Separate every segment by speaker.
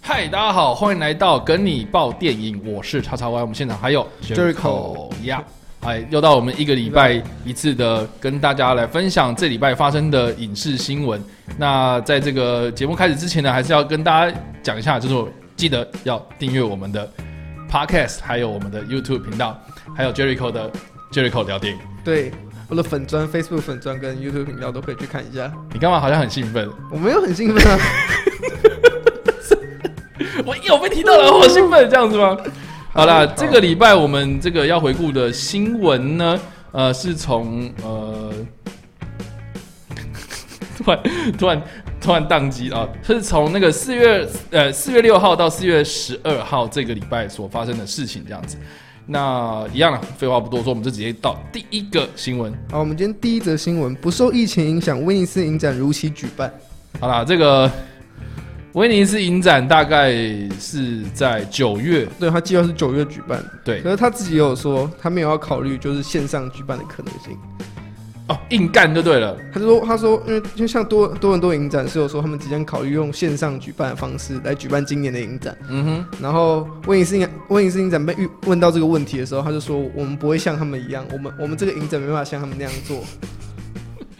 Speaker 1: 嗨，大家好，欢迎来到跟你报电影，我是叉叉 Y，我们现场还有
Speaker 2: Jericho
Speaker 1: 呀。哎，又到我们一个礼拜一次的跟大家来分享这礼拜发生的影视新闻。那在这个节目开始之前呢，还是要跟大家讲一下，就是记得要订阅我们的 Podcast，还有我们的 YouTube 频道，还有 Jericho 的 Jericho 聊电影。
Speaker 2: 对，我的粉砖、Facebook 粉砖跟 YouTube 频道都可以去看一下。
Speaker 1: 你干嘛好像很兴奋？
Speaker 2: 我没有很兴奋啊，
Speaker 1: 我有被提到了，我好兴奋，这样子吗？好啦，这个礼拜我们这个要回顾的新闻呢，呃，是从呃， 突然突然突然宕机啊，是从那个四月呃四月六号到四月十二号这个礼拜所发生的事情这样子。那一样了，废话不多说，我们就直接到第一个新闻。
Speaker 2: 好，我们今天第一则新闻，不受疫情影响，威尼斯影展如期举办。
Speaker 1: 好啦，这个威尼斯影展大概是在九月，
Speaker 2: 对他计划是九月举办，
Speaker 1: 对，
Speaker 2: 可是他自己也有说，他没有要考虑就是线上举办的可能性。
Speaker 1: 哦，硬干就对了。
Speaker 2: 他就说，他说，因为就像多多伦多影展是有说，他们即将考虑用线上举办的方式来举办今年的影展。
Speaker 1: 嗯哼。
Speaker 2: 然后威尼斯影威尼斯影展被遇问到这个问题的时候，他就说：“我们不会像他们一样，我们我们这个影展没办法像他们那样做。”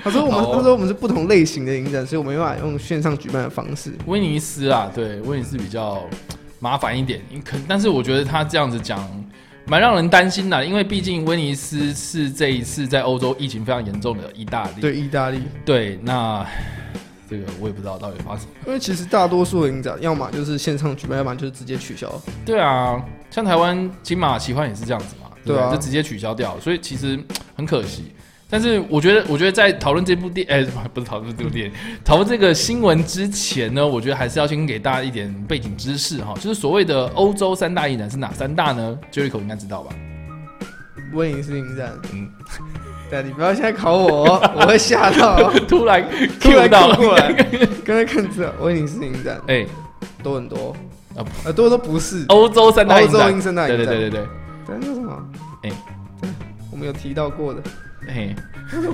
Speaker 2: 他说：“我们、
Speaker 1: 好哦
Speaker 2: 他说我们是不同类型的影展，所以我们没办法用线上举办的方式。
Speaker 1: 威尼斯啊，对，威尼斯比较麻烦一点，可但是我觉得他这样子讲，蛮让人担心的，因为毕竟威尼斯是这一次在欧洲疫情非常严重的意大利。
Speaker 2: 对意大利，
Speaker 1: 对，那这个我也不知道到底发生。
Speaker 2: 因为其实大多数的影展，啊要么就是线上举办，要么就是直接取消。
Speaker 1: 对啊，像台湾金马奇幻也是这样子嘛，对不
Speaker 2: 对啊
Speaker 1: 就直接取消掉，所以其实嗯很可惜。但是我觉得，我觉得在讨论这部电，哎、不是讨论这部电影，讨论这个新闻之前呢，我觉得还是要先给大家一点背景知识哈，就是所谓的欧洲三大影展是哪三大呢？Jericho 应该知道吧？
Speaker 2: 威尼斯影展，
Speaker 1: 嗯
Speaker 2: 嗯， 对，你不要现在考我哦，我会吓到 哦。
Speaker 1: 突然
Speaker 2: 突
Speaker 1: Q
Speaker 2: 然
Speaker 1: 到
Speaker 2: 过 来，刚才看这威尼斯影展
Speaker 1: 哎、
Speaker 2: 多很多
Speaker 1: 啊
Speaker 2: 啊，呃，多都不是。
Speaker 1: 欧洲三大影
Speaker 2: 欧洲
Speaker 1: 展，
Speaker 2: 影三大
Speaker 1: 对对
Speaker 2: 影展
Speaker 1: 对对对，
Speaker 2: 对，那叫什么？
Speaker 1: 哎
Speaker 2: 我们有提到过的，
Speaker 1: 嘿、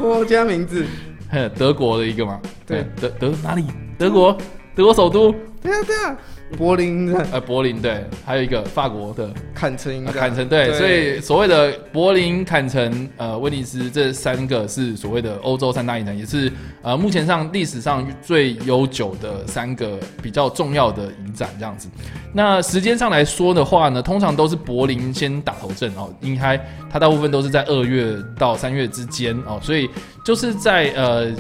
Speaker 2: 我加名字。
Speaker 1: 嘿德国的一个嘛，
Speaker 2: 对，
Speaker 1: 德德哪里？德国，德国首都，
Speaker 2: 对啊对啊，柏林影展、
Speaker 1: 呃，柏林对，还有一个法国的
Speaker 2: 坎城影
Speaker 1: 呃
Speaker 2: 展、
Speaker 1: 坎城对，所以所谓的柏林、坎城、呃威尼斯这三个是所谓的欧洲三大影展，也是呃目前上历史上最悠久的三个比较重要的影展这样子。那时间上来说的话呢，通常都是柏林先打头阵哦，应该它大部分都是在二月到三月之间哦，所以就是在呃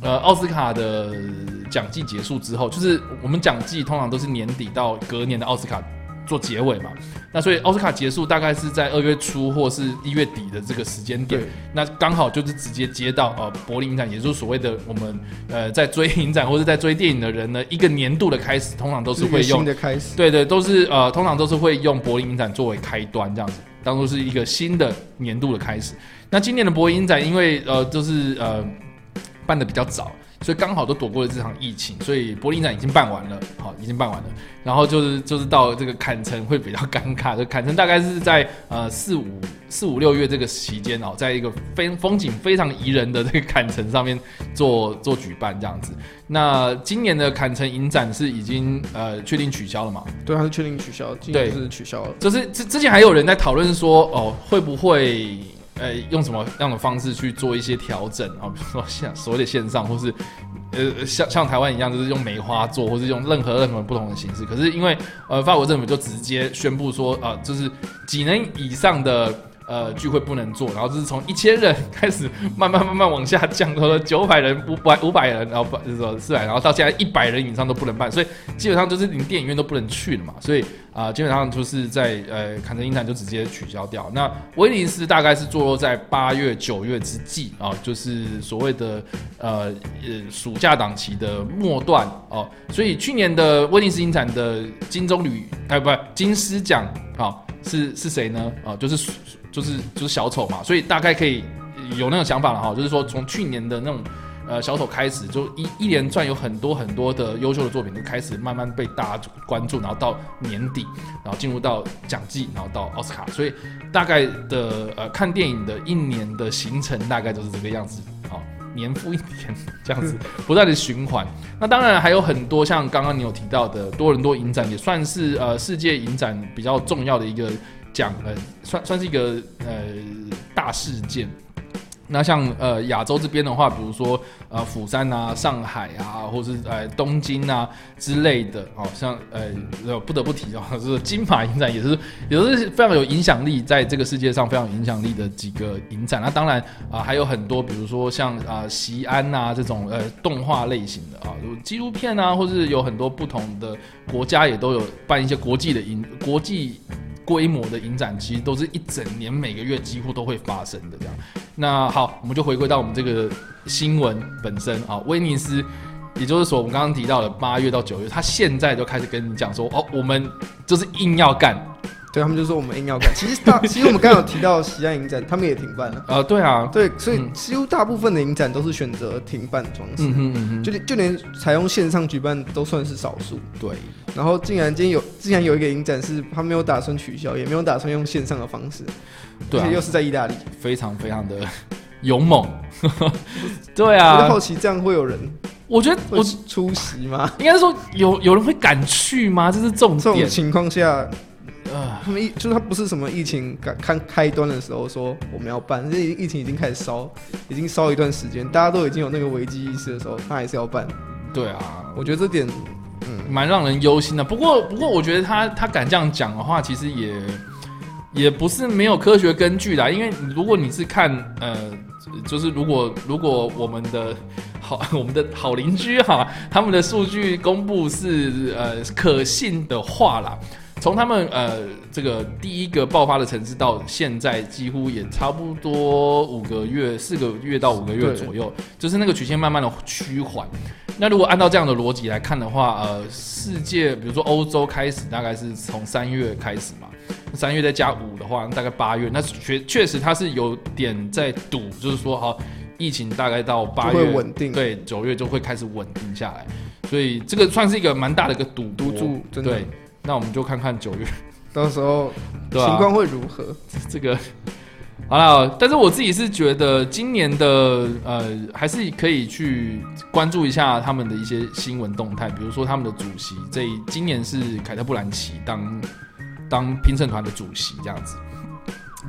Speaker 1: 呃奥斯卡的奖季结束之后，就是我们奖季通常都是年底到隔年的奥斯卡做结尾嘛。那所以奥斯卡结束大概是在二月初或是一月底的这个时间点
Speaker 2: 对，
Speaker 1: 那刚好就是直接接到呃柏林影展，也就是所谓的我们呃在追影展或者在追电影的人呢，一个年度的开始通常都是
Speaker 2: 一个
Speaker 1: 会用
Speaker 2: 新的开始。
Speaker 1: 对对，都是呃，通常都是会用柏林影展作为开端，这样子当做是一个新的年度的开始。那今年的柏林影展，因为呃，就是呃办的比较早，所以刚好都躲过了这场疫情，所以柏林影展已经办完了，好、已经办完了。然后就是就是到这个坎城会比较尴尬，就坎城大概是在呃四五四五六月这个期间哦，在一个非风景非常宜人的这个坎城上面做做举办这样子。那今年的坎城影展是已经呃确定取消了嘛？
Speaker 2: 对，它是确定取消，今
Speaker 1: 对
Speaker 2: 年就是取消了。
Speaker 1: 就是之之前还有人在讨论说，哦，会不会呃用什么样的方式去做一些调整啊、哦？比如说像所谓的线上，或是呃像像台湾一样，就是用梅花座，或是用任何任何不同的形式。可是因为呃法国政府就直接宣布说，啊、就是几人以上的。呃，聚会不能做，然后就是从一千人 开始慢慢慢慢往下降，到了九百人、五百五百人，然后不就是说四百，然后到现在一百人以上都不能办，所以基本上就是你电影院都不能去了嘛，所以啊、基本上就是在呃坎城影展就直接取消掉。那威尼斯大概是坐落在八月、九月之际啊、就是所谓的呃呃暑假档期的末段哦、所以去年的威尼斯影展的金棕榈哎不金狮奖啊、是是谁呢？啊、就是就是就是小丑嘛，所以大概可以有那种想法了哈、就是说从去年的那种。呃，小丑开始就一一连串有很多很多的优秀的作品就开始慢慢被大家关注，然后到年底，然后进入到奖季，然后到奥斯卡，所以大概的呃看电影的一年的行程大概就是这个样子。好、年复一年这样子不断的循环。那当然还有很多像刚刚你有提到的多伦多影展，也算是呃世界影展比较重要的一个奖，呃，算算是一个呃大事件。那像呃亚洲这边的话，比如说呃釜山啊、上海啊，或是呃东京啊之类的，好、像呃呃不得不提哦， 就是金马影展也是也是非常有影响力，在这个世界上非常有影响力的几个影展。那当然啊、还有很多，比如说像啊、西安啊这种呃动画类型的啊，有纪录片啊，或是有很多不同的国家也都有办一些国际的影国际规模的影展，其实都是一整年每个月几乎都会发生的这样。那好，我们就回归到我们这个新闻本身啊，威尼斯，也就是说我们刚刚提到的八月到九月，他现在就开始跟你讲说，哦，我们就是硬要干，
Speaker 2: 对他们就说我们硬要办。其实大， 其实我们刚刚有提到西安影展，他们也停办了。
Speaker 1: 呃，对啊，
Speaker 2: 对，所以
Speaker 1: 嗯
Speaker 2: 几乎大部分的影展都是选择停办装置，
Speaker 1: 嗯哼嗯哼，
Speaker 2: 就连就连采用线上举办都算是少数。
Speaker 1: 对，
Speaker 2: 然后竟然今天有，竟然有一个影展是他没有打算取消，也没有打算用线上的方式，
Speaker 1: 对
Speaker 2: 而
Speaker 1: 啊
Speaker 2: 且，又是在意大利，
Speaker 1: 非常非常的 勇猛，对
Speaker 2: 我就
Speaker 1: 啊，
Speaker 2: 好奇这样会有人
Speaker 1: 我觉得
Speaker 2: 会
Speaker 1: 我
Speaker 2: 出席吗？
Speaker 1: 应该说有有人会敢去吗？这是重
Speaker 2: 这种
Speaker 1: 点，
Speaker 2: 情况下，
Speaker 1: 呃，
Speaker 2: 他们疫就是他不是什么疫情刚刚开端的时候说我们要办，这疫情已经开始烧，已经烧一段时间，大家都已经有那个危机意识的时候，他还是要办。
Speaker 1: 对啊，
Speaker 2: 我觉得这点
Speaker 1: 蛮让人忧心的。不过，不过我觉得他他敢这样讲的话，其实也也不是没有科学根据啦。因为如果你是看呃，就是如果如果我们的好 我们的好邻居哈，他们的数据公布是呃可信的话啦。从他们呃这个第一个爆发的城市到现在，几乎也差不多五个月、四个月到五个月
Speaker 2: 对
Speaker 1: 左右，就是那个曲线慢慢的趋缓。那如果按照这样的逻辑来看的话，呃，世界比如说欧洲开始，大概是从三月开始嘛，三月再加五的话，大概八月，那确确实它是有点在赌，就是说好，疫情大概到
Speaker 2: 就
Speaker 1: 八
Speaker 2: 会
Speaker 1: 月
Speaker 2: 稳定，
Speaker 1: 对，九月就会开始稳定下来，所以这个算是一个蛮大的一个赌博
Speaker 2: 赌注真的
Speaker 1: 对，那我们就看看九月
Speaker 2: 到时候
Speaker 1: 对啊
Speaker 2: 情况会如何？
Speaker 1: 这个。好了，但是我自己是觉得今年的呃，还是可以去关注一下他们的一些新闻动态，比如说他们的主席，这一今年是凯特·布兰奇当当评审团的主席这样子。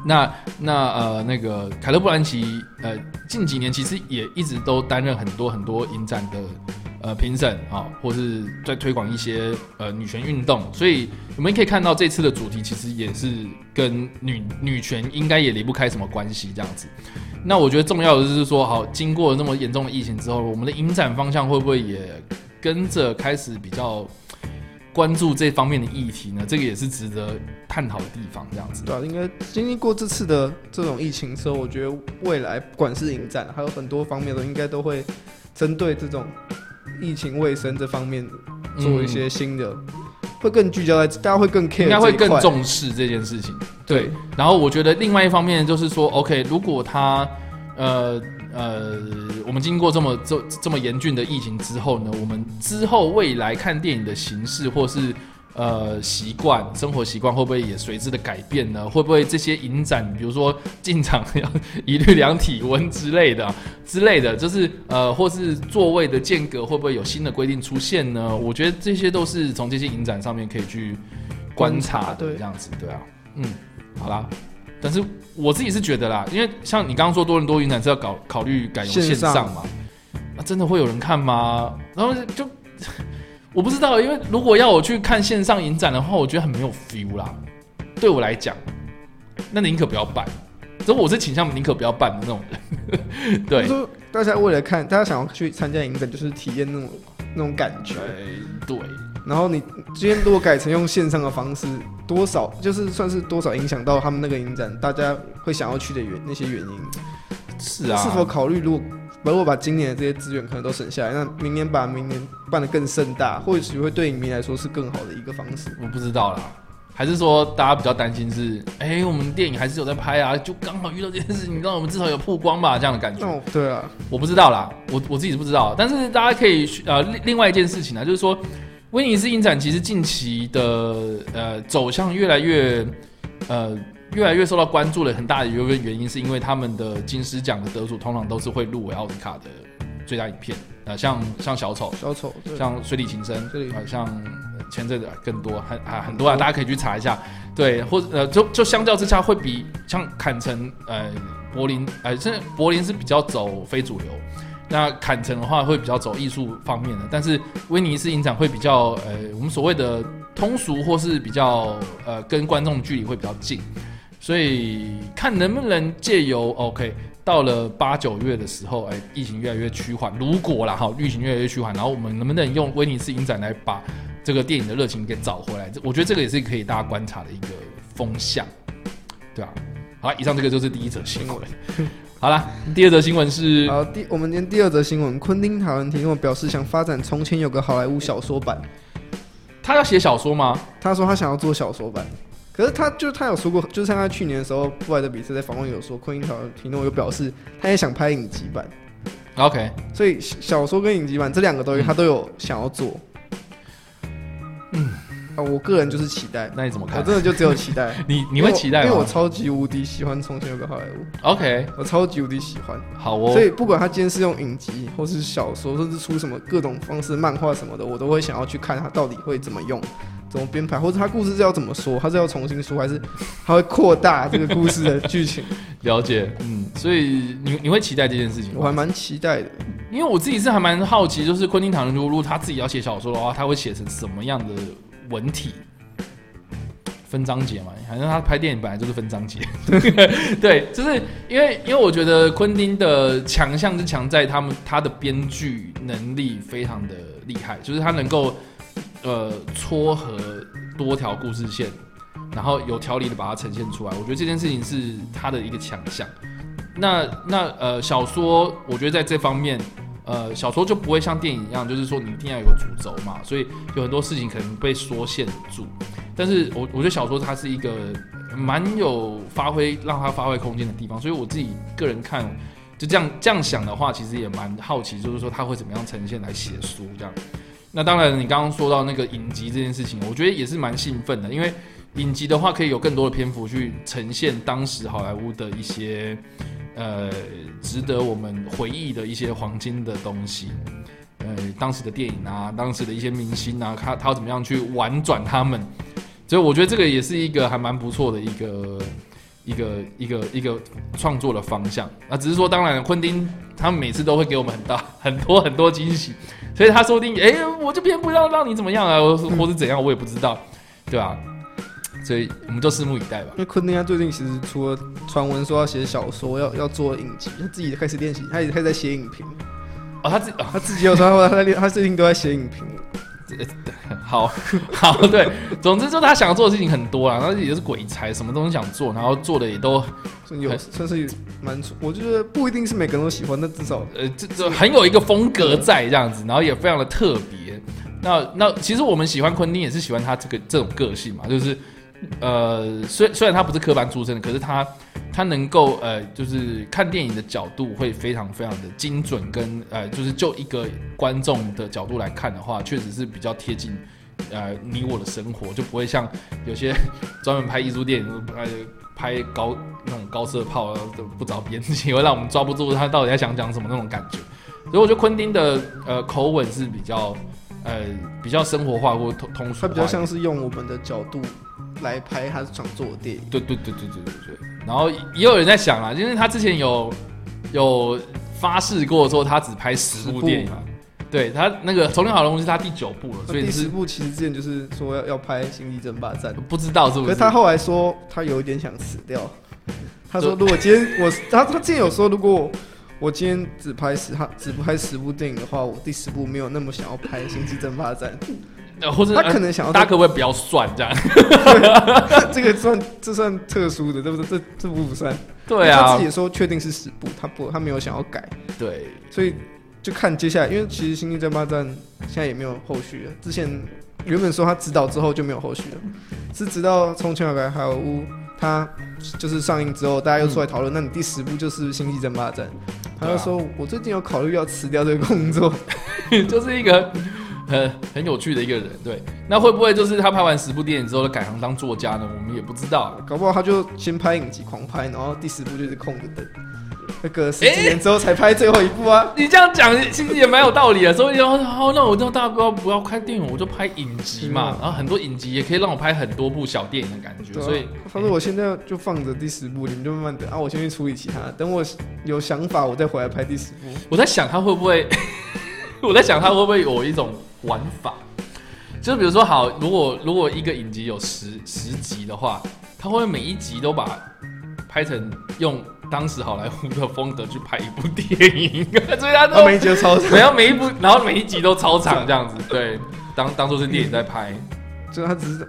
Speaker 1: 那那呃，那个凯特·布兰奇呃，近几年其实也一直都担任很多很多影展的呃评审啊，或是在推广一些呃女权运动，所以我们可以看到这次的主题其实也是跟女女权应该也离不开什么关系这样子。那我觉得重要的就是说，好，经过了那么严重的疫情之后，我们的影展方向会不会也跟着开始比较关注这方面的议题呢？这个也是值得探讨的地方，这样子。
Speaker 2: 对啊，应该经历过这次的这种疫情之后，我觉得未来不管是影展，还有很多方面的，应该都会针对这种疫情卫生这方面做一些新的，会更聚焦在大家会更
Speaker 1: 嗯
Speaker 2: care，
Speaker 1: 应该会更
Speaker 2: 这一块
Speaker 1: 重视这件事情。
Speaker 2: 对，
Speaker 1: 然后我觉得另外一方面就是说，OK，如果他呃呃，我们经过这么这这么严峻的疫情之后呢，我们之后未来看电影的形式或是呃习惯、生活习惯会不会也随之的改变呢？会不会这些影展，比如说进场要一律量体温之类的啊之类的，就是呃，或是座位的间隔会不会有新的规定出现呢？我觉得这些都是从这些影展上面可以去观察的，
Speaker 2: 观察对
Speaker 1: 这样子，对啊，嗯，好啦。但是我自己是觉得啦，因为像你刚刚说多伦多影展是要搞考虑改用
Speaker 2: 线
Speaker 1: 线
Speaker 2: 上
Speaker 1: 上嘛，那、真的会有人看吗？然后就 我不知道，因为如果要我去看线上影展的话，我觉得很没有 feel 啦。对我来讲，那宁可不要办。所以我是倾向宁可不要办的那种人。
Speaker 2: 就
Speaker 1: 对，
Speaker 2: 说大家为了看，大家想要去参加影展，就是体验那种那种感觉。
Speaker 1: 对，
Speaker 2: 然后你今天如果改成用线上的方式，多少就是算是多少影响到他们那个影展，大家会想要去的原那些原因。
Speaker 1: 是啊。
Speaker 2: 是否考虑，如果如果把今年的这些资源可能都省下来，那明年把明年办得更盛大，或许会对影迷来说是更好的一个方式。
Speaker 1: 我不知道啦，还是说大家比较担心是，哎、我们电影还是有在拍啊，就刚好遇到这件事情，让我们至少有曝光吧，这样的感觉。
Speaker 2: 哦，对啊，
Speaker 1: 我不知道啦，我我自己是不知道，但是大家可以去呃，另另外一件事情呢、就是说，威尼斯影展其实近期的呃走向越来越呃越来越受到关注的很大的一个原因，是因为他们的金狮奖的得主通常都是会入围奥斯卡的最佳影片啊、呃像像小丑，
Speaker 2: 小丑对
Speaker 1: 像水里情深
Speaker 2: 水里，
Speaker 1: 呃，像呃前阵子更多，很啊很多啊，大家可以去查一下。对，或者呃，就就相较之下，会比像坎城、呃柏林，呃，甚至柏林是比较走非主流，那坎城的话会比较走艺术方面的，但是威尼斯影展会比较呃，我们所谓的通俗或是比较呃跟观众距离会比较近，所以看能不能借由 OK。到了八九月的时候，哎，疫情越来越趋缓，如果啦哈，疫情越来越趋缓，然后我们能不能用威尼斯影展来把这个电影的热情给找回来？这我觉得这个也是可以大家观察的一个风向，对啊。好，以上这个就是第一则新闻。好啦，第二则新闻是
Speaker 2: 好，第我们今天第二则新闻，昆汀·塔伦提诺表示想发展《从前有个好莱坞》小说版。
Speaker 1: 他要写小说吗？
Speaker 2: 他说他想要做小说版，可是他就他有说过，就是像他去年的时候，布莱德比特在访问有说，昆汀·塔伦提诺有表示他也想拍影集版，
Speaker 1: OK，
Speaker 2: 所以小说跟影集版这两个东西他都有想要做。嗯，啊，我个人就是期待，
Speaker 1: 那你怎么
Speaker 2: 我
Speaker 1: 看？
Speaker 2: 真的就只有期待。
Speaker 1: 你你会期待
Speaker 2: 因为我因为
Speaker 1: 吗
Speaker 2: 我超级无敌喜欢《从前有个好莱坞》，
Speaker 1: ？OK，
Speaker 2: 我超级无敌喜欢。
Speaker 1: 好哦
Speaker 2: 所。以不管他今天是用影集，或是小说，甚至出什么各种方式、漫画什么的，我都会想要去看他到底会怎么用、怎么编排，或者他故事是要怎么说，他是要重新说，还是他会扩大这个故事的剧情？
Speaker 1: 了解，嗯，所以你你会期待这件事情吗
Speaker 2: 我还蛮期待的。
Speaker 1: 因为我自己是还蛮好奇，就是昆汀塔伦蒂诺如果他自己要写小说的话，他会写成什么样的文体？分章节嘛，反正他拍电影本来就是分章节。 对，就是因为因为我觉得昆汀的强项是强在他们他的编剧能力非常的厉害，就是他能够呃撮合多条故事线，然后有条理的把它呈现出来。我觉得这件事情是他的一个强项。那那呃小说，我觉得在这方面呃，小说就不会像电影一样，就是说你一定要有主轴嘛，所以有很多事情可能被缩限住。但是我我觉得小说它是一个蛮有发挥让它发挥空间的地方，所以我自己个人看，就这样这样想的话，其实也蛮好奇，就是说它会怎么样呈现来写书这样。那当然，你刚刚说到那个影集这件事情，我觉得也是蛮兴奋的，因为影集的话可以有更多的篇幅去呈现当时好莱坞的一些呃值得我们回忆的一些黄金的东西。呃，当时的电影啊，当时的一些明星啊，他他要怎么样去婉转他们，所以我觉得这个也是一个还蛮不错的一个一个一个一个创作的方向。那、只是说，当然昆汀他们每次都会给我们很大很多很多惊喜，所以他说不定，哎、我这边不知道让你怎么样啊，我或是怎样，我也不知道，对吧、所以我们就拭目以待吧
Speaker 2: 因。为昆汀他最近其实除了传闻说要写小说，要要做影集，他自己开始练习，他也开始在写影评，
Speaker 1: 哦，他自己、哦
Speaker 2: 他自己有说他在练，他最近都在写影评。
Speaker 1: 好 好，对，总之就是他想做的事情很多啦，然后也是鬼才，什么东西想做，然后做的也都
Speaker 2: 所以有算是有蛮，我觉得不一定是每个人都喜欢，但至少
Speaker 1: 呃，这这很有一个风格在这样子，然后也非常的特别。那那其实我们喜欢昆汀也是喜欢他这个这种个性嘛，就是呃，虽虽然他不是科班出身的，可是他他能够呃，就是看电影的角度会非常非常的精准跟，呃，就是就一个观众的角度来看的话，确实是比较贴近。呃，你我的生活就不会像有些 专门拍艺术电影，呃，拍高那种高射炮呃都不着边际，会让我们抓不住他到底在想讲什么那种感觉。所以我觉得昆汀的呃口吻是比较呃比较生活化或通通俗化一点，
Speaker 2: 他比较像是用我们的角度来拍他想做的电影。
Speaker 1: 对对对对对对对。然后也有人在想啊，因为他之前有有发誓过说他只拍十部电影嘛，对他那个《重庆好莱坞》是他第九部了，
Speaker 2: 那
Speaker 1: 所以
Speaker 2: 第十
Speaker 1: 是
Speaker 2: 部其实之前就是说要要拍《星际争霸战》，
Speaker 1: 不知道是不
Speaker 2: 可
Speaker 1: 是
Speaker 2: 是他后来说他有一点想死掉。他说如果今天我他他之前有说如果我今天只拍十他只拍十部电影的话，我第十部没有那么想要拍《星际争霸战
Speaker 1: 呃或者
Speaker 2: 他可能想要。
Speaker 1: 呃大家可不可以不要算这样？》
Speaker 2: 这个算这算特殊的，对不对？这这部不算。
Speaker 1: 对
Speaker 2: 他
Speaker 1: 啊
Speaker 2: 自己，也说确定是十部，他不他没有想要改。
Speaker 1: 对，
Speaker 2: 所以就看接下来，因为其实《星际争霸战》现在也没有后续了。之前原本说他指导之后就没有后续了，是直到《从前有个好莱坞》它就是上映之后，大家又出来讨论，那你第十部就是《星际争霸战》，他就说、我最近有考虑要辞掉这个工作，
Speaker 1: 就是一个很很有趣的一个人。对，那会不会就是他拍完十部电影之后就改行当作家呢？我们也不知道。
Speaker 2: 搞不好他就先拍影集狂拍，然后第十部就是空着等，那个十几年之后才拍最后一部啊。
Speaker 1: 你这样讲其实也蛮有道理的，所以然后那我就大家不要不要看电影，我就拍影集嘛
Speaker 2: 嗯，
Speaker 1: 然后很多影集也可以让我拍很多部小电影的感觉，
Speaker 2: 对啊
Speaker 1: 所以
Speaker 2: 他说我现在就放着第十部，你们就慢慢等啊，我先去处理其他，等我有想法我再回来拍第十部。
Speaker 1: 我在想他会不会， 我在想他会不会有一种玩法，就是比如说，好，如果如果一个影集有十十集的话，他会不会每一集都把拍成用当时好莱坞的风格去拍一部电影， 所以他
Speaker 2: 他
Speaker 1: 都
Speaker 2: 每一集都超长，
Speaker 1: 然后每一部，然后每一集都超长这样子，对，当当做是电影在拍，
Speaker 2: 就他只是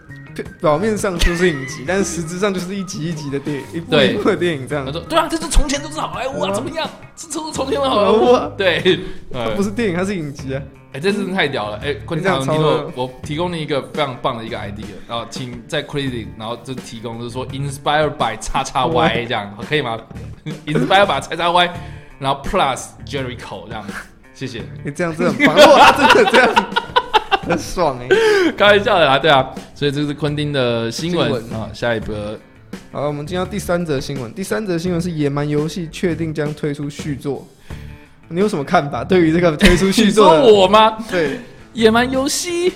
Speaker 2: 表面上说是影集，但是实质上就是一集一集的电影，一部
Speaker 1: 对
Speaker 2: 一部的电影这 样
Speaker 1: 他。说对啊，这是从前都是好莱坞啊，
Speaker 2: 嗯
Speaker 1: 怎么样？这都是从前的好莱坞
Speaker 2: 好莱坞
Speaker 1: 啊
Speaker 2: 啊，
Speaker 1: 对，
Speaker 2: 它
Speaker 1: 呃
Speaker 2: 不是电影，它是影集啊。
Speaker 1: 哎、这真是太屌了！哎、昆汀塔伦蒂
Speaker 2: 这样超
Speaker 1: 诺
Speaker 2: 了，
Speaker 1: 我提供了一个非常棒的一个 idea，然后请在 credit，然后就提供就是说 inspired by 叉叉 Y 这样，可以吗？inspired by 叉叉 Y，然后 plus Jericho 这样，谢谢。
Speaker 2: 你、这样真的很棒，哇，真的这样很爽哎、
Speaker 1: 开玩笑的啦，对啊，所以这是昆汀的新闻
Speaker 2: 新
Speaker 1: 啊。下一个，
Speaker 2: 好，我们进到第三则新闻。第三则新闻是《野蛮游戏》确定将推出续作，你有什么看法？对于这个推出 续
Speaker 1: 你
Speaker 2: 作
Speaker 1: 说
Speaker 2: 的，
Speaker 1: 我吗？
Speaker 2: 对，
Speaker 1: 野蛮游戏，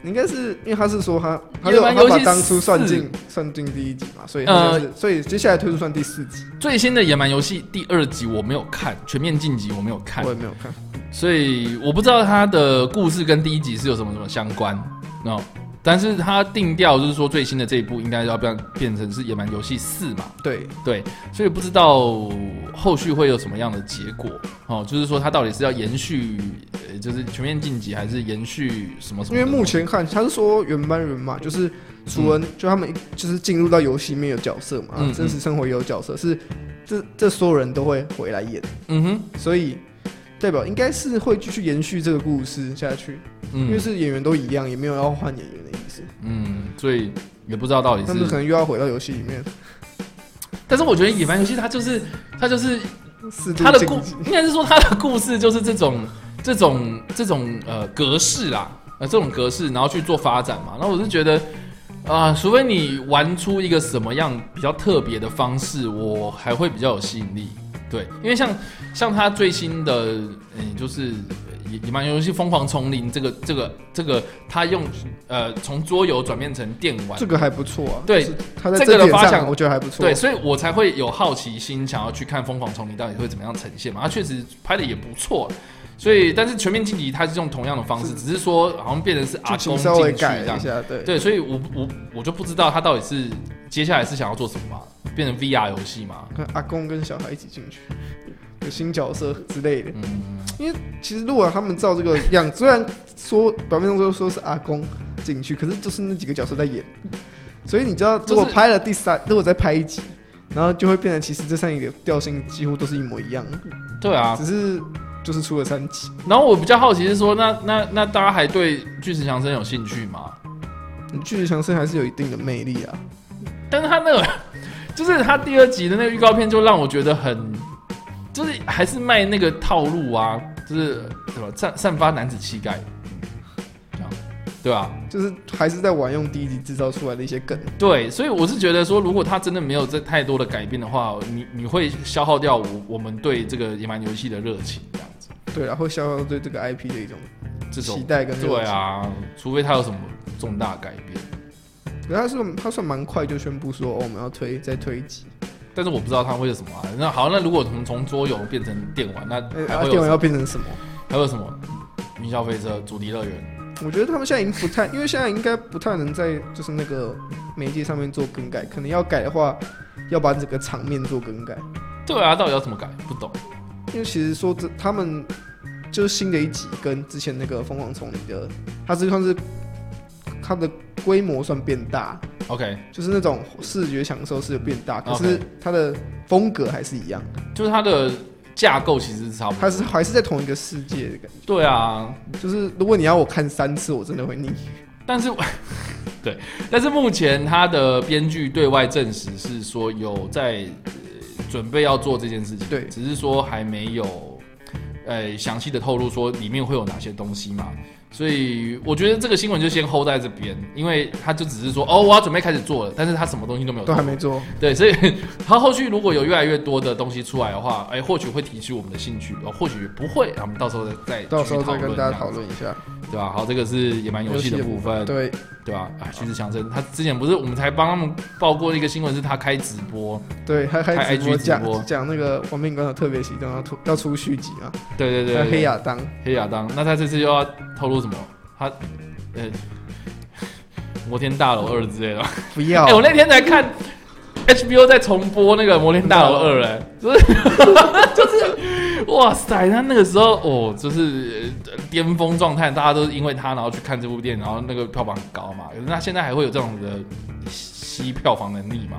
Speaker 2: 你应该是因为他是说他，他
Speaker 1: 野
Speaker 2: 就
Speaker 1: 蛮
Speaker 2: 他
Speaker 1: 游戏
Speaker 2: 把当初算进
Speaker 1: 四呃
Speaker 2: 算进第一集嘛，所以他就是、所以接下来推出算第四集，
Speaker 1: 最新的野蛮游戏第二集我没有看，全面晋级我没有看
Speaker 2: 我，也没有看。
Speaker 1: 所以我不知道它的故事跟第一集是有什么什么相关哦。但是它定调就是说最新的这一部应该要变变成是《野蛮游戏四》嘛，
Speaker 2: 对，
Speaker 1: 对，所以不知道后续会有什么样的结果哦。就是说它到底是要延续，呃，就是全面晋级，还是延续什么什
Speaker 2: 因
Speaker 1: 么的？
Speaker 2: 为目前看他是说原班人马，
Speaker 1: 嗯
Speaker 2: 就是除了、就他们就是进入到游戏里面有角色嘛，
Speaker 1: 嗯嗯
Speaker 2: 真实生活也有角色，是这这所有人都会回来演，
Speaker 1: 嗯哼，
Speaker 2: 所以代表应该是会继续延续这个故事下去。因为
Speaker 1: 嗯
Speaker 2: 是演员都一样，也没有要换演员的意思。
Speaker 1: 嗯，所以也不知道到底
Speaker 2: 他们可
Speaker 1: 是。
Speaker 2: 能又要回到游戏里面，
Speaker 1: 但是我觉得《野蛮游戏》它就是它就是
Speaker 2: 四度
Speaker 1: 他的故嗯
Speaker 2: 晋级。
Speaker 1: 应该是说他的故事就是这种这种这种呃格式啦，呃这种格式，然后去做发展嘛。那我是觉得啊、除非你玩出一个什么样比较特别的方式，我还会比较有吸引力。对，因为像像他最新的，嗯、就是呃野野蛮游戏《疯狂丛林》这个这个这个，他用呃从桌游转变成电玩
Speaker 2: 这，个还不错啊。
Speaker 1: 对
Speaker 2: 就是他在
Speaker 1: 这个
Speaker 2: 这
Speaker 1: 的
Speaker 2: 点
Speaker 1: 发
Speaker 2: 上
Speaker 1: 想
Speaker 2: 我觉得还不错。
Speaker 1: 对，，所以我才会有好奇心，想要去看《疯狂丛林》到底会怎么样呈现嘛。它啊确实拍的也不错，所以但是全面晋级它是用同样的方式，
Speaker 2: 是
Speaker 1: 只是说好像变成是阿
Speaker 2: 剧
Speaker 1: 公进
Speaker 2: 情稍微
Speaker 1: 去
Speaker 2: 改
Speaker 1: 这
Speaker 2: 了
Speaker 1: 样
Speaker 2: 一。下，对。
Speaker 1: 对，所以我我我就不知道他到底是接下来是想要做什么嘛，变成 VR 游戏嘛？
Speaker 2: 看阿公跟小孩一起进去，有新角色之类的。
Speaker 1: 嗯，
Speaker 2: 其实如果他们照这个样， 虽然说表面上说说是阿公进去，可是就是那几个角色在演。所以你知道，
Speaker 1: 就是
Speaker 2: 如果拍了第三，如果再拍一集，然后就会变成其实这三集的调性几乎都是一模一样，
Speaker 1: 对啊。
Speaker 2: 只是就是出了三集。
Speaker 1: 然后我比较好奇是说，那那那大家还对巨石强森有兴趣吗？
Speaker 2: 巨石强森还是有一定的魅力啊。
Speaker 1: 但是他那个，就是他第二集的那个预告片，就让我觉得很，就是还是卖那个套路啊，就是什么散散发男子气概，这样，对吧、
Speaker 2: 就是还是在玩用第一集制造出来的一些梗，
Speaker 1: 对，所以我是觉得说，如果他真的没有这太多的改变的话，你你会消耗掉我我们对这个野蛮游戏的热情，这样子，
Speaker 2: 对，然后消耗对这个 IP 的一种
Speaker 1: 这
Speaker 2: 期
Speaker 1: 种
Speaker 2: 待跟热
Speaker 1: 对
Speaker 2: 情。
Speaker 1: 啊，除非他有什么重大改变，
Speaker 2: 可是他是他算蛮快就宣布说，哦，我们要推再推一集，
Speaker 1: 但是我不知道他会有什么、啊。那好，那如果从从桌游变成电玩，那
Speaker 2: 呃
Speaker 1: 还
Speaker 2: 啊
Speaker 1: 会有
Speaker 2: 电
Speaker 1: 什
Speaker 2: 玩
Speaker 1: 么？
Speaker 2: 要变成什么？
Speaker 1: 还有什么？云霄飞车、主题乐园，
Speaker 2: 我觉得他们现在已经不太，因为现在应该不太能在就是那个媒介上面做更改，可能要改的话，要把整个场面做更改。
Speaker 1: 对啊，到底要怎么改？不懂。
Speaker 2: 因为其实说这他们就是新的一集跟之前那个疯狂丛林的，它是算是它的规模算变大，
Speaker 1: OK，
Speaker 2: 就是那种视觉享受是有变大，可
Speaker 1: OK
Speaker 2: 是它的风格还是一样，
Speaker 1: 就是它的架构其实是差不
Speaker 2: 它
Speaker 1: 多。
Speaker 2: 是还是在同一个世界的感
Speaker 1: 对啊，
Speaker 2: 觉。就是如果你要我看三次，我真的会腻。
Speaker 1: 但是 对，但是目前它的编剧对外证实是说有在、呃准备要做这件事情，
Speaker 2: 对
Speaker 1: 只是说还没有呃详细的透露说里面会有哪些东西嘛。所以我觉得这个新闻就先 hold 在这边，因为他就只是说哦，我要准备开始做了，但是他什么东西都没有
Speaker 2: 都
Speaker 1: 做，
Speaker 2: 还没做，
Speaker 1: 对，所以 他后续如果有越来越多的东西出来的话，哎、或许会提起我们的兴趣，哦，或许也不会，啊我们到时候再再
Speaker 2: 到时候再跟大
Speaker 1: 继续
Speaker 2: 家讨
Speaker 1: 这样子，
Speaker 2: 论一下
Speaker 1: 对吧、好，这个是野蛮游戏的部分，
Speaker 2: 对，
Speaker 1: 对吧、啊？徐志强生他之前不是我们才帮他们报过一个新闻，是他开直播，
Speaker 2: 对，还还
Speaker 1: 开
Speaker 2: 直播
Speaker 1: IG 直播
Speaker 2: 讲讲那个亡命关头特别行动要出要出续集啊，
Speaker 1: 对对对
Speaker 2: 还有
Speaker 1: 对
Speaker 2: 黑亚当，
Speaker 1: 黑亚当，那他这次又要透露什么？他呃， 摩天大楼二之类的吗。
Speaker 2: 不要
Speaker 1: 哎、，我那天才看 HBO 在重播那个《摩天大楼二》，哎，就是就是，哇塞，他那个时候哦，就是呃巅峰状态，大家都是因为他然后去看这部电影，然后那个票房很高嘛。可是他现在还会有这种的吸票房能力吗？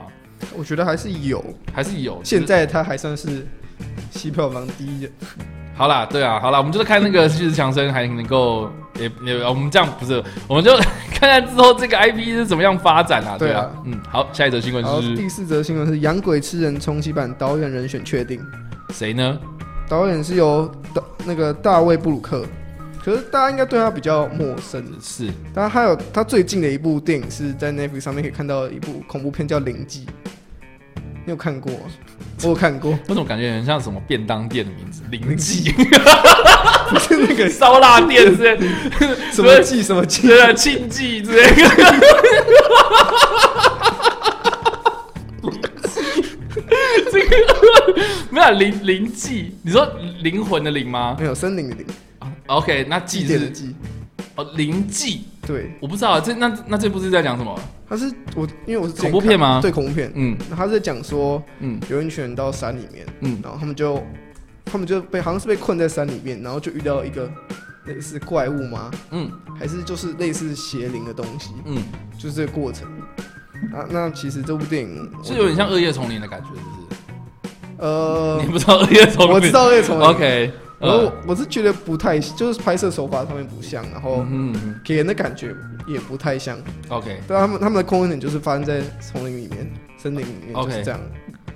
Speaker 2: 我觉得还是有，
Speaker 1: 还是有？就是
Speaker 2: 现在他还算是吸票房第一人，
Speaker 1: 好啦，对啊，好啦，我们就是看那个巨石强森还能够，也也，我们这样不是，我们就 看看之后这个 IP 是怎么样发展啊，对啊，
Speaker 2: 对
Speaker 1: 嗯，好，下一则新闻
Speaker 2: 然后
Speaker 1: 是
Speaker 2: 第四则新闻是《养鬼吃人》重启版导演人选确定，
Speaker 1: 谁呢？
Speaker 2: 导演是由的那个大卫布鲁克，可是大家应该对他比较陌生。
Speaker 1: 是
Speaker 2: 他还有他最近的一部电影是在 Netflix 上面可以看到一部恐怖片叫《灵记》，你有看过吗？我有看过，
Speaker 1: 我怎么感觉很像什么便当店的名字？灵记
Speaker 2: 不是那 个
Speaker 1: 烧腊店之类，
Speaker 2: 什么记什么记，
Speaker 1: 对啊，庆记之类的。 这个没有啊灵灵记，你说灵魂的灵吗啊
Speaker 2: 没有森林的灵，
Speaker 1: ？OK，那
Speaker 2: 祭
Speaker 1: 记
Speaker 2: 奠的
Speaker 1: 是
Speaker 2: 祭。
Speaker 1: 哦灵记。
Speaker 2: 对，
Speaker 1: 我不知道这那那这部是在讲什么？
Speaker 2: 他是我，因为我是之前
Speaker 1: 恐怖片吗
Speaker 2: 看对，恐怖片。
Speaker 1: 嗯
Speaker 2: 他是在讲说
Speaker 1: 嗯
Speaker 2: 有一群人到山里面，
Speaker 1: 嗯，
Speaker 2: 然后他们就他们就被好像是被困在山里面，然后就遇到一个类似怪物吗？
Speaker 1: 嗯
Speaker 2: 还是就是类似邪灵的东西？
Speaker 1: 嗯，
Speaker 2: 就是这个过程。啊，那其实这部电影我
Speaker 1: 是有点像《恶夜丛林》的感觉，是不是？
Speaker 2: 呃
Speaker 1: 你，不知道《恶夜丛林》？
Speaker 2: 我知。道那种。
Speaker 1: OK，
Speaker 2: 然后
Speaker 1: 呃，
Speaker 2: 我是觉得不太，就是拍摄手法上面不像，然后
Speaker 1: 嗯嗯
Speaker 2: 给人的感觉也不太像。
Speaker 1: ，OK。
Speaker 2: 对啊他们他们的共同点就是发生在丛林里面、森林里面，
Speaker 1: OK
Speaker 2: 就是这样。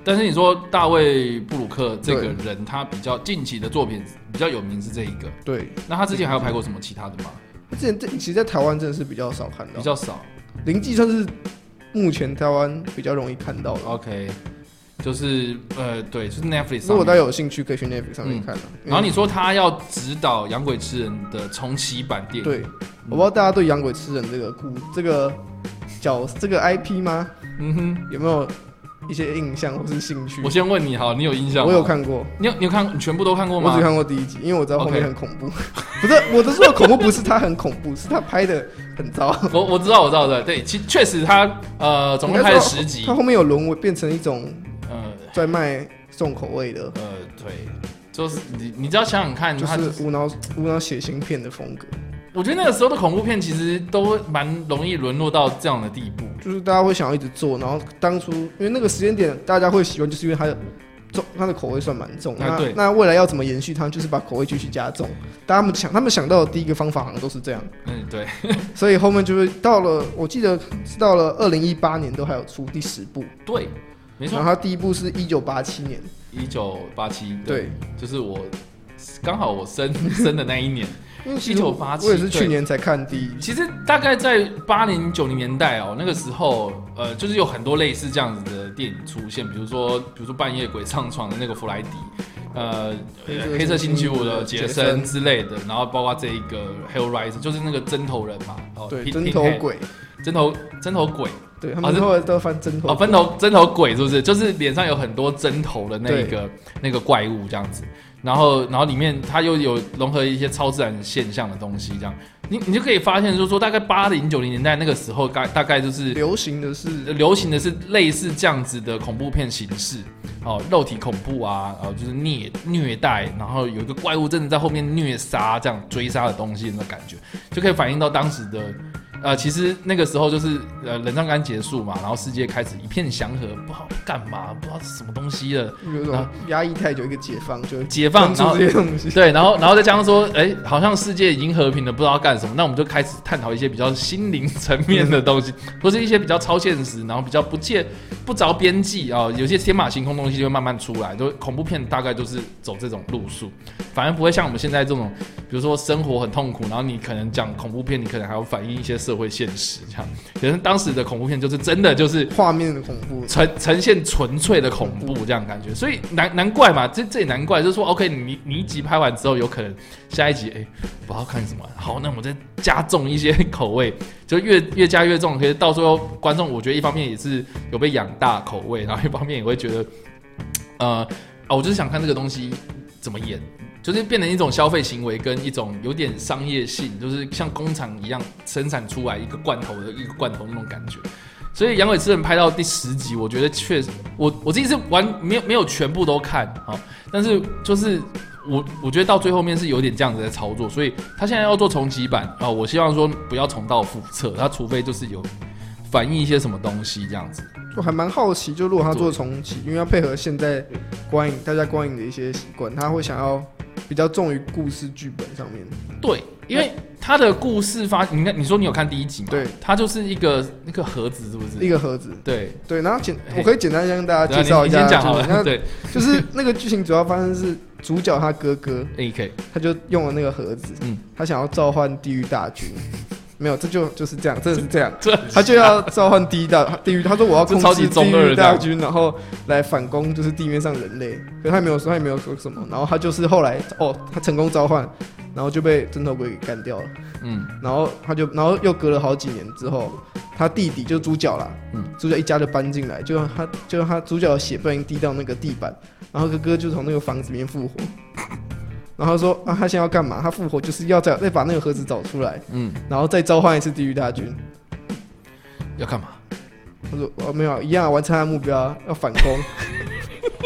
Speaker 1: 但是你说大卫布鲁克这个人，他比较近期的作品比较有名是这一个，
Speaker 2: 对，
Speaker 1: 那他之前还有拍过什么其他的吗？
Speaker 2: 之前这其实，在台湾真的是比较少看
Speaker 1: 比
Speaker 2: 到，
Speaker 1: 较少。
Speaker 2: 灵记算是目前台湾比较容易看到的。
Speaker 1: OK，就是呃，对，哦就是 Netflix
Speaker 2: 如
Speaker 1: 上
Speaker 2: 果大家
Speaker 1: 面。
Speaker 2: 有兴趣，可以去 Netflix 上面看啊
Speaker 1: 然后你说他要指导《养鬼吃人》的重启版电
Speaker 2: 因为
Speaker 1: 影，
Speaker 2: 对，我不知道大家对养鬼吃人这个故这个角这个 IP 吗？
Speaker 1: 嗯哼，
Speaker 2: 有没有一些印象或是兴趣
Speaker 1: 我？先问你，好，你有印象吗？
Speaker 2: 我有，看过，
Speaker 1: 你有你有看，你全部都看过
Speaker 2: 我
Speaker 1: 吗？
Speaker 2: 只看过第一集，因为我知道后
Speaker 1: OK
Speaker 2: 面很恐怖。 不是，我的说的恐怖不是他很恐怖，是他拍的很糟。
Speaker 1: 我我知道，我知道，我知道，对，其确实他呃，总共拍了十集
Speaker 2: 他，后面有沦为变成一种
Speaker 1: 呃
Speaker 2: 在卖重口味的，
Speaker 1: 呃，对，就是你你只要想想看，
Speaker 2: 就
Speaker 1: 他
Speaker 2: 是无脑无脑血腥片的风格，
Speaker 1: 我觉得那个时候的恐怖片其实都蛮容易沦落到这样的地步，
Speaker 2: 就是大家会想要一直做。然后当初因为那个时间点大家会喜欢，就是因为它的重，它的口味算蛮重。
Speaker 1: 啊
Speaker 2: 那
Speaker 1: 对
Speaker 2: 那未来要怎么延续它，就是把口味继续加重。大家们想，他们想到的第一个方法好像都是这样。
Speaker 1: 嗯，对，
Speaker 2: 所以后面就是到了，我记得是到了二零一八年都还有出第十部，
Speaker 1: 对，没
Speaker 2: 然后
Speaker 1: 错，
Speaker 2: 它第一部是一九八七年，
Speaker 1: 一九八七，，
Speaker 2: 对，
Speaker 1: 就是我刚好我生 生的那一年，
Speaker 2: 因为其实我
Speaker 1: 1987
Speaker 2: 我也
Speaker 1: 对
Speaker 2: 是去年才看第一集，
Speaker 1: 其实大概在八零九零年代哦，那个时候呃，就是有很多类似这样子的电影出现，比如说比如说半夜鬼上床的那个弗莱迪。呃，呃黑
Speaker 2: 黑
Speaker 1: 色
Speaker 2: 色
Speaker 1: 星
Speaker 2: 星
Speaker 1: 期
Speaker 2: 期
Speaker 1: 五
Speaker 2: 五
Speaker 1: 的
Speaker 2: 的
Speaker 1: 杰
Speaker 2: 杰
Speaker 1: 森
Speaker 2: 森
Speaker 1: 之类的，然后包括这一个 Hellraiser，就是那个针头人嘛，哦，
Speaker 2: 对，
Speaker 1: Pin-
Speaker 2: 针头
Speaker 1: Pinhead，
Speaker 2: 鬼，
Speaker 1: 针头针头鬼，
Speaker 2: 对他
Speaker 1: 哦
Speaker 2: 们
Speaker 1: 这
Speaker 2: 后来都翻针
Speaker 1: 哦，
Speaker 2: 头，
Speaker 1: 分头针头鬼是不是？就是脸上有很多针头的那一个那个怪物这样子，然后然后里面它又有融合一些超自然现象的东西，这样你你就可以发现，就是说大概八零九零年代那个时候，大大概就是
Speaker 2: 流行的是
Speaker 1: 流行的是类似这样子的恐怖片形式，哦，肉体恐怖啊，哦，就是虐虐待，然后有一个怪物真的在后面虐杀，这样追杀的东西那种感觉，就可以反映到当时的呃，其实那个时候就是呃冷战刚结束嘛，然后世界开始一片祥和，不知道干嘛，不知道是什么东西了，
Speaker 2: 有一种压抑太久，一个解放就
Speaker 1: 啊解放，然
Speaker 2: 住
Speaker 1: 后
Speaker 2: 这些东西。
Speaker 1: 对，然后然后再加上说，哎，好像世界已经和平了，不知道干什么，那我们就开始探讨一些比较心灵层面的东西，或是一些比较超现实，然后比较不见不着边际啊、有些天马行空东西就会慢慢出来。都恐怖片大概就是走这种路数，反而不会像我们现在这种，比如说生活很痛苦，然后你可能讲恐怖片，你可能还要反映一些社会现实这样。可是当时的恐怖片就是真的就是
Speaker 2: 画面的恐怖，
Speaker 1: 呈呈现纯粹的恐怖这样感觉，所以难难怪嘛，这这也难怪，就是说，OK，你你一集拍完之后，有可能下一集，哎、不知道看什么，好，那我再加重一些口味，就越越加越重，可是到最后观众，我觉得一方面也是有被养大口味，然后一方面也会觉得，呃，啊，我就是想看这个东西怎么演。就是变成一种消费行为，跟一种有点商业性，就是像工厂一样生产出来一个罐头的一个罐头那种感觉。所以《阳痿之人》拍到第十集，我觉得确实，我我自己是完没有没有全部都看啊、哦但是就是我我觉得到最后面是有点这样子在操作，所以他现在要做重启版啊、哦我希望说不要重蹈覆辙，他除非就是有反映一些什么东西这样子，
Speaker 2: 我还蛮好奇，就如果他做重启，因为要配合现在观影大家观影的一些习惯，他会想要比较重于故事剧本上面。
Speaker 1: 对，因为他的故事发，你看你说你有看第一集吗？
Speaker 2: 对，
Speaker 1: 它就是一个那个盒子是不
Speaker 2: 一
Speaker 1: 是？
Speaker 2: 个盒子，
Speaker 1: 对，
Speaker 2: 对，然后简
Speaker 1: 嘿
Speaker 2: 我可以简单向大
Speaker 1: 对啊
Speaker 2: 家介绍
Speaker 1: 你
Speaker 2: 一
Speaker 1: 你
Speaker 2: 下，
Speaker 1: 先讲好
Speaker 2: 就是
Speaker 1: 了， 对
Speaker 2: 那就是那个剧情主要发生是主角他哥哥，
Speaker 1: ，A K，
Speaker 2: 他就用了那个盒子，
Speaker 1: 嗯
Speaker 2: 他想要召唤地狱大军，没有，这就就是这样，真的是这样，
Speaker 1: 这
Speaker 2: 他就要召唤地狱大地狱，他说我要控
Speaker 1: 这超级
Speaker 2: 制地
Speaker 1: 中二的
Speaker 2: 狱大军，然后来反攻就是地面上人类，可是他没有说，他也没有说什么，然后他就是后来哦，他成功召唤，然后就被针头鬼给干掉了。
Speaker 1: 嗯
Speaker 2: 然后他就，然后又隔了好几年之后，他弟弟就主角啦，
Speaker 1: 嗯
Speaker 2: 主角一家就搬进来，就让他就让他主角的血不小心滴到那个地板，然后哥哥就从那个房子里面复活，然后他说啊，他现在要干嘛？他复活就是要再再把那个盒子找出来，
Speaker 1: 嗯，
Speaker 2: 然后再召唤一次地狱大军。
Speaker 1: 要干嘛？
Speaker 2: 他说哦没有，一样啊完成他的目标啊，要反攻。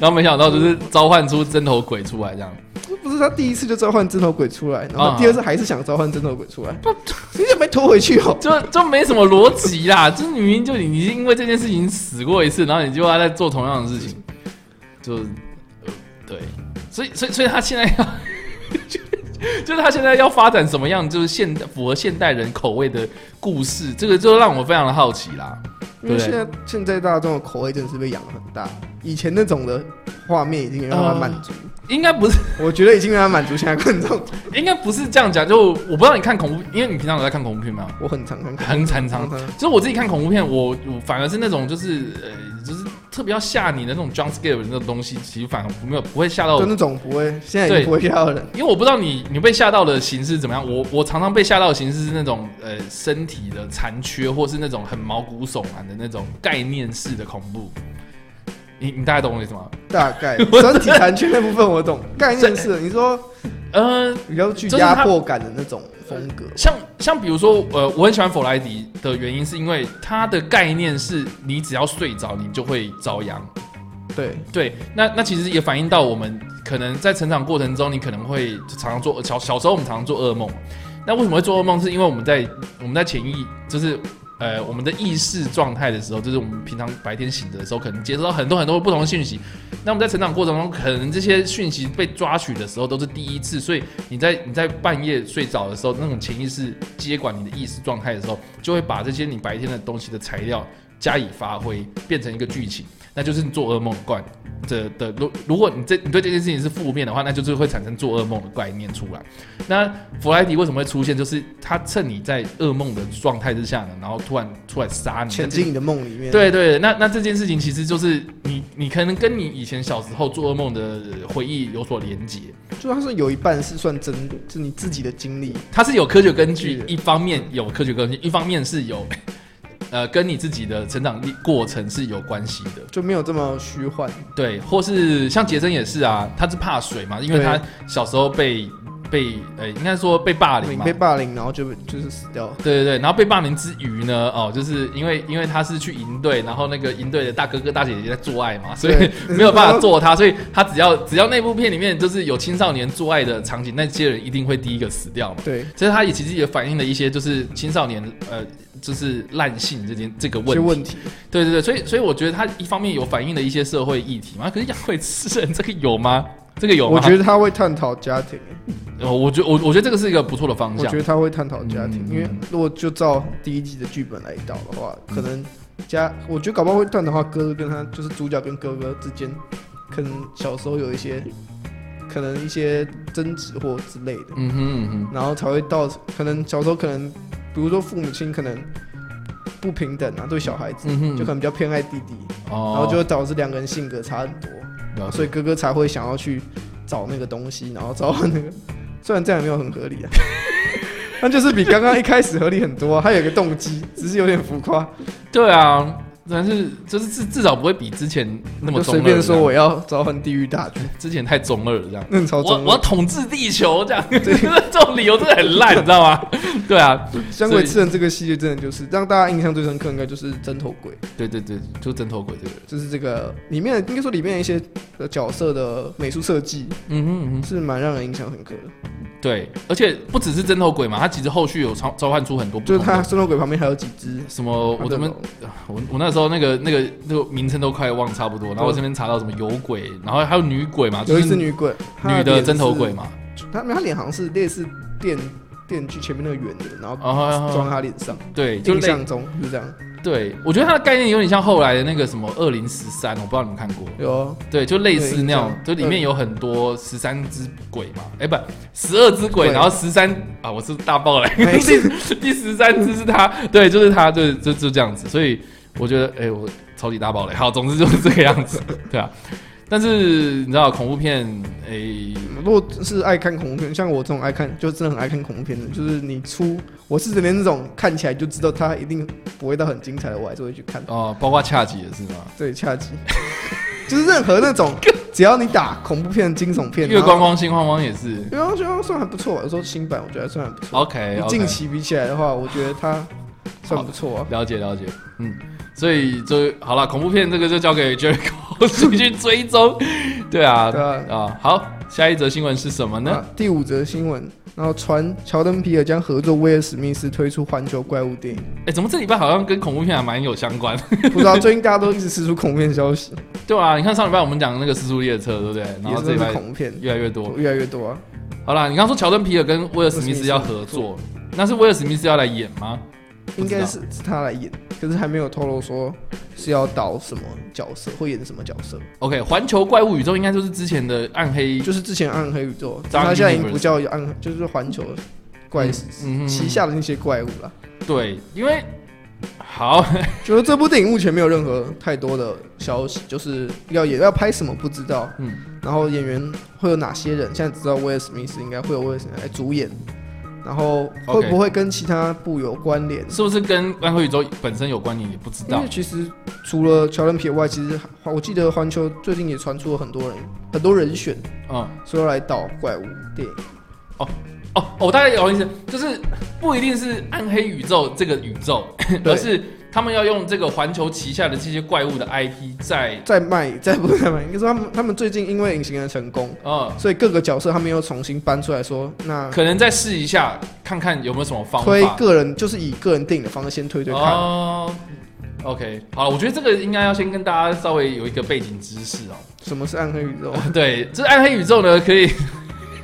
Speaker 1: 然后没想到就是召唤出针头鬼出来这样，
Speaker 2: 不是他第一次就召唤针头鬼出来，然后
Speaker 1: 啊
Speaker 2: 第二次还是想召唤针头鬼出来，你怎么没拖回去哦？
Speaker 1: 就就没什么逻辑啦。就是你明明就你你是因为这件事情死过一次，然后你就要再做同样的事情，就、呃对，所以所以所以他现在要。 就是他现在要发展什么样，就是现符合现代人口味的故事，这个就让我非常的好奇啦。
Speaker 2: 因为
Speaker 1: 对
Speaker 2: 现在现在大众的口味真的是被养得很大，以前那种的画面已经没办法满足，
Speaker 1: 应该不是，
Speaker 2: 我觉得已经没办法满足现在观众。
Speaker 1: 应该不是这样讲。就我不知道你看恐怖，因为你平常有在看恐怖片吗？
Speaker 2: 我很常看，
Speaker 1: 很很常
Speaker 2: 常常
Speaker 1: 就是我自己看恐怖片，我我反而是那种就是呃，就是特别要吓你的那种 jump scare 的那种东西，其实反而没有不会吓到
Speaker 2: 就
Speaker 1: 我，
Speaker 2: 那种不会，现在已
Speaker 1: 对
Speaker 2: 经不会吓到人。
Speaker 1: 因为我不知道你你被吓到的形式怎么样。我我常常被吓到的形式是那种呃身体的残缺，或是那种很毛骨悚然的那种概念式的恐怖。你你大概懂我意思吗？
Speaker 2: 大 概身体残缺那部分我懂，概念是你说
Speaker 1: 呃，
Speaker 2: 比较具
Speaker 1: 就是
Speaker 2: 压
Speaker 1: 他
Speaker 2: 迫感的那种风格，
Speaker 1: 像像比如说，呃，我很喜欢弗莱迪的原因是因为他的概念是你只要睡着，你就会遭殃。
Speaker 2: 对，
Speaker 1: 对，那那其实也反映到我们可能在成长过程中，你可能会常常做小小时候我们常常做噩梦。那为什么会做噩梦？是因为我们在我们在潜意就是呃我们的意识状态的时候，就是我们平常白天醒着的时候，可能接收到很多很多不同的讯息。那我们在成长过程中，可能这些讯息被抓取的时候都是第一次，所以你在你在半夜睡着的时候，那种潜意识接管你的意识状态的时候，就会把这些你白天的东西的材料加以发挥，变成一个剧情，那就是你做噩梦的惯的的。如如果你这你对这件事情是负面的话，那就是会产生做噩梦的概念出来。那弗莱迪为什么会出现？就是他趁你在噩梦的状态之下呢，然后突然出来杀你，
Speaker 2: 潜进你的梦里面。，
Speaker 1: 对对，那那这件事情其实就是你，你可能跟你以前小时候做噩梦的回忆有所连结，
Speaker 2: 就他说有一半是算真的，是你自己的经历，
Speaker 1: 它是有科学根据，
Speaker 2: 是
Speaker 1: 一方面有科学根据，一方面是有， 呃，跟你自己的成长历过程是有关系的。
Speaker 2: 就没有这么虚幻。
Speaker 1: 对，或是像杰森也是啊，他是怕水嘛，因为
Speaker 2: 对
Speaker 1: 他小时候被被呃，应该说被霸凌
Speaker 2: 你
Speaker 1: 嘛
Speaker 2: 被。霸凌，然后就就是死掉了。
Speaker 1: 对对对，然后被霸凌之余呢，哦，就是因为因为他是去营队，然后那个营队的大哥哥大姐姐在做爱嘛，所以
Speaker 2: 对
Speaker 1: 没有办法做 他，所以他只要只要那部片里面就是有青少年做爱的场景，那些人一定会第一个死掉嘛。
Speaker 2: 对，
Speaker 1: 所以他也其实也反映了一些就是青少年呃就是滥性这件这个
Speaker 2: 一些
Speaker 1: 问题。
Speaker 2: 问题，
Speaker 1: 对对对，所以所以我觉得他一方面有反映了一些社会议题嘛，可是养鬼吃人这个有吗？这个有吗？
Speaker 2: 我觉得他会探讨家庭，
Speaker 1: 得，我觉得我我觉得这个是一个不错的方
Speaker 2: 我
Speaker 1: 向
Speaker 2: 觉。得他会探讨家庭
Speaker 1: 嗯，
Speaker 2: 因为如果就照第一集的剧本来导的话，可能家，我觉得搞不好会探讨他哥哥跟他，就是主角跟哥哥之间，可能小时候有一些，可能一些争执或之类的，
Speaker 1: 嗯哼嗯哼，
Speaker 2: 然后才会到可能小时候可能，比如说父母亲可能不平等啊，对小孩子
Speaker 1: 嗯哼，
Speaker 2: 就可能比较偏爱弟弟，
Speaker 1: 哦，
Speaker 2: 然后就会导致两个人性格差很多，
Speaker 1: 了解
Speaker 2: 所以哥哥才会想要去找那个东西，然后找到那个， 虽然这样也没有很合理啊， 那就是比刚刚一开始合理很多、啊。他有一个动机，只是有点浮夸，
Speaker 1: 对啊，但是就是至至少不会比之前那么
Speaker 2: 就
Speaker 1: 中二
Speaker 2: 随
Speaker 1: 这样，
Speaker 2: 便说我哦要召唤地狱大军，
Speaker 1: 之前太中二了这样。
Speaker 2: 那很超
Speaker 1: 我
Speaker 2: 中
Speaker 1: 我要
Speaker 2: 二。
Speaker 1: 统治地球 这样， 这种理由真的很烂，你知道吗？ 对啊，
Speaker 2: 香鬼吃人这个系列真的就是让大家印象最深刻，应该就是针头鬼，
Speaker 1: 对对对，就枕头鬼这个人。
Speaker 2: 就是这个里面应该说里面一些呃角色的美术设计
Speaker 1: 嗯哼嗯哼。
Speaker 2: 是蛮让人印象深刻的，
Speaker 1: 对，而且不只是针头鬼嘛，他其实后续有召召唤出很多不
Speaker 2: 就是
Speaker 1: 同
Speaker 2: 他
Speaker 1: 的。
Speaker 2: 针头鬼旁边还有几只。
Speaker 1: 什么？我这
Speaker 2: 他的
Speaker 1: 边
Speaker 2: 龙
Speaker 1: 我我那时候那个那个那个名称都快忘差不多，然后我这边查到什么有鬼，然后还有女鬼嘛，
Speaker 2: 有
Speaker 1: 啊就
Speaker 2: 一
Speaker 1: 是
Speaker 2: 只女鬼，她
Speaker 1: 女的
Speaker 2: 脸
Speaker 1: 针头
Speaker 2: 是
Speaker 1: 鬼嘛，
Speaker 2: 他他脸好像是类似电电锯前面那个圆的，然后
Speaker 1: 然后然
Speaker 2: 装
Speaker 1: 后
Speaker 2: 他脸上。
Speaker 1: 对，哦就
Speaker 2: 印
Speaker 1: 类
Speaker 2: 象中是这样，
Speaker 1: 对，我觉得它的概念有点像后来的那个什么二零十三，我不知道你们看过，
Speaker 2: 有哦
Speaker 1: 对，就类似那样，就
Speaker 2: 对
Speaker 1: 里面有很多十三只鬼嘛，哎、不，十二只鬼，
Speaker 2: 对
Speaker 1: 然后十三啊，我是大爆雷，
Speaker 2: 没事
Speaker 1: 第第十三只是他，对，就是他，对，就就这样子，所以我觉得，哎、我超级大爆雷，好，总之就是这个样 子，对啊，但是你知道恐怖片，哎、
Speaker 2: 嗯如果是爱看恐怖片，像我这种爱看，就真的很爱看恐怖片的，就是你出，我是连那种看起来就知道他一定不会到很精彩的，我还是会去看。
Speaker 1: 哦、包括恰吉也是吗？
Speaker 2: 对，恰吉， 就是任何那种，只要你打恐怖片、惊悚片，
Speaker 1: 月光
Speaker 2: 然后，
Speaker 1: 光心慌慌也是
Speaker 2: 月光光算还不错吧，啊有时候新版我觉得还算还不错。
Speaker 1: 哎，OK，,
Speaker 2: 你
Speaker 1: o
Speaker 2: 近期比起来的话，我觉得它算不错啊。
Speaker 1: 了解了解，嗯，所以就好了，恐怖片这个就交给 Jericho 去去追踪，对啊，
Speaker 2: 对啊
Speaker 1: 好，下一则新闻是什么呢
Speaker 2: 啊？第五则新闻，然后传乔登皮尔将合作威尔史密斯推出环球怪物电影，
Speaker 1: 哎、怎么这礼拜好像跟恐怖片还蛮有相关？
Speaker 2: 不知道最近大家都一直释出恐怖片消息，
Speaker 1: 对啊，你看上礼拜我们讲那个《失速列车》，对不对？ 然
Speaker 2: 也
Speaker 1: 后这
Speaker 2: 是
Speaker 1: 礼
Speaker 2: 都是
Speaker 1: 拜
Speaker 2: 恐怖片，
Speaker 1: 越来越多。
Speaker 2: 越来越多啊。
Speaker 1: 好啦，你刚说乔登皮尔跟威尔史密斯要合作，那是威尔史密斯要来演吗？不
Speaker 2: 应
Speaker 1: 知道
Speaker 2: 该是是他来演，可是还没有透露说是要导什么角色，会演什么角色。
Speaker 1: OK，环球怪物宇宙应该就是之前的暗黑，
Speaker 2: 就是之前暗黑宇宙，
Speaker 1: Dark
Speaker 2: 他现在已经
Speaker 1: Universe
Speaker 2: 不叫暗，就是环球怪
Speaker 1: 嗯嗯嗯
Speaker 2: 旗下的那些怪物了。
Speaker 1: 对，因为好，
Speaker 2: 就是这部电影目前没有任何太多的消息，就是要也要拍什么不知道，
Speaker 1: 嗯
Speaker 2: 嗯，然后演员会有哪些人，现在只知道威尔史密斯应该会有威尔史密斯来主演，然后
Speaker 1: OK
Speaker 2: 会不会跟其他部有关联？
Speaker 1: 是不是跟暗黑宇宙本身有关联也不知
Speaker 2: 因
Speaker 1: 道
Speaker 2: 为。其实除了乔恩皮尔外，其实还我记得环球最近也传出了很多人很多人选，
Speaker 1: 嗯，
Speaker 2: 说要来导怪物电影，
Speaker 1: 哦，我大概有意思，就是不一定是暗黑宇宙这个宇宙，
Speaker 2: 对
Speaker 1: 而是他们要用这个环球旗下的这些怪物的 IP 在
Speaker 2: 再卖再不再卖，应该说他们他们最近因为隐形人成功，
Speaker 1: 呃，
Speaker 2: 所以各个角色他们又重新搬出来说，那
Speaker 1: 可能再试一下，看看有没有什么方法。
Speaker 2: 推个人就是以个人电影的方式先推推看。
Speaker 1: 哦，OK，好，我觉得这个应该要先跟大家稍微有一个背景知识哦。
Speaker 2: 什么是暗黑宇宙？
Speaker 1: 对，这暗黑宇宙呢，可以
Speaker 2: 嗯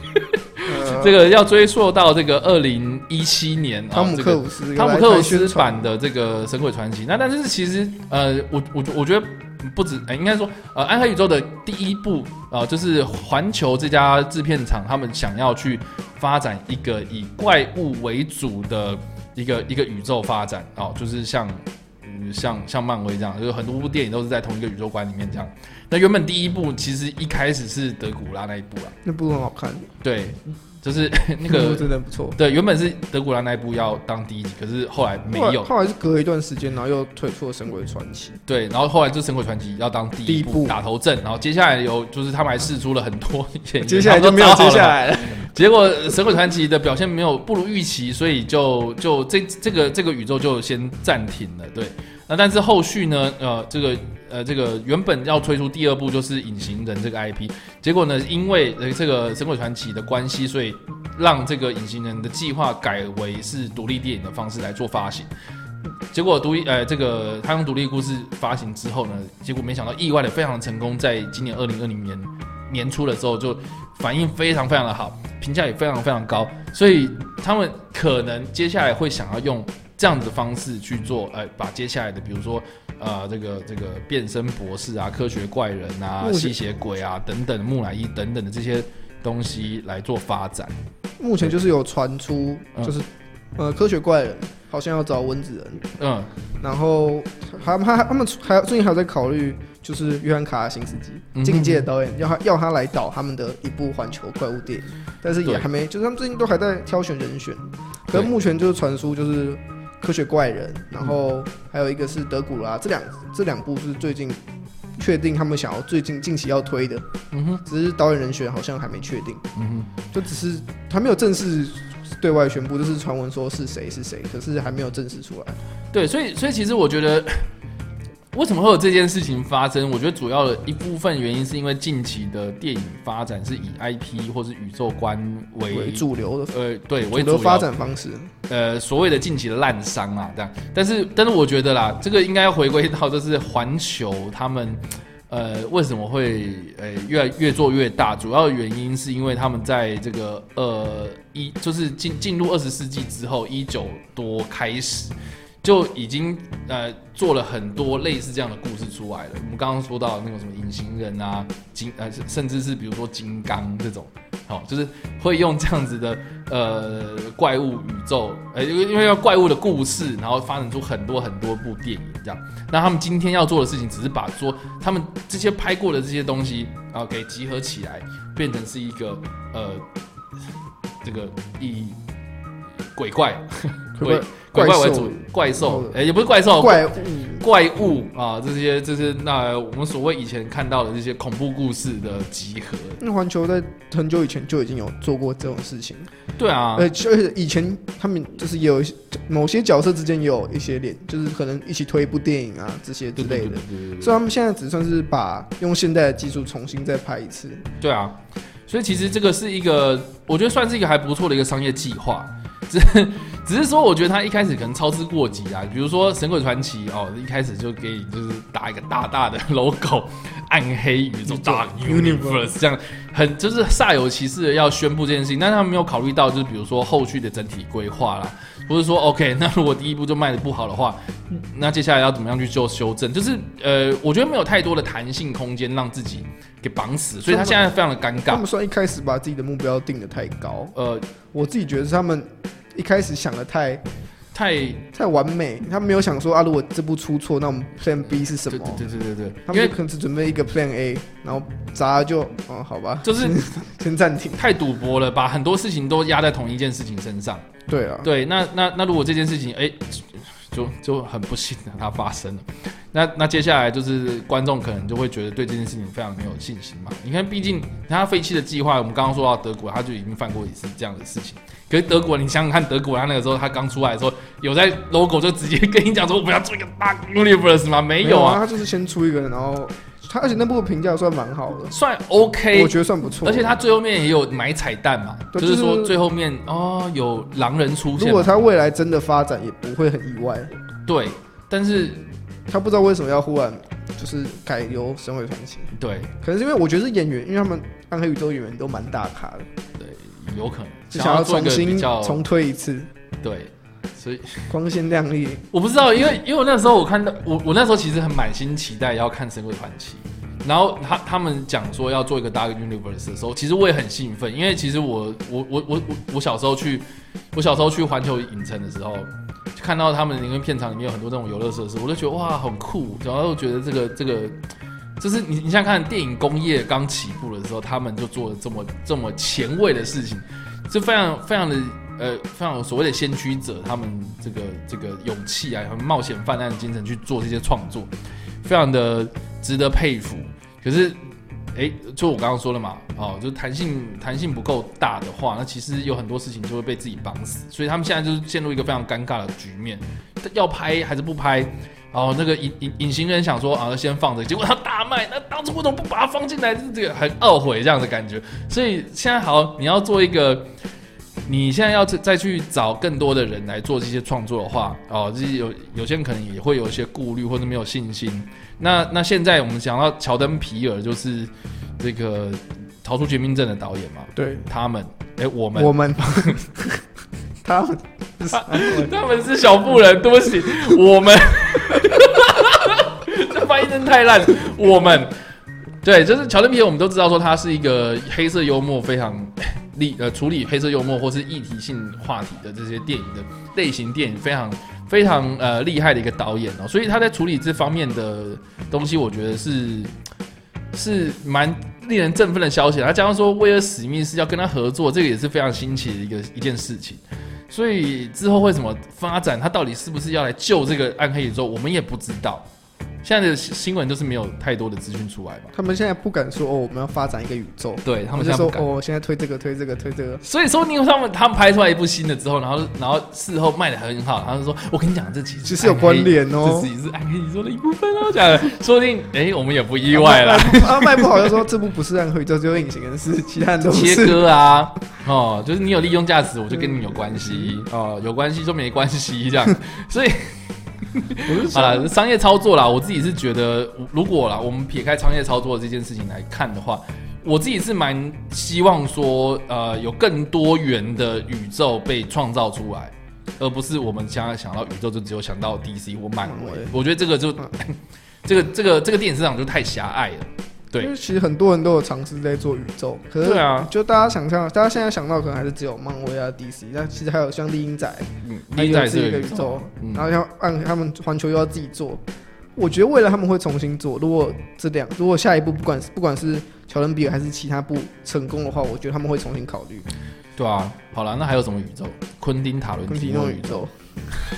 Speaker 2: 呃
Speaker 1: 这个要追溯到这个二零一七年啊，
Speaker 2: 汤姆
Speaker 1: 这
Speaker 2: 克
Speaker 1: 个
Speaker 2: 鲁斯，
Speaker 1: 汤姆克鲁斯
Speaker 2: 版
Speaker 1: 版的这个《神鬼传奇》，那但是其实呃，我我我觉得不止，呃、应该说呃，《暗黑宇宙》的第一部呃，就是环球这家制片厂他们想要去发展一个以怪物为主的一个一个宇宙发展哦，就是像。嗯像像漫威这样，就是很多部电影都是在同一个宇宙观里面这样。那原本第一部其实一开始是德古拉那一部啦，
Speaker 2: 那部很好看，
Speaker 1: 对，就是 那
Speaker 2: 那 部
Speaker 1: 个
Speaker 2: 真的不错。
Speaker 1: 对，原本是德古拉那一部要当第一集，可是后来没
Speaker 2: 后来
Speaker 1: 有。
Speaker 2: 后来是隔一段时间，然后又推出了《神鬼传奇》。
Speaker 1: 对，然后后来就《神鬼传奇》要当第一
Speaker 2: 第一
Speaker 1: 部
Speaker 2: 部
Speaker 1: 打头阵，然后接下来有就是他们还试出了很多演员，
Speaker 2: 接下来就没有
Speaker 1: 他
Speaker 2: 接
Speaker 1: 们都找好
Speaker 2: 下
Speaker 1: 了嘛，
Speaker 2: 来了，
Speaker 1: 结果《神鬼传奇》的表现没有不如预期，所以就就这这个这个宇宙就先暂停了。对，那但是后续呢？呃，这个呃这个原本要推出第二部就是《隐形人》这个 IP，结果呢，因为呃这个《神鬼传奇》的关系，所以让这个《隐形人》的计划改为是独立电影的方式来做发行。结果独立呃，这呃个他用独立故事发行之后呢，结果没想到意外的非常成功，在今年二零二零年年初的时候就反应非常非常的好，评价也非常非常高，所以他们可能接下来会想要用这样子的方式去做，呃，把接下来的比如说呃这个这个变身博士啊、科学怪人啊、
Speaker 2: 目前
Speaker 1: 吸血鬼啊等等、木乃伊等等的这些东西来做发展。
Speaker 2: 目前就是有传出，
Speaker 1: 嗯
Speaker 2: 就是、呃，科学怪人好像要找温子仁，
Speaker 1: 嗯，
Speaker 2: 然后还他他们还有最近还有在考虑，就是约翰卡拉辛斯
Speaker 1: 嗯
Speaker 2: 基境界导演要他要他来导他们的一部环球怪物电影，但是也
Speaker 1: 对
Speaker 2: 还没，就是他们最近都还在挑选人选，可
Speaker 1: 对
Speaker 2: 是目前就是传出就是科学怪人，然后还有一个是德古拉，这两这两部是最近确定他们想要最近近期要推的，
Speaker 1: 嗯哼，
Speaker 2: 只是导演人选好像还没确定，
Speaker 1: 嗯哼。
Speaker 2: 就只是还没有正式对外宣布，就是传闻说是谁是谁，可是还没有正式出来。
Speaker 1: 对，所以所以其实我觉得，为什么会有这件事情发生？我觉得主要的一部分原因是因为近期的电影发展是以 IP 或是宇宙观为
Speaker 2: 为主流的
Speaker 1: 呃，对，
Speaker 2: 主
Speaker 1: 为主
Speaker 2: 流
Speaker 1: 流
Speaker 2: 发展方式。
Speaker 1: 呃所谓的近期的烂商啊，这样。但是，但是我觉得啦，这个应该要回归到就是环球他们，呃，为什么会呃越来越做越大？主要原因是因为他们在这个呃一就是进进入二十世纪之后，一九多开始。就已经呃做了很多类似这样的故事出来了。我们刚刚说到那个什么隐形人啊，金呃甚至是比如说金刚这种，好、就是会用这样子的呃怪物宇宙，呃，因为因为要怪物的故事，然后发展出很多很多部电影这样。那他们今天要做的事情，只是把说他们这些拍过的这些东西啊、给集合起来，变成是一个呃这个以鬼怪
Speaker 2: 鬼
Speaker 1: 鬼
Speaker 2: 怪
Speaker 1: 怪为
Speaker 2: 兽
Speaker 1: 主，怪兽
Speaker 2: 哦，
Speaker 1: 呃、也不是怪兽，
Speaker 2: 怪物
Speaker 1: 怪物啊，这些这些那我们所谓以前看到的这些恐怖故事的集合，
Speaker 2: 那环球在很久以前就已经有做过这种事情，
Speaker 1: 对啊，
Speaker 2: 而且而且以前他们就是也有一些某些角色之间也有一些联，就是可能一起推一部电影啊这些之
Speaker 1: 对
Speaker 2: 类
Speaker 1: 对对
Speaker 2: 的。
Speaker 1: 对对对
Speaker 2: 所以他们现在只算是把用现代的技术重新再拍一次，
Speaker 1: 对啊，所以其实这个是一个，我觉得算是一个还不错的一个商业计划，只只是 说，我觉得他一开始可能操之过急啊，比如说《神鬼传奇》哦，一开始就给你就是打一个大大的 logo，暗黑宇宙
Speaker 2: 宇宙
Speaker 1: Dark Universe 这样，很就是煞有其事的要宣布这件事情，但是他们没有考虑到就是比如说后续的整体规划啦，或者说 OK，那 如果第一步就卖的不好的话，那接下来要怎么样去做修正？就是呃，我觉得没有太多的弹性空间让自己给绑死，所以他现在非常的尴
Speaker 2: 他
Speaker 1: 尬。
Speaker 2: 们算一开始把自己的目标定得太高，
Speaker 1: 呃，
Speaker 2: 我自己觉得是他们一开始想的太
Speaker 1: 太
Speaker 2: 太完美，他们没有想说啊，如果这部出错，那我们 Plan B 是什么？
Speaker 1: 对对对对
Speaker 2: 他
Speaker 1: 对，因
Speaker 2: 们
Speaker 1: 为
Speaker 2: 就可能只准备一个 Plan A，然后砸了就哦好吧，
Speaker 1: 就是
Speaker 2: 先暂停。
Speaker 1: 太赌博了，把很多事情都压在同一件事情身 上。
Speaker 2: 对啊，
Speaker 1: 对，那那那如果这件事情，哎、就就很不幸的它发生了，那那接下来就是观众可能就会觉得对这件事情非常没有信心嘛。你看，毕竟他废弃的计划，我们刚刚说到德国，他就已经犯过一次这样的事情。可是德国，你想想看，德国他那个时候他刚出来的时候，有在 logo 就直接跟你讲说，我们要做一个大 universe 吗？没有啊，
Speaker 2: 他就是先出一个，然后他而且那部评价算蛮好的，
Speaker 1: 算 OK，
Speaker 2: 我觉得算不错。
Speaker 1: 而且他最后面也有埋彩蛋嘛，
Speaker 2: 对
Speaker 1: 就是
Speaker 2: 就是
Speaker 1: 说最后面哦有狼人出
Speaker 2: 如
Speaker 1: 现
Speaker 2: 果
Speaker 1: 嘛，
Speaker 2: 他未来真的发展，也不会很意外。
Speaker 1: 对，但是
Speaker 2: 他不知道为什么要忽然就是改由神鬼传奇，
Speaker 1: 对
Speaker 2: 可能是因为我觉得是演员，因为他们暗黑宇宙演员都蛮大咖的，
Speaker 1: 有可能
Speaker 2: 就想要
Speaker 1: 做一
Speaker 2: 重
Speaker 1: 个比
Speaker 2: 新
Speaker 1: 较
Speaker 2: 重推一次，
Speaker 1: 对，所以
Speaker 2: 光鲜亮丽。
Speaker 1: 我不知道，因为因为我那时候我看到我我那时候其实很满心期待要看《神鬼传奇》，然后他他们讲说要做一个 Dark Universe 的时候，其实我也很兴奋，因为其实我我我我我我小时候去我小时候去环球影城的时候。就看到他们那个片场里面有很多这种游乐设施，我就觉得哇很酷，然后我觉得这个这个就是你你想想看，电影工业刚起步的时候，他们就做了这么这么前卫的事情，就非常非常的呃非常有所谓的先驱者，他们这个这个勇气啊，和冒险犯难的精神去做这些创作，非常的值得佩服。可是，哎、诶，就我刚刚说了嘛，哦，就是弹性弹性不够大的话，那其实有很多事情就会被自己绑死，所以他们现在就是陷入一个非常尴尬的局面，要拍还是不拍？哦，那个隐隐隐形人想说啊，先放着，结果他大卖，那当初为什么不把它放进来？这个很懊悔这样的感觉。所以现在好，你要做一个，你现在要再再去找更多的人来做这些创作的话，哦，就是有有些人可能也会有一些顾虑或者没有信心。那那现在我们讲到乔登皮尔，就是这个《逃出绝命镇》的导演嘛，
Speaker 2: 对，
Speaker 1: 他们，哎、我们，
Speaker 2: 我们他们
Speaker 1: 他们是小妇人，对不 起，我们，这翻译真太烂，我们，对，就是乔登皮尔，我们都知道说他是一个黑色幽默非常 厉呃处理黑色幽默或是议题性话题的这些电影的类型电影非常非常呃厉害的一个导演哦，所以他在处理这方面的东西，我觉得是是蛮令人振奋的消息。他加上说威尔史密斯要跟他合作，这个也是非常新奇的一个一件事情。所以之后会怎么发展，他到底是不是要来救这个暗黑宇宙，我们也不知道。现在的新新闻就是没有太多的资讯出来嘛。
Speaker 2: 他们现在不敢说哦，我们要发展一个宇宙，
Speaker 1: 对他们现
Speaker 2: 就
Speaker 1: 在不
Speaker 2: 说
Speaker 1: 敢。
Speaker 2: 哦，现在推这个推这个推这个，
Speaker 1: 所以说，你有他们他们拍出来一部新的之后，然后然后事后卖的很好，然后就说：“我跟你讲，这其实
Speaker 2: 其实有关联哦
Speaker 1: 这只是暗黑宇宙的一部分哦。”这样说不定，哎、我们也不意外啦。
Speaker 2: 啊，卖不好就说这部不是暗黑宇宙，只有隐形人是，其他人 都不
Speaker 1: 切
Speaker 2: 是。
Speaker 1: 割啊，哦，就是你有利用价值，我就跟你有关系
Speaker 2: 嗯
Speaker 1: 哦，有关系就没关系这样，所以。好了，商业操作啦，我自己是觉得，如果啦，我们撇开商业操作这件事情来看的话，我自己是蛮希望说，呃，有更多元的宇宙被创造出来，而不是我们现在想到宇宙就只有想到 DC 或漫威
Speaker 2: 漫威。
Speaker 1: 我觉得这个就，这个这个这个电影市场就太狭隘了。对
Speaker 2: 因为其实很多人都有尝试在做宇宙，可
Speaker 1: 对
Speaker 2: 是
Speaker 1: 啊
Speaker 2: 就大家想象，大家现在想到可能还是只有漫威啊、DC，但其实还有像丽英仔，
Speaker 1: 嗯，
Speaker 2: 还
Speaker 1: 一
Speaker 2: 有
Speaker 1: 代
Speaker 2: 自己
Speaker 1: 这
Speaker 2: 一
Speaker 1: 个
Speaker 2: 个
Speaker 1: 宇
Speaker 2: 宇
Speaker 1: 宙，
Speaker 2: 宙，
Speaker 1: 嗯
Speaker 2: 然后要按他们环球又要自己做。我觉得未来他们会重新做。如果这两，如果下一步不管不管是乔恩比尔还是其他部成功的话，我觉得他们会重新考虑
Speaker 1: 对啊，好了，那还有什么宇宙？昆汀塔伦
Speaker 2: 昆
Speaker 1: 提
Speaker 2: 汀
Speaker 1: 诺
Speaker 2: 诺
Speaker 1: 宇
Speaker 2: 宇
Speaker 1: 宙。
Speaker 2: 宙。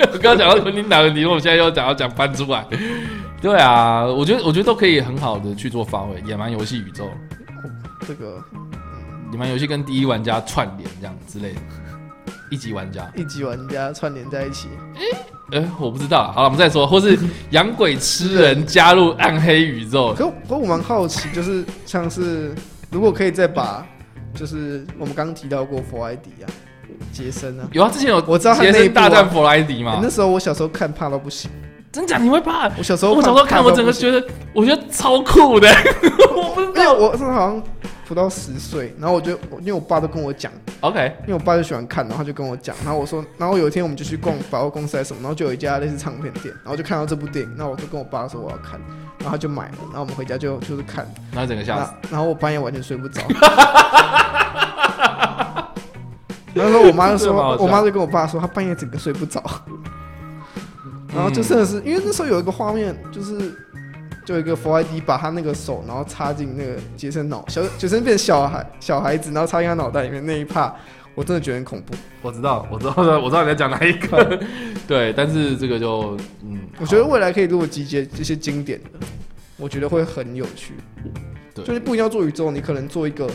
Speaker 1: 我刚刚讲到昆汀塔伦提诺，我现在又讲要讲搬出来。对啊，我觉得我觉得都可以很好的去做发挥。野蛮游戏宇宙，
Speaker 2: 这个
Speaker 1: 野蛮游戏跟第一玩家串联这样之类的，一级玩家。
Speaker 2: 一级玩家串联在一起，
Speaker 1: 哎、我不知道啊。好了，我们再说，或是养鬼吃人加入暗黑宇宙。
Speaker 2: 可可我蛮好奇，就是像是如果可以再把，就是我们刚刚提到过佛莱迪啊、杰森啊，
Speaker 1: 有啊，之前有
Speaker 2: 我知道他
Speaker 1: 杰
Speaker 2: 那一
Speaker 1: 森
Speaker 2: 部啊
Speaker 1: 大战弗莱迪
Speaker 2: 欸
Speaker 1: 嘛？
Speaker 2: 那时候我小时候看怕到不行，
Speaker 1: 真假你会怕？
Speaker 2: 我小时候
Speaker 1: 我小时候看，我整个
Speaker 2: 学，
Speaker 1: 觉得我觉得超酷的。 我不知
Speaker 2: 因为
Speaker 1: 道。
Speaker 2: 我真的好像不到十岁，然后我就我因为我爸都跟我讲，
Speaker 1: OK，
Speaker 2: 因为我爸就喜欢看，然后他就跟我讲，然后我说，然后有一天我们就去逛百货公司还是什么，然后就有一家类似唱片店，然后就看到这部电影，那我就跟我爸说我要看，然后他就买了，然后我们回家就就是看，
Speaker 1: 然后整个吓死。
Speaker 2: 那然后我半夜完全睡 不着。然后说我妈就
Speaker 1: 这个蛮好笑嗯
Speaker 2: 说，我妈就跟我爸说，她半夜整个睡不着。然后就真的是因为那时候有一个画面，就是就有一个佛莱迪把他那个手，然后插进那个杰森脑小杰森变小孩小孩子，然后插进他脑袋里面那一帕，我真的觉得很恐怖。
Speaker 1: 我知道，我知道，我知道你在讲哪一个。 对，但是这个就，嗯，
Speaker 2: 我觉得未来可以如果集结这些经典的，我觉得会很有趣。
Speaker 1: 对
Speaker 2: 就是不一定要做宇宙，你可能做一个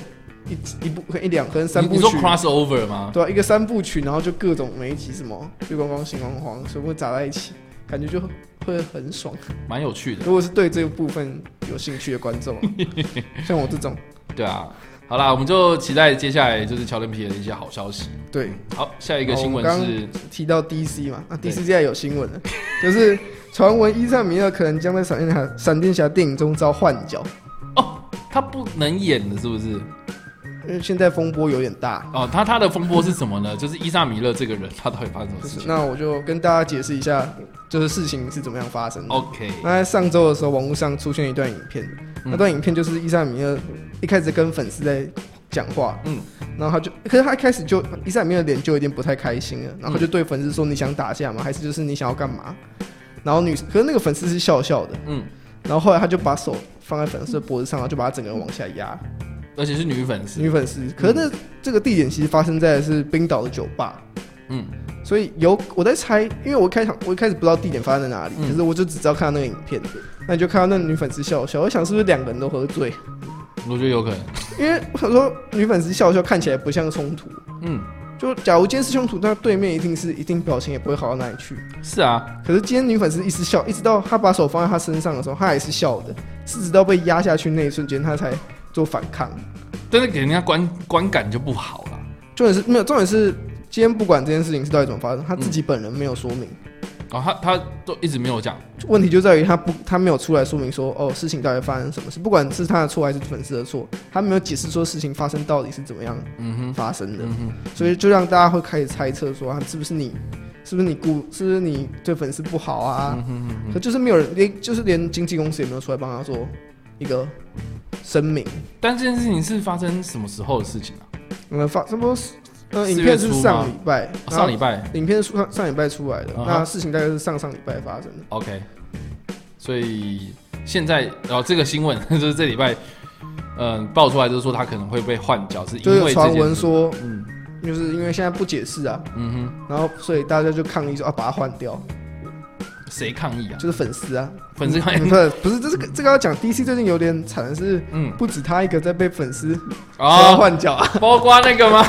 Speaker 2: 一一部一两跟
Speaker 1: 好
Speaker 2: 三
Speaker 1: 你
Speaker 2: 部
Speaker 1: 你
Speaker 2: 曲。
Speaker 1: 说 crossover 吗？
Speaker 2: 对啊，一个三部曲，然后就各种每一集什么月光光、星光黄全部砸在一起，感觉就会很爽。
Speaker 1: 蛮有趣的，
Speaker 2: 如果是对这个部分有兴趣的观众 啊，像我这种，
Speaker 1: 对啊。好啦，我们就期待接下来就是乔登皮尔的一些好消息。
Speaker 2: 对，
Speaker 1: 好，下一个
Speaker 2: 好
Speaker 1: 新
Speaker 2: 我
Speaker 1: 闻
Speaker 2: 们刚
Speaker 1: 是，
Speaker 2: 提到 DC 嘛，那
Speaker 1: 对
Speaker 2: DC 现在有新闻了，就是传闻伊萨米尔可能将在闪电侠闪电侠电影中遭换角，
Speaker 1: 他不能演的，是不是？
Speaker 2: 因为现在风波有点大。
Speaker 1: 哦，他他的风波是什么呢？就是伊莎米勒这个人，他到底发生什么
Speaker 2: 就
Speaker 1: 事
Speaker 2: 是
Speaker 1: 情
Speaker 2: 那我就跟大家解释一下，就是事情是怎么样发生的。
Speaker 1: ？OK，
Speaker 2: 那在上周的时候，网络上出现一段影片，
Speaker 1: 嗯
Speaker 2: 那段影片就是伊萨米尔一开始跟粉丝在讲话，
Speaker 1: 嗯
Speaker 2: 嗯，然后他就，可是他一开始就伊萨米尔脸就有点不太开心了，然后他就
Speaker 1: 嗯
Speaker 2: 对粉丝说：“你想打架吗？还是就是你想要干嘛？”然后女，可是那个粉丝是笑笑的，
Speaker 1: 嗯，
Speaker 2: 然后后来他就把手放在粉丝的脖子上，然后就把他整个人往下压，
Speaker 1: 而且是女粉丝，嗯
Speaker 2: 女粉丝。可是那、这个地点其实发生在的是冰岛的酒吧，
Speaker 1: 嗯，
Speaker 2: 所以有我在猜，因为我一开场我一开始不知道地点发生在哪里，
Speaker 1: 嗯
Speaker 2: 可是我就只知道看到那个影片，那你就看到那女粉丝笑笑，我想是不是两个人都喝醉？
Speaker 1: 我觉得有可能。
Speaker 2: 因为我想说女粉丝笑笑看起来不像冲突，
Speaker 1: 嗯，
Speaker 2: 就假如今天是冲突，那对面一定是一定表情也不会好到哪里去。
Speaker 1: 是啊，
Speaker 2: 可是今天女粉丝一直笑，一直到她把手放在她身上的时候，她还是笑的，是直到被压下去那一瞬间，她才做反抗。
Speaker 1: 但是给人家观观感就不好了。
Speaker 2: 重点是没有，重点是今天不管这件事情是到底怎么发生，她自己本人没有说明。
Speaker 1: 然后哦他他都一直没有讲，
Speaker 2: 问题就在于她不，她没有出来说明说，哦，事情到底发生什么事，不管是她的错还是粉丝的错，她没有解释说事情发生到底是怎么样
Speaker 1: 嗯哼，
Speaker 2: 发生的，
Speaker 1: 嗯哼，
Speaker 2: 所以就让大家会开始猜测说，啊，是不是你，是不是你故，是不是你对粉丝不好啊？
Speaker 1: 嗯哼嗯哼，
Speaker 2: 可就是没有人，连就是连经纪公司也没有出来帮他做一个声明。
Speaker 1: 但这件事情是发生什么时候的事情啊？
Speaker 2: 嗯，发什么？呃，
Speaker 1: 四月
Speaker 2: 影片是
Speaker 1: 初吗
Speaker 2: 上礼拜，
Speaker 1: 啊上礼拜
Speaker 2: 拜，影片是上上礼拜出来的，
Speaker 1: 啊哈
Speaker 2: 那事情大概是上上礼拜发生的。
Speaker 1: ，OK。所以现在，然、后这个新闻 就是这礼拜，嗯、爆出来就是说他可能会被换角，是
Speaker 2: 就
Speaker 1: 因
Speaker 2: 有
Speaker 1: 为
Speaker 2: 传
Speaker 1: 这件
Speaker 2: 闻
Speaker 1: 事
Speaker 2: 说，
Speaker 1: 嗯
Speaker 2: 就是因为现在不解释啊，
Speaker 1: 嗯
Speaker 2: 然后所以大家就抗议说啊，把它换掉，
Speaker 1: 哼，谁抗议啊？
Speaker 2: 就是粉丝啊，
Speaker 1: 粉丝抗
Speaker 2: 嗯
Speaker 1: 议，
Speaker 2: 不是不是，这是个这个要讲 DC 最近有点惨的是，
Speaker 1: 嗯
Speaker 2: 不止他一个在被粉丝 想
Speaker 1: 啊
Speaker 2: 要， 换角 啊，
Speaker 1: 包括那个吗？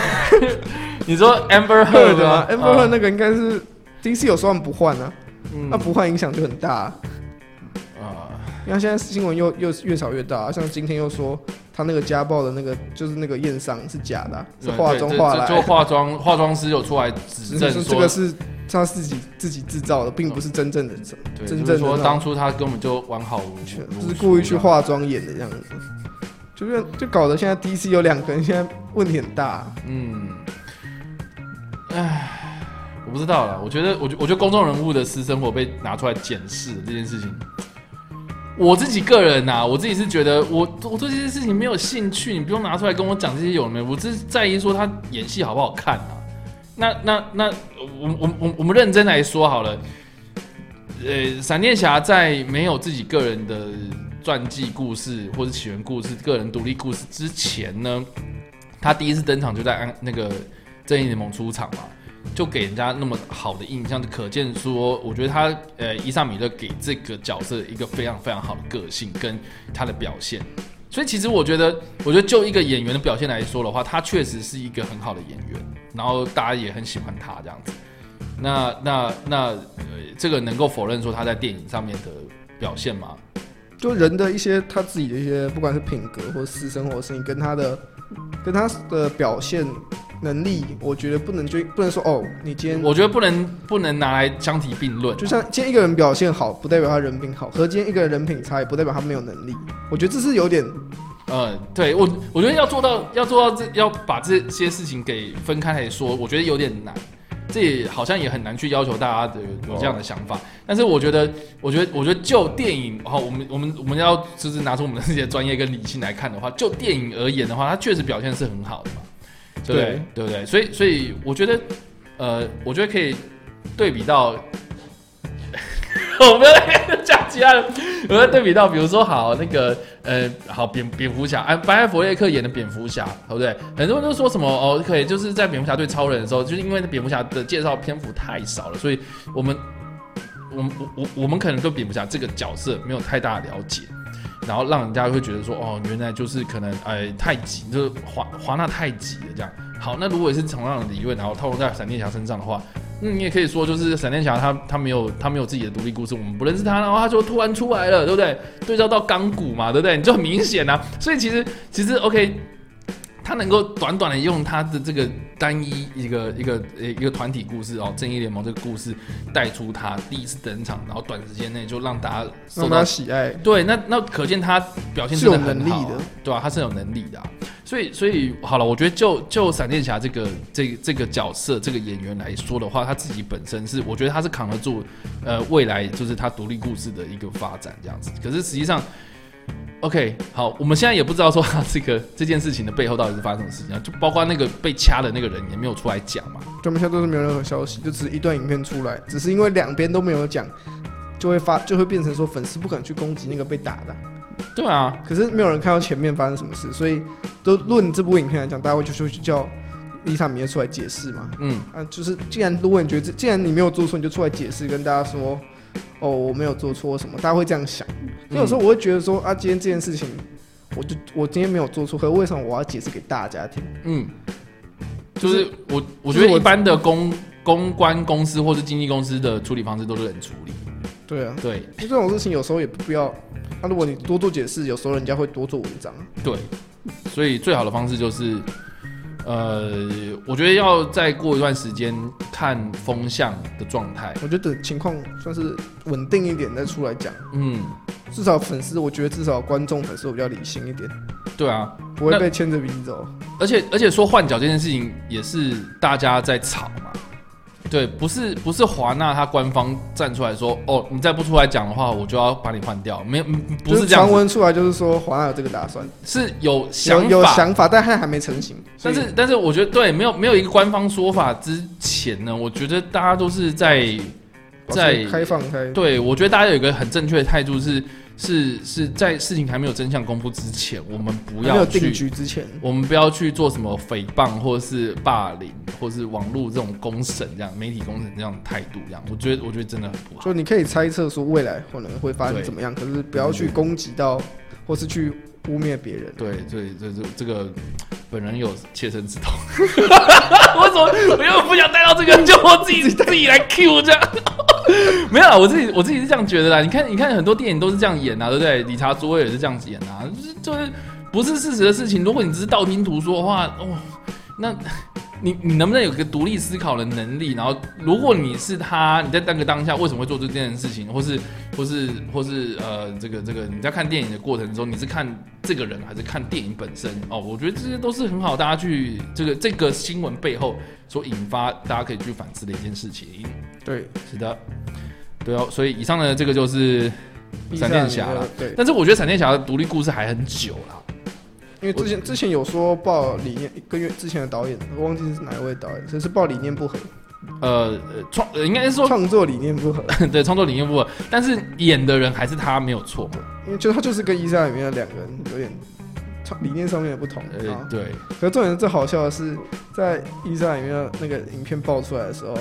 Speaker 1: 你说 Amber
Speaker 2: 赫
Speaker 1: Heard
Speaker 2: 的啊
Speaker 1: 吗
Speaker 2: ，Amber Heard 那个应该是 DC 有说他们不换啊，
Speaker 1: 嗯
Speaker 2: 那不换影响就很大啊。
Speaker 1: 啊，
Speaker 2: 因为现在新闻又又越炒越大，啊像今天又说他那个家暴的那个就是那个验伤是假的啊、是化妆
Speaker 1: 对
Speaker 2: 化
Speaker 1: 这
Speaker 2: 来
Speaker 1: 这就
Speaker 2: 的，
Speaker 1: 化妆化妆师有出来指
Speaker 2: 就
Speaker 1: 证
Speaker 2: 是
Speaker 1: 说，
Speaker 2: 这个是他自己自己制造的，并不是真正的，
Speaker 1: 嗯对，就是
Speaker 2: 真正的那
Speaker 1: 说
Speaker 2: 种
Speaker 1: 当初他根本就完好无
Speaker 2: 全
Speaker 1: 无
Speaker 2: 就是故意去
Speaker 1: 缺
Speaker 2: 化妆演的这样子，就是就搞得现在 DC 有两个人，现在问题很大啊、
Speaker 1: 嗯，唉，我不知道啦。我觉得，我觉我觉得公众人物的私生活被拿出来检视这件事情，我自己个人呐、啊我自己是觉得我我对这件事情没有兴趣，你不用拿出来跟我讲这些有没有，我只是在意说他演戏好不好看啊。那那那，我我我我们认真来说好了。呃，闪电侠在没有自己个人的传记故事或者起源故事、个人独立故事之前呢，他第一次登场就在安那个正义联盟出场嘛，就给人家那么好的印象，就可见说，我觉得他呃伊萨米勒给这个角色一个非常非常好的个性跟他的表现。所以其实我觉得，我觉得就一个演员的表现来说的话，他确实是一个很好的演员，然后大家也很喜欢他这样子。那那那、呃，这个能够否认说他在电影上面的表现吗？
Speaker 2: 就人的一些他自己的一些，不管是品格或私生活的事情，跟他的跟他的表现能力，我觉得不能就不能说哦，你今天
Speaker 1: 我觉得不能不能拿来相提并论啊、
Speaker 2: 就像今天一个人表现好，不代表他人品好；和今天一个人人品差，也不代表他没有能力。我觉得这是有点，
Speaker 1: 呃，对我，我觉得要做到，要做到这，要把这些事情给分开来说，我觉得有点难。这也好像也很难去要求大家的有有这样的想法。但是我觉得，我觉得，我觉得就电影，好，我们我们我们要就是拿出我们的这些专业跟理性来看的话，就电影而言的话，它确实表现是很好的嘛，对不对？对不对？所以，所以我觉得，呃，我觉得可以对比到， 我们要讲其他的，我要对比到，比如说好那个。呃，好，蝙蝙蝠侠，哎，白艾佛列克演的蝙蝠侠，对不对？很多人都说什么哦，可以，就是在蝙蝠侠对超人的时候，就是因为蝙蝠侠的介绍篇幅太少了，所以我们，我们我我我们可能对蝙蝠侠这个角色没有太大的了解，然后让人家会觉得说，哦，原来就是可能，哎，太急，就是华华纳太急了这样。好，那如果也是同样的理论，然后套用在闪电侠身上的话，嗯，你也可以说就是闪电侠他他没有他没有自己的独立故事，我们不认识他，然后他就突然出来了，对不对？对照到钢骨嘛，对不对？你就很明显啊。所以其实其实 OK，他能够短短的用他的这个单一一个一个呃一个团体故事哦，正义联盟这个故事带出他第一次登场，然后短时间内就让大家受
Speaker 2: 让
Speaker 1: 到
Speaker 2: 他喜爱。
Speaker 1: 对，那那可见他表现
Speaker 2: 是
Speaker 1: 真的
Speaker 2: 有
Speaker 1: 很
Speaker 2: 能力
Speaker 1: 好啊
Speaker 2: 的，
Speaker 1: 对啊，他是有能力的啊、所以所以好了，我觉得就就闪电侠这个这个这个角色这个演员来说的话，他自己本身是我觉得他是扛得住，呃，未来就是他独立故事的一个发展这样子。可是实际上。OK，好，我们现在也不知道说他这个这件事情的背后到底是发生什么事情啊，就包括那个被掐的那个人也没有出来讲嘛。
Speaker 2: 专门现在都是没有任何消息，就只是一段影片出来，只是因为两边都没有讲，就会发就会变成说粉丝不敢去攻击那个被打的，
Speaker 1: 对啊，
Speaker 2: 可是没有人看到前面发生什么事，所以都论这部影片来讲，大家会就是会去叫丽莎米也出来解释嘛。
Speaker 1: 嗯，
Speaker 2: 啊，就是既然如果你觉得这，既然你没有做错，你就出来解释，跟大家说，哦，我没有做错什么，大家会这样想。所以有时候我会觉得说，啊，今天这件事情，我就我今天没有做错，可是为什么我要解释给大家听？
Speaker 1: 嗯，就
Speaker 2: 就是
Speaker 1: 是我我觉
Speaker 2: 就是
Speaker 1: 得
Speaker 2: 我
Speaker 1: 一般的公公关公司或是经纪公司的处理方式都是冷处理，
Speaker 2: 对啊，
Speaker 1: 对
Speaker 2: 就这种事情有时候也不必要。那、如果你多做解释，有时候人家会多做文章。
Speaker 1: 对，所以最好的方式就是，呃，我觉得要再过一段时间看风向的状态，
Speaker 2: 我觉得等情况算是稳定一点再出来讲，
Speaker 1: 嗯，
Speaker 2: 至少粉丝，我觉得至少观众粉丝我比较理性一点，
Speaker 1: 对啊，
Speaker 2: 不会
Speaker 1: 那
Speaker 2: 被牵着鼻子走。
Speaker 1: 而且而且说换角这件事情也是大家在吵嘛，对，不是不是华纳他官方站出来说，哦，你再不出来讲的话，我就要把你换掉，没有嗯不
Speaker 2: 就是
Speaker 1: 这样
Speaker 2: 传
Speaker 1: 子，
Speaker 2: 闻出来就是说华纳有这个打算，
Speaker 1: 是有想
Speaker 2: 有有
Speaker 1: 法。
Speaker 2: 想法，但还还没成型。
Speaker 1: 但
Speaker 2: 所以
Speaker 1: 是，但是我觉得对，没有没有一个官方说法之前呢，我觉得大家都是在
Speaker 2: 保
Speaker 1: 在
Speaker 2: 持开放开，
Speaker 1: 对，我觉得大家有一个很正确的态度是是是在事情还没有真相公布之前，我们不
Speaker 2: 还没有
Speaker 1: 要
Speaker 2: 定
Speaker 1: 去，
Speaker 2: 局之前，
Speaker 1: 我们不要去做什么诽谤或是霸凌，或是网络这种公审这样媒体公审这样的态度这样，我觉得我觉得真的很不好
Speaker 2: 就。你可以猜测说未来可能会发生
Speaker 1: 对
Speaker 2: 怎么样，可是不要去攻击到或是去污蔑别人。
Speaker 1: 对，所以这这这个本人有切身之 痛，我怎么我又不想带到这个，就我 自己自己来 Q 这样。 没有啦，我自己我自己是这样觉得啦。你看，你看很多电影都是这样演啊，对不对？理查·朱威尔也是这样子演啊，就是就是不是事实的事情。如果你只是道听途说的话，哦，那你你能不能有个独立思考的能力？然后，如果你是他，你在那个当下为什么会做出这件事情，或是或是或是呃，这个这个你在看电影的过程中，你是看这个人还是看电影本身？哦，我觉得这些都是很好，大家去这个这个新闻背后所引发大家可以去反思的一件事情。
Speaker 2: 对，
Speaker 1: 是的，对哦，所以以上呢，这个就是，闪电侠啦
Speaker 2: 了，对，
Speaker 1: 但是我觉得闪电侠的独立故事还很久啦。
Speaker 2: 因为之前之前有说报理念，跟月之前的导演，我忘记是哪一位导演，就是报理念不合，
Speaker 1: 呃，呃创呃应该是说
Speaker 2: 创作理念不合，
Speaker 1: 对创作理念不合，但是演的人还是他没有错嘛。
Speaker 2: 因为就他就是跟伊莎里面的两个人有点创理念上面的不同。
Speaker 1: 呃
Speaker 2: 啊，
Speaker 1: 对，
Speaker 2: 可是重点是最好笑的是，在伊莎里面的那个影片爆出来的时候，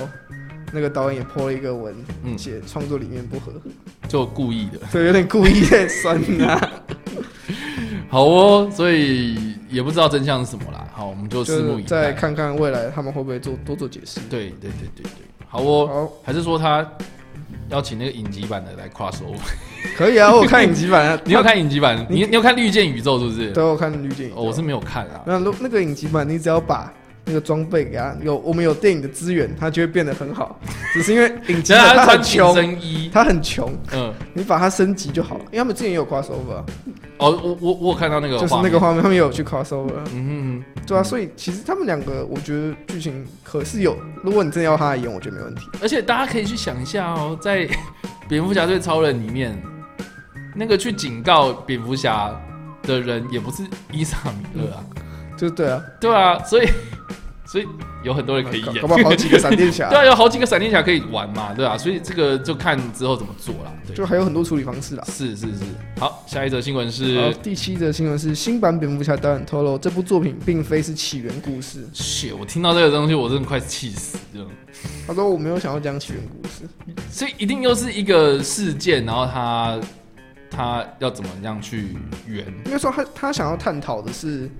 Speaker 2: 那个导演也 po 了一个文，
Speaker 1: 嗯
Speaker 2: 写创作理念不合，
Speaker 1: 就故意的。
Speaker 2: 对，有点故意在酸啊。
Speaker 1: 好哦，所以也不知道真相是什么啦。好，我们 就
Speaker 2: 就
Speaker 1: 拭目
Speaker 2: 是
Speaker 1: 以待。
Speaker 2: 再看看未来他们会不会做多做解释。
Speaker 1: 对对对对对，好哦，
Speaker 2: 好，
Speaker 1: 还是说他要请那个影集版的来 cross over？，
Speaker 2: 可以啊，我有看影集版啊
Speaker 1: 你有看影集 版？你你有看《绿箭宇宙》是不是？
Speaker 2: 都有看绿电影。
Speaker 1: 哦，我是没有看 啊。
Speaker 2: 那如那个影集版，你只要把那个装备给他有，我们有电影的资源，它就会变得很好。 只是因为影集
Speaker 1: 其实他
Speaker 2: 版
Speaker 1: 是穿
Speaker 2: 它很
Speaker 1: 紧
Speaker 2: 穷，
Speaker 1: 身衣，
Speaker 2: 它很穷，
Speaker 1: 嗯，
Speaker 2: 你把它升级就好了。因为他们之前也有 crossover，啊、
Speaker 1: 哦，我我我有看到那个
Speaker 2: 就是
Speaker 1: 画
Speaker 2: 那
Speaker 1: 面
Speaker 2: 个，画面，他们也有去 crossover，啊
Speaker 1: 嗯哼
Speaker 2: 对啊。所以其实他们两个，我觉得剧情可是有，如果你真的要他来演，我觉得没问题。
Speaker 1: 哼，而且大家可以去想一下哦，在蝙蝠侠对超人里面，那个去警告蝙蝠侠的人也不是伊莎米勒啊，
Speaker 2: 就是对啊，
Speaker 1: 对啊，所以 所以有很多人可以
Speaker 2: 搞
Speaker 1: 演
Speaker 2: 搞，不好好几个闪电侠
Speaker 1: 对，啊，有好几个闪电侠可以玩嘛，对啊，所以这个就看之后怎么做啦，对，
Speaker 2: 就还有很多处理方式啦。
Speaker 1: 是是是，好，下一则新闻
Speaker 2: 好
Speaker 1: 是，
Speaker 2: 第七则新闻是新版蝙蝠侠导演透露，这部作品并非是起源故事。
Speaker 1: 血，我听到这个东西我真的快气死，这样。
Speaker 2: 他说我没有想要讲起源故事，
Speaker 1: 所以一定又是一个事件，然后他他要怎么样去圆？
Speaker 2: 应该说他他想要探讨的是，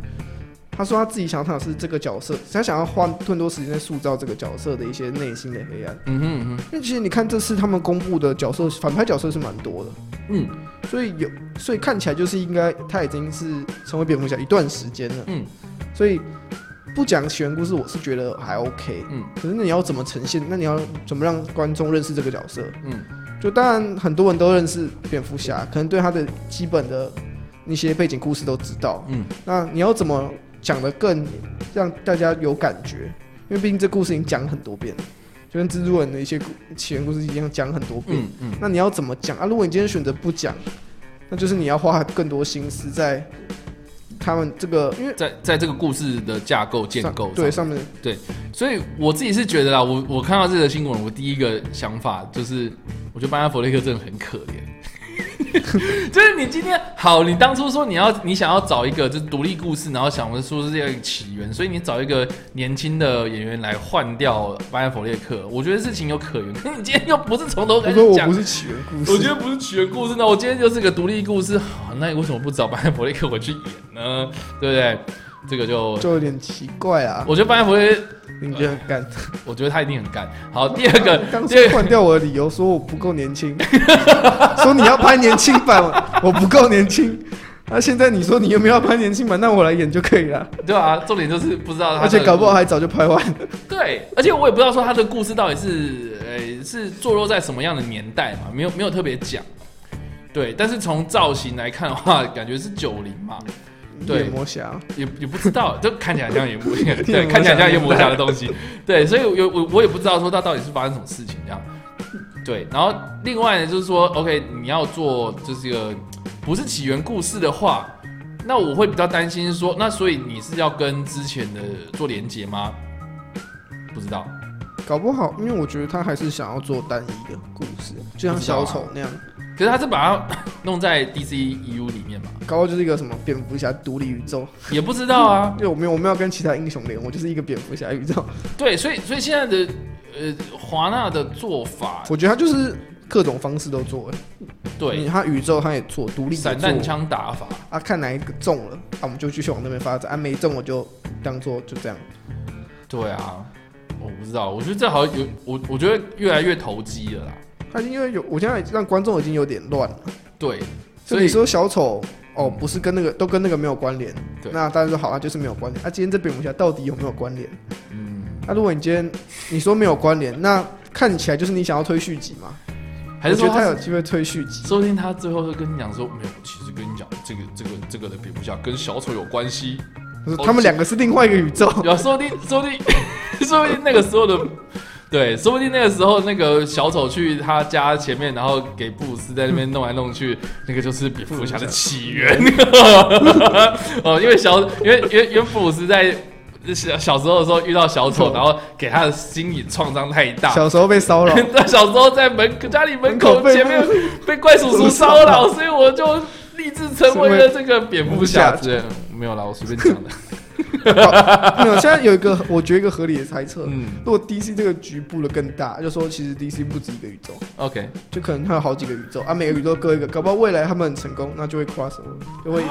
Speaker 2: 他说他自己想要探讨是这个角色，他想要花更多时间在塑造这个角色的一些内心的黑暗。
Speaker 1: 嗯哼嗯哼，
Speaker 2: 因为其实你看这次他们公布的角色反派角色是蛮多的，
Speaker 1: 嗯
Speaker 2: 所以有所以看起来就是应该他已经是成为蝙蝠侠一段时间了，
Speaker 1: 嗯
Speaker 2: 所以不讲起源故事我是觉得还 OK。
Speaker 1: 嗯
Speaker 2: 可是那你要怎么呈现？那你要怎么让观众认识这个角色？
Speaker 1: 嗯，
Speaker 2: 就当然很多人都认识蝙蝠侠，可能对他的基本的那些背景故事都知道。
Speaker 1: 嗯，
Speaker 2: 那你要怎么讲的更让大家有感觉？因为毕竟这故事已经讲很多遍了，就跟蜘蛛人的一些故起源故事一样讲很多遍。
Speaker 1: 嗯嗯
Speaker 2: 那你要怎么讲啊？如果你今天选择不讲，那就是你要花更多心思在他们这个因为
Speaker 1: 在在这个故事的架构建
Speaker 2: 上
Speaker 1: 构上，
Speaker 2: 对上面
Speaker 1: 所以我自己是觉得啦，我我看到这则新闻，我第一个想法就是，我觉得班加弗雷克真的很可怜。就是你今天 好，你当初说你要你想要找一个就是独立故事，然后想说是这个起源，所以你找一个年轻的演员来换掉班恩弗列克，我觉得是情有可原。可是你今天又不是从头
Speaker 2: 我
Speaker 1: 开
Speaker 2: 说
Speaker 1: 始
Speaker 2: 我
Speaker 1: 讲
Speaker 2: 不，是起源故事，
Speaker 1: 我觉得不是起源故事呢，我今天就是个独立故事。好那你为什么不找班恩弗列克回去演呢？对不对？这个就
Speaker 2: 就有点奇怪啊。
Speaker 1: 我觉得班恩弗列，
Speaker 2: 你觉得很干？
Speaker 1: 我觉得他一定很干。好，第二个，
Speaker 2: 刚
Speaker 1: 第二
Speaker 2: 才
Speaker 1: 个
Speaker 2: 换掉我的理由，说我不够 年轻，说你要拍年轻版，我不够年轻。那、现在你说你有没有要拍年轻版？那我来演就可以了，
Speaker 1: 对啊，重点就是不知道他
Speaker 2: 而且
Speaker 1: 的
Speaker 2: 搞不好还早就拍完了。
Speaker 1: 对，而且我也不知道说他的故事到底是呃、是坐落在什么样的年代嘛，没有没有特别讲。对，但是从造型来看的话，感觉是九零嘛，对
Speaker 2: 夜魔侠，
Speaker 1: 也也不知道，就看起来像夜魔侠，
Speaker 2: 夜
Speaker 1: 对，
Speaker 2: 魔
Speaker 1: 看起来
Speaker 2: 侠
Speaker 1: 像夜魔侠的东西，对，所以我我我也不知道说他到底是发生什么事情这样。对，然后另外呢，就是说，OK，你要做就是一个不是起源故事的话，那我会比较担心说，那所以你是要跟之前的做连接吗？不知道。
Speaker 2: 搞不好，因为我觉得他还是想要做单一的故事，就像小丑那样，
Speaker 1: 可是他是把它 弄在 DCEU 里面嘛，
Speaker 2: 搞不好就是一个什么蝙蝠侠独立宇宙。
Speaker 1: 也不知道啊。
Speaker 2: 因为我没有，我没有跟其他英雄连，我就是一个蝙蝠侠宇宙。
Speaker 1: 对，所以所以现在的呃华纳的做法，
Speaker 2: 我觉得他就是各种方式都做，
Speaker 1: 对
Speaker 2: 嗯他宇宙他也做，独立也做
Speaker 1: 散弹枪打法，
Speaker 2: 啊，看哪一个中了，啊，我们就继续往那边发展；啊，没中我就当做就这样。
Speaker 1: 对啊，我不知道，我觉得这好像有我我觉得越来越投机了啦。
Speaker 2: 他因为有，我现在让观众已经有点乱了，
Speaker 1: 对，
Speaker 2: 所
Speaker 1: 所
Speaker 2: 以你
Speaker 1: 以
Speaker 2: 说小丑哦，不是跟那个都跟那个没有关联，
Speaker 1: 对
Speaker 2: 那大家说好，啊，就是没有关联。啊，今天这蝙蝠侠到底有没有关联？
Speaker 1: 嗯，
Speaker 2: 那、如果你今天你说没有关联，那看起来就是你想要推续集嘛？
Speaker 1: 还是
Speaker 2: 我觉
Speaker 1: 说
Speaker 2: 得他
Speaker 1: 他
Speaker 2: 有机会推续集？
Speaker 1: 说不定他最后就跟你讲说，没有，其实跟你讲这个这个这个的蝙蝠侠跟小丑有关系，
Speaker 2: 他
Speaker 1: 哦
Speaker 2: 说他们两个是另外一个宇宙，
Speaker 1: 有，说不定，说不定，说不定那个时候的，对，说不定那个时候那个小丑去他家前面，然后给布鲁斯在那边弄来弄去，那个就是蝙蝠侠的起源。 哦，因为小，因为因为因为布鲁斯在。小小时候的时候遇到小丑，然后给他的心理创伤太大。
Speaker 2: 小时候被骚扰，
Speaker 1: 在小时候在门家里门口
Speaker 2: 门口被
Speaker 1: 前面被怪叔叔骚扰，所以我就立志成为了这个蝙蝠侠之类的。没有啦，我随便讲的。
Speaker 2: 没有。现在有一个，我觉得一个合理的猜测，
Speaker 1: 嗯
Speaker 2: 如果 DC 这个局部的更大，就说其实 DC 不止一个宇宙，
Speaker 1: ，OK，
Speaker 2: 就可能它有好几个宇宙啊，每个宇宙各一个，搞不好未来他们很成功，那就会 crossover，就 会，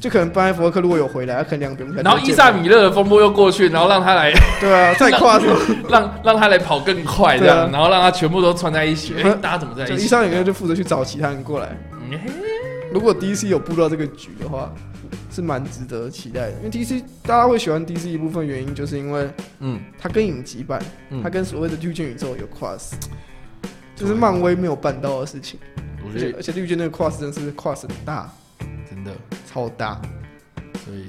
Speaker 2: 就可能班艾弗洛克如果有回来，他可能两个蝙蝠侠就
Speaker 1: 然后
Speaker 2: 会
Speaker 1: 伊
Speaker 2: 见
Speaker 1: 萨
Speaker 2: 面，
Speaker 1: 米勒的风波又过去，然后让他来，
Speaker 2: 对啊，再 crossover，
Speaker 1: 让让他来跑更快这
Speaker 2: 对
Speaker 1: 样，
Speaker 2: 啊
Speaker 1: 然后让他全部都串在一起。哎、
Speaker 2: 就
Speaker 1: 大家怎么在
Speaker 2: 就
Speaker 1: 一
Speaker 2: 伊
Speaker 1: 起？
Speaker 2: 萨米勒就负责去找其他人过来。
Speaker 1: 嗯嘿
Speaker 2: 如果 DC 有布到这个局的话，是蛮值得期待的，因为 DC 大家会喜欢 DC 一部分原因就是因为
Speaker 1: 嗯
Speaker 2: 它跟影集版，
Speaker 1: 嗯
Speaker 2: 它跟所谓的绿箭宇宙有 cross，就是漫威没有办到的事情，
Speaker 1: 我
Speaker 2: 而
Speaker 1: 觉
Speaker 2: 且
Speaker 1: 得
Speaker 2: 而且绿箭那个 cross 真的是 cross 很大，
Speaker 1: 真的，
Speaker 2: 超大，
Speaker 1: 所以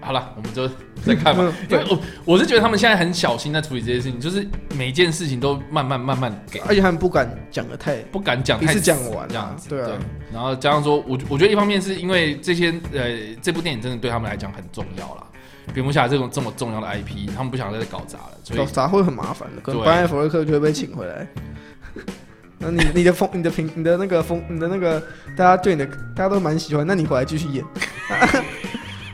Speaker 1: 好了，我们就再看吧。因
Speaker 2: 对
Speaker 1: 为我我是觉得他们现在很小心在处理这些事情，就是每件事情都慢慢慢慢给，
Speaker 2: 而且他们不敢讲的太
Speaker 1: 不敢讲
Speaker 2: 哎一
Speaker 1: 太
Speaker 2: 次讲
Speaker 1: 死
Speaker 2: 完啊
Speaker 1: 这样子。
Speaker 2: 对啊
Speaker 1: 然后加上说，我我觉得一方面是因为这些呃，这部电影真的对他们来讲很重要啦。蝙蝠侠这种这么重要的 IP，他们不想再搞砸了，所以
Speaker 2: 搞砸会很麻烦的，可能
Speaker 1: 对
Speaker 2: 班艾弗瑞克就会被请回来。 那你你的风你的评你的那个风你的那个大家对你的大家都蛮喜欢，那你回来继续演。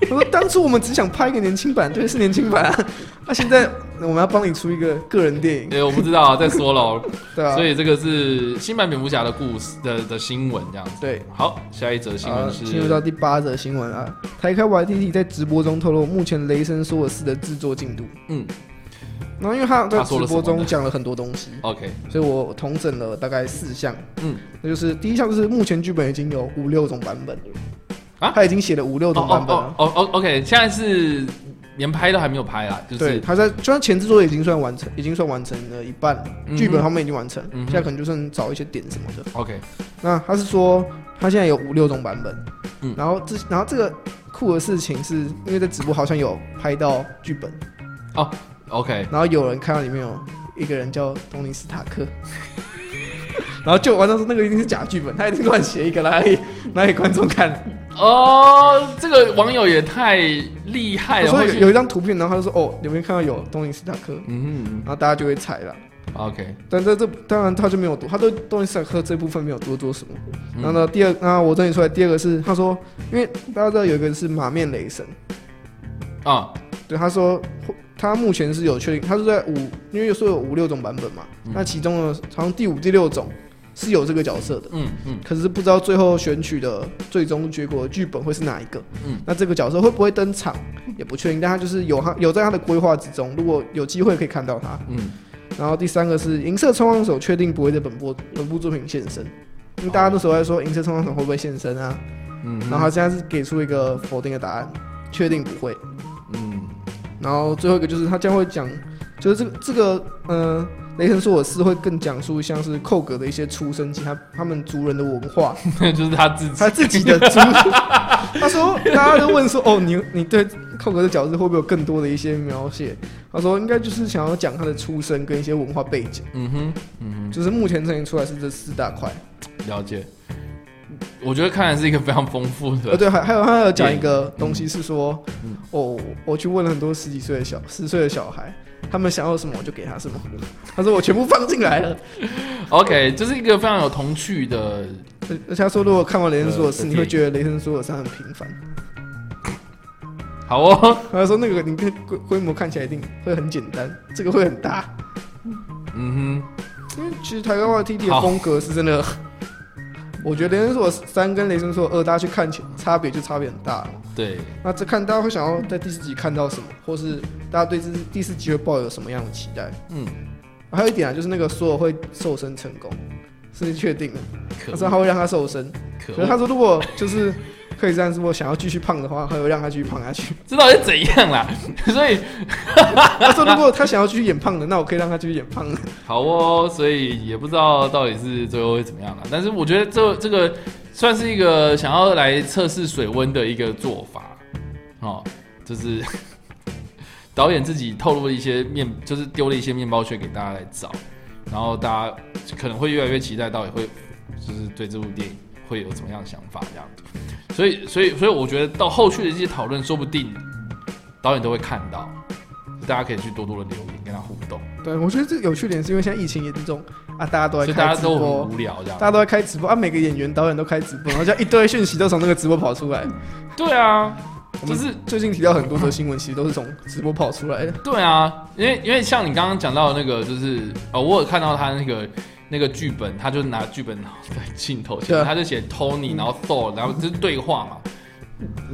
Speaker 2: 我说当初我们只想拍一个年轻版，对，是年轻版啊。那、现在我们要帮你出一个个人电影，
Speaker 1: 对，我不知道啊，再说喽。
Speaker 2: 对啊，
Speaker 1: 所以这个是新版蝙蝠侠的故事的的新闻这样子。
Speaker 2: 对。
Speaker 1: 好，下一则新
Speaker 2: 啊
Speaker 1: 闻，是
Speaker 2: 进入到第八则新闻啊，台开 YTT 在直播中透露目前《雷神索尔四》的制作进度。
Speaker 1: 嗯
Speaker 2: 然后因为他在
Speaker 1: 他
Speaker 2: 直
Speaker 1: 说了什
Speaker 2: 播
Speaker 1: 么
Speaker 2: 中
Speaker 1: 呢
Speaker 2: 讲了很多东西，
Speaker 1: ，OK，
Speaker 2: 所以我统整了大概四项。
Speaker 1: 嗯，
Speaker 2: 那就是第一项就是目前剧本已经有五六种版本了
Speaker 1: 啊
Speaker 2: 他已经写了五六
Speaker 1: 哦
Speaker 2: 种版
Speaker 1: 哦
Speaker 2: 本啊
Speaker 1: 哦
Speaker 2: 了。
Speaker 1: 哦哦，OK，现在是连拍都还没有拍啦，就
Speaker 2: 对，
Speaker 1: 是
Speaker 2: 他在虽然前制作已经算完成，已经算完成了一半了
Speaker 1: 嗯哼
Speaker 2: 剧本方面已经完成了，
Speaker 1: 嗯哼
Speaker 2: 现在可能就剩找一些点什么的。
Speaker 1: OK，
Speaker 2: 那他是说他现在有五六种版本，
Speaker 1: 嗯
Speaker 2: 然后这然后这个酷的事情是因为在直播好像有拍到剧本，
Speaker 1: 哦，OK，
Speaker 2: 然后有人看到里面有一个人叫东尼斯塔 克，然后就完了说那个一定是假剧本，他一定乱写一个来给来给观众看。
Speaker 1: 哦，这个网友也太厉害了，
Speaker 2: 所
Speaker 1: 会
Speaker 2: 以
Speaker 1: 去
Speaker 2: 哦有有一张图片，然后他就说：“哦，有没有看到有东尼斯塔克
Speaker 1: 嗯？”
Speaker 2: 然后大家就会猜了。
Speaker 1: OK，
Speaker 2: 但在这当然他就没有多，他对动力赛克这部分没有多做什么。
Speaker 1: 嗯
Speaker 2: 然后呢，第二，那我整理出来，第二个是他说，因为大家知道有一个是马面雷神，
Speaker 1: 啊，
Speaker 2: 对，他说他目前是有确定，他是在五，因为说有五六种版本嘛，那其中呢，好像第五、第六种是有这个角色的，
Speaker 1: 嗯嗯
Speaker 2: 可是不知道最后选取的最终结果剧本会是哪一个。
Speaker 1: 嗯，
Speaker 2: 那这个角色会不会登场也不确定，但他就是有他有在他的规划之中，如果有机会可以看到他。
Speaker 1: 嗯，
Speaker 2: 然后第三个是银色冲浪手确定不会在本部本部作品现身，因为大家那时候在说银色冲浪手会不会现身啊，
Speaker 1: 嗯
Speaker 2: 然后他现在是给出一个否定的答案，确定不会。
Speaker 1: 嗯
Speaker 2: 然后最后一个就是他将会讲，就是这个这个呃，雷神索尔斯会更讲述像是寇格的一些出生及他他们族人的文化，
Speaker 1: 嗯， 就是他自己
Speaker 2: 他自己的族。 他说，大家都问说，哦，你你对寇格的角色会不会有更多的一些描写？他说，应该就是想要讲他的出身跟一些文化背景，
Speaker 1: 嗯哼嗯
Speaker 2: 就是目前呈现出来是这四大块。
Speaker 1: 哼，了解。我觉得看来是一个非常丰富
Speaker 2: 呃，
Speaker 1: 的，
Speaker 2: 对，还还有他还有讲一个东西是说，
Speaker 1: 嗯
Speaker 2: 哦，我去问了很多十几岁的小十岁的小孩，他们想要什么我就给他什么。他说我全部放进来了，
Speaker 1: OK，就是一个非常有童趣的，
Speaker 2: 而而且他说如果看完雷神索尔斯，
Speaker 1: 呃
Speaker 2: 你会觉得雷神索尔斯很平凡。
Speaker 1: 好哦，
Speaker 2: 他说那个你看规规模看起来一定会很简单，这个会很大，
Speaker 1: 嗯哼，
Speaker 2: 因为其实台湾话 T T
Speaker 1: 好
Speaker 2: 的风格是真的。 我觉得雷神索尔三跟雷神索尔二，大家去看起差别就差别很大了。
Speaker 1: 对，
Speaker 2: 那这看大家会想要在第四集看到什么，或是大家对这第四集会抱有什么样的期待？
Speaker 1: 嗯，
Speaker 2: 还有一点啊，就是那个索尔会瘦身成功，是确定的。
Speaker 1: 可
Speaker 2: 他说他会让他瘦身，
Speaker 1: 可
Speaker 2: 可是
Speaker 1: 恶，
Speaker 2: 他说如果就是克里斯如果想要继续胖的话，他会让他继续胖下 去。
Speaker 1: 这到底是怎样啦？ 所以
Speaker 2: 他说如果他想要继续演胖的，那我可以让他继续演 胖的。
Speaker 1: 好哦，所以也不知道到底是最后会怎么样了。但是我觉得这这个算是一个想要来测试水温的一个做法，哦，就是 导演自己透露了一些面，就是丢了一些面包屑给大家来找，然后大家可能会越来越期待到底会就是对这部电影会有怎么样的想法这样子。所以，所以，所以我觉得到后续的一些讨论，说不定导演都会看到，大家可以去多多的留言跟他互动。
Speaker 2: 对，我觉得这个有趣点是因为现在疫情严重啊，大家都
Speaker 1: 所
Speaker 2: 在
Speaker 1: 以大
Speaker 2: 开
Speaker 1: 家
Speaker 2: 直
Speaker 1: 都
Speaker 2: 播
Speaker 1: 很，无聊这样
Speaker 2: 大。家都在开直播啊，每个演员导演都开直播，然后就一堆讯息都从那个直播跑 出来。
Speaker 1: 对啊，
Speaker 2: 我
Speaker 1: 就
Speaker 2: 们
Speaker 1: 是
Speaker 2: 最近提到很多则新闻，其实都是从直播跑出来的。
Speaker 1: 对啊，因为因为像你刚刚讲到的那个，就是呃，我有看到他那个那个剧本，他就拿剧本然后在镜头前
Speaker 2: 对
Speaker 1: 面，
Speaker 2: 啊
Speaker 1: 他就写 Tony，然后 Thor，然后就是对话嘛，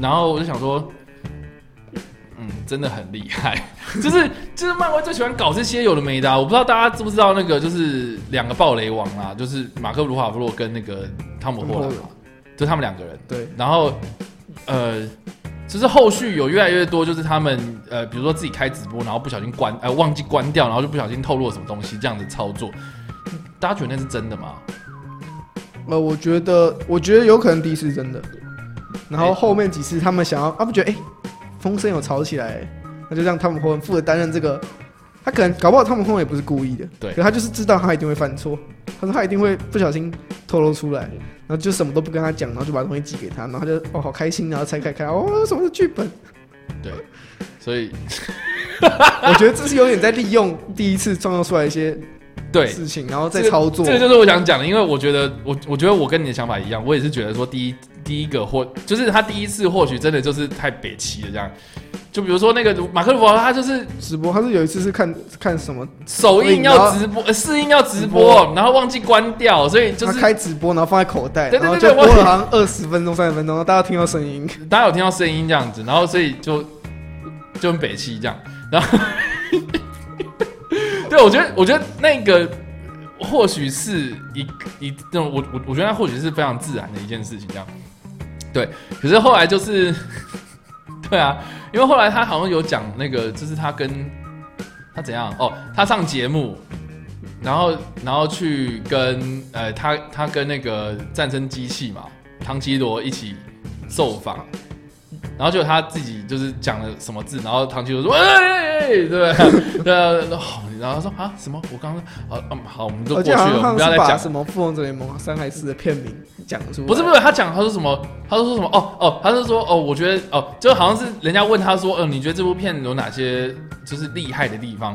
Speaker 1: 然后我就想说。嗯，真的很厉害， 就是就是漫威最喜欢搞这些有的没的啊、我不知道大家知不知道那个就是两个暴雷王啊，就是马克·鲁法夫洛跟那个汤姆·霍兰
Speaker 2: 汤姆
Speaker 1: 嘛，就他们两个人。
Speaker 2: 对，
Speaker 1: 然后呃，就是后续有越来越多，就是他们呃，比如说自己开直播，然后不小心关呃忘记关掉，然后就不小心透露了什么东西这样的操作，大家觉得那是真的吗？
Speaker 2: 呃，我觉得，我觉得有可能第一次是真的，然后
Speaker 1: 哎
Speaker 2: 后面几次他们想要，他们觉得哎、风声有吵起来、那就让汤姆·霍恩负责担任这个。他可能搞不好汤姆·霍恩也不是故意的，
Speaker 1: 对
Speaker 2: 可他就是知道他一定会犯错，他说他一定会不小心透露出来，然后就什么都不跟他讲，然后就把东西寄给他，然后他就哦好开心，然后拆开看，哦什么是剧本？
Speaker 1: 对，所以
Speaker 2: 我觉得这是有点在利用第一次创造出来一些
Speaker 1: 对。
Speaker 2: 事情，然后再
Speaker 1: 这个
Speaker 2: 操作。
Speaker 1: 这个就是我想讲的，因为我觉得我我觉得我跟你的想法一样，我也是觉得说第一第一个或就是他第一次或许真的就是太北齐了这样，就比如说那个马克鲁伯他就是
Speaker 2: 直播，他是有一次是看看什么，
Speaker 1: 首映要直播，呃试映要直播，然后忘记关掉，所以就是
Speaker 2: 他开直播，然后放在口袋，
Speaker 1: 对对
Speaker 2: 然后
Speaker 1: 对
Speaker 2: 就
Speaker 1: 对
Speaker 2: 播
Speaker 1: 我
Speaker 2: 了好像二十分钟、三十分钟，然后大家听到声音。
Speaker 1: 大家有听到声音这样子，然后所以就就很北气这样，然后 对我觉得我觉得那个或许是一一那种我我我觉得那或许是非常自然的一件事情这样，对，可是后来就是对啊，因为后来他好像有讲那个就是他跟他怎样哦，他上节目。然后，然后去跟呃，他他跟那个战争机器嘛，唐吉罗一起受访，然后就他自己就是讲了什么字，然后唐吉诃德说：“哎、哎哎对不对？”对啊，然后然后他说：“啊，什么？我刚刚好，嗯，好，我们就
Speaker 2: 而
Speaker 1: 过去
Speaker 2: 且好
Speaker 1: 了，我们
Speaker 2: 像
Speaker 1: 不要
Speaker 2: 是
Speaker 1: 再
Speaker 2: 把
Speaker 1: 讲。
Speaker 2: 什么《复仇者联盟》《三海市》的片名讲出来。
Speaker 1: 不是不是，他讲他说什么？他说什么？哦哦，他就说哦，我觉得哦，就好像是人家问他说，嗯、你觉得这部片有哪些就是厉害的地方？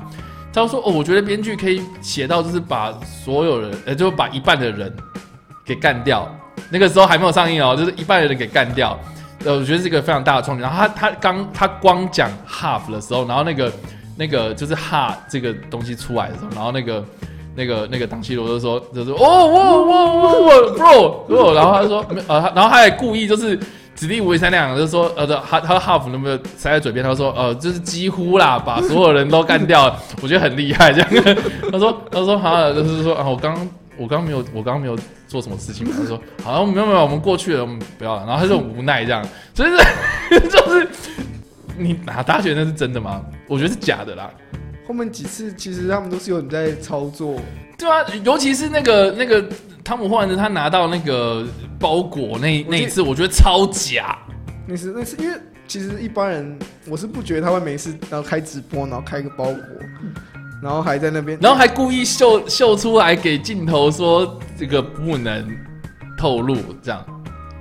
Speaker 1: 他说：“哦，我觉得编剧可以写到，就是把所有人，呃，就把一半的人给干掉。那个时候还没有上映哦，就是一半的人给干掉。呃，我觉得是一个非常大的冲击。然后他他刚他光讲 half 的时候，然后那个那个就是 ha 这个东西出来的时候，然后那个那个那个党西罗就说就说哦哇哇哇哇 bro bro，然后他说没呃，他然后他还故意就是。”指定为三两，就说呃，他他 half 那么塞在嘴边，他说呃，就是几乎啦，把所有人都干掉了，我觉得很厉害。这样，他说他说好、像就是说啊，我刚我刚没有我刚没有做什么事情嘛。他说好、像没有没有，我们过去了，我们不要了。然后他就很无奈这样，所以是就是你拿大学那是真的吗？我觉得是假的啦。
Speaker 2: 后面几次其实他们都是有你在操作，
Speaker 1: 对啊，尤其是那个那个汤姆·霍兰德他拿到那个包裹那那一次，我觉得超假。
Speaker 2: 那是那是因为其实一般人我是不觉得他会没事，然后开直播，然后开个包裹，然后还在那边，
Speaker 1: 然后还故意秀秀出来给镜头说这个不能透露，这样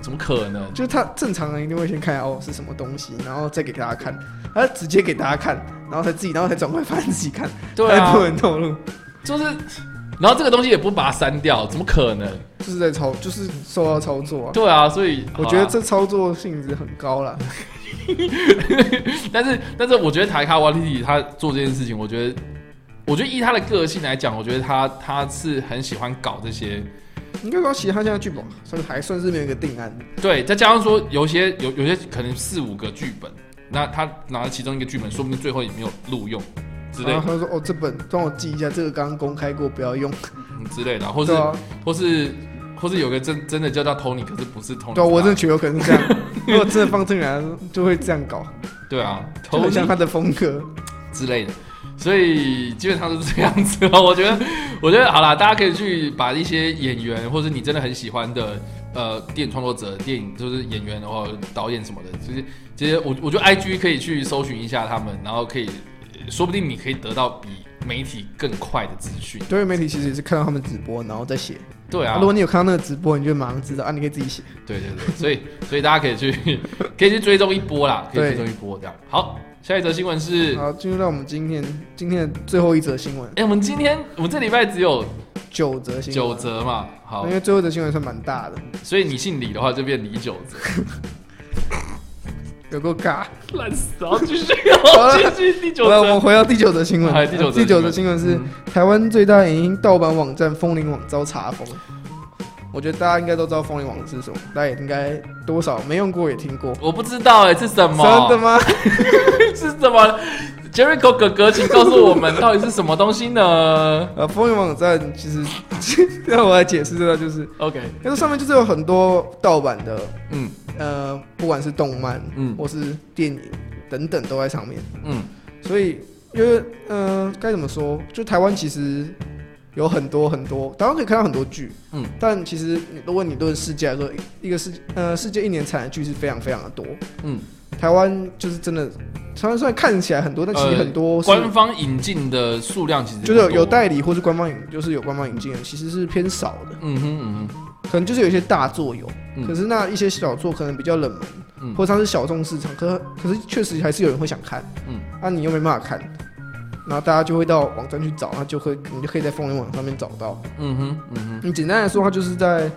Speaker 1: 怎么可能？
Speaker 2: 就是他正常人一定会先看哦是什么东西，然后再给大家看，他直接给大家看，然后才自己，然后才转过来发现自己看，
Speaker 1: 对
Speaker 2: 他
Speaker 1: 啊
Speaker 2: 不，能透露，
Speaker 1: 就是，然后这个东西也不把它删掉，怎么可能？
Speaker 2: 就是在操，就是受到操作啊。
Speaker 1: 对啊，所以
Speaker 2: 我觉得，
Speaker 1: 好啦
Speaker 2: 这操作性质很高了，
Speaker 1: 但是但是我觉得台卡瓦利蒂他做这件事情，我觉得，我觉得依他的个性来讲，我觉得他他是很喜欢搞这些。
Speaker 2: 应该说其实他现在剧本算还算是没有一个定案，
Speaker 1: 对，再加上说有些有有些可能四五个剧本，那他拿了其中一个剧本，说不定最后也没有录用之类
Speaker 2: 然
Speaker 1: 的、
Speaker 2: 后他说哦这本帮我记一下，这个刚刚公开过，不要用，
Speaker 1: 嗯之类的，或是
Speaker 2: 对啊，
Speaker 1: 或是或是有个真真的叫叫 Tony，可是不是 Tony，
Speaker 2: 对啊，我真的
Speaker 1: 是
Speaker 2: 觉得有可能是 这样，如果真的放正然就会这样搞，
Speaker 1: 对啊
Speaker 2: 就很像
Speaker 1: ，Tony
Speaker 2: 他的风格。
Speaker 1: 之类的，所以基本上都是这样子哦。 我觉得，我觉得好啦，大家可以去把一些演员，或者你真的很喜欢的呃电影创作者、电影就是演员或者导演什么的，就是这些，我我觉得 I G 可以去搜寻一下他们，然后可以，呃说不定你可以得到比媒体更快的资讯。
Speaker 2: 对媒体其实也是看到他们直播，然后再写。
Speaker 1: 对啊
Speaker 2: 如，果你有看到那个直播，你就马上知道啊，你可以自己写。
Speaker 1: 对对对，所以所以大家可以去可以去追踪一波啦，可以追
Speaker 2: 对
Speaker 1: 踪一波这样。好，下一则新闻是。
Speaker 2: 好，进入到我们今天今天的最后一则新闻，
Speaker 1: 哎、我们今天我们这礼拜只有
Speaker 2: 九则新闻。
Speaker 1: 九，折嘛，好
Speaker 2: 因，为最后一则新闻算蛮大的，
Speaker 1: 所以你姓李的话就变李九折，
Speaker 2: 有够尬。
Speaker 1: 烂死了，继续，
Speaker 2: 好了
Speaker 1: 继续第九
Speaker 2: 好了，我们
Speaker 1: 折。
Speaker 2: 回到第九则新闻
Speaker 1: 哎。第九则新闻
Speaker 2: 第九则新闻是
Speaker 1: 嗯
Speaker 2: 台湾最大影音盗版网站风铃网遭查封。我觉得大家应该都知道风铃网是什么，大家也应该多少没用过也听过。
Speaker 1: 我不知道哎、是什
Speaker 2: 真
Speaker 1: 么？
Speaker 2: 的吗？
Speaker 1: 是什么？Jericho 哥哥，请告诉我们到底是什么东西呢
Speaker 2: 呃，风云网站其实， 让我来解释这个，就是
Speaker 1: ？OK，
Speaker 2: 因为上面就是有很多盗版的，
Speaker 1: 嗯
Speaker 2: 呃，不管是动漫，
Speaker 1: 嗯
Speaker 2: 或是电影等等都在上面，
Speaker 1: 嗯
Speaker 2: 所以因为呃该怎么说，就台湾其实有很多很多，台湾可以看到很多剧，
Speaker 1: 嗯，
Speaker 2: 但其实你如果你论世界来说，一一个世呃世界一年产的剧是非常非常的多，
Speaker 1: 嗯，
Speaker 2: 台湾就是真的，台湾虽然看起来很多，但其实
Speaker 1: 呃
Speaker 2: 很多是、
Speaker 1: 官方引进的数量其实
Speaker 2: 就是有有
Speaker 1: 带，
Speaker 2: 代理或是官方引，就是有官方引进的，其实是偏少的。
Speaker 1: 嗯哼嗯哼，
Speaker 2: 可能就是有一些大作有，
Speaker 1: 嗯
Speaker 2: 可是那一些小作可能比较冷门，
Speaker 1: 嗯
Speaker 2: 或者它是小众市场，可可是确实还是有人会想看，
Speaker 1: 嗯，
Speaker 2: 啊你又没办法看，然后大家就会到网站去找，那就会你就可以在风云网上面找到。
Speaker 1: 嗯哼嗯哼，
Speaker 2: 你简单来说，它就是在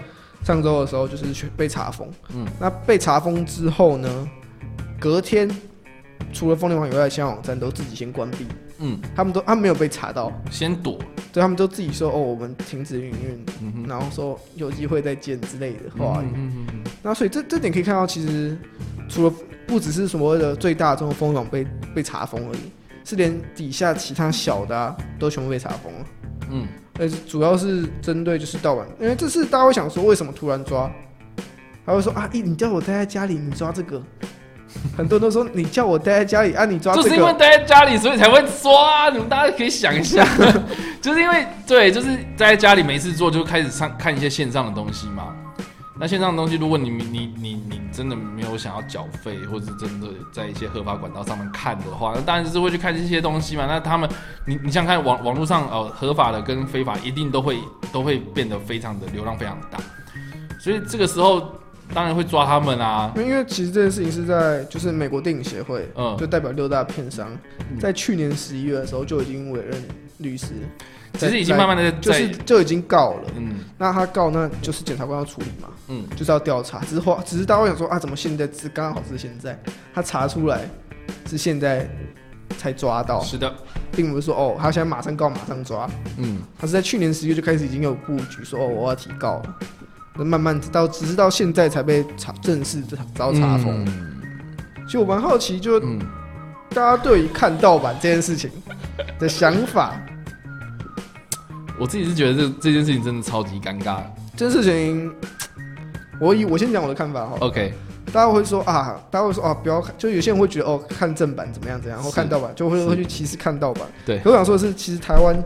Speaker 2: 上周的时候就是去被查封，
Speaker 1: 嗯，
Speaker 2: 那被查封之后呢，隔天除了风云网以外，其他网站都自己先关闭，
Speaker 1: 嗯，
Speaker 2: 他们都他们没有被查到，
Speaker 1: 先躲，
Speaker 2: 对他们都自己说哦我们停止营运，
Speaker 1: 嗯哼，
Speaker 2: 然后说有机会再见之类的话语。
Speaker 1: 嗯哼嗯哼
Speaker 2: 那所以这这点可以看到，其实除了不只是所谓的最大中的风网被被查封而已，是连底下其他小的、啊、都全部被查封了。
Speaker 1: 嗯
Speaker 2: 而且主要是针对就是盗版，因为这次大家会想说，为什么突然抓？他会说啊，你你叫我待在家里，你抓这个。 很多人都说你叫我待在家里啊，你抓
Speaker 1: 就
Speaker 2: 这
Speaker 1: 是因为
Speaker 2: 个。
Speaker 1: 待在家里，所以才会抓、啊。你们大家可以想一 下，就是因为对，就是待在家里没事做，就开始上看一些线上的东西嘛。那线上的东西，如果你你你你真的没有想要缴费，或者是真的在一些合法管道上面看的话，那当然就是会去看这些东西嘛。那他们，你你想想看网网络上呃合法的跟非法一定都会都会变得非常的流量非常大，所以这个时候当然会抓他们啊。
Speaker 2: 因为因为其实这件事情是在就是美国电影协会，
Speaker 1: 嗯
Speaker 2: 就代表六大片商，在去年十一月的时候就已经委任律师，
Speaker 1: 其实已经慢慢的
Speaker 2: 就
Speaker 1: 在
Speaker 2: 是就已经告了。
Speaker 1: 嗯
Speaker 2: 那他告，那就是检察官要处理嘛，
Speaker 1: 嗯，
Speaker 2: 就是要调查。只是后，只是大家会想说啊，怎么现在是刚好是现在？他查出来是现在才抓到，
Speaker 1: 是的，
Speaker 2: 并不是说哦，他现在马上告马上抓，
Speaker 1: 嗯
Speaker 2: 他是在去年十月就开始已经有布局，说哦我要提告了，那慢慢直到只是到现在才被查正式遭查封。其实我蛮好奇，就
Speaker 1: 嗯，
Speaker 2: 大家对于看盗版这件事情的想法，
Speaker 1: 我自己是觉得这这件事情真的超级尴尬。
Speaker 2: 这件事情，我以我先讲我的看法哈。
Speaker 1: OK，
Speaker 2: 大家会说啊，大家会说啊，不要看，就有些人会觉得哦，看正版怎么样怎么样，或
Speaker 1: 是
Speaker 2: 看盗版就会
Speaker 1: 是
Speaker 2: 会去歧视看盗版。
Speaker 1: 对
Speaker 2: 可我想说的是，其实台湾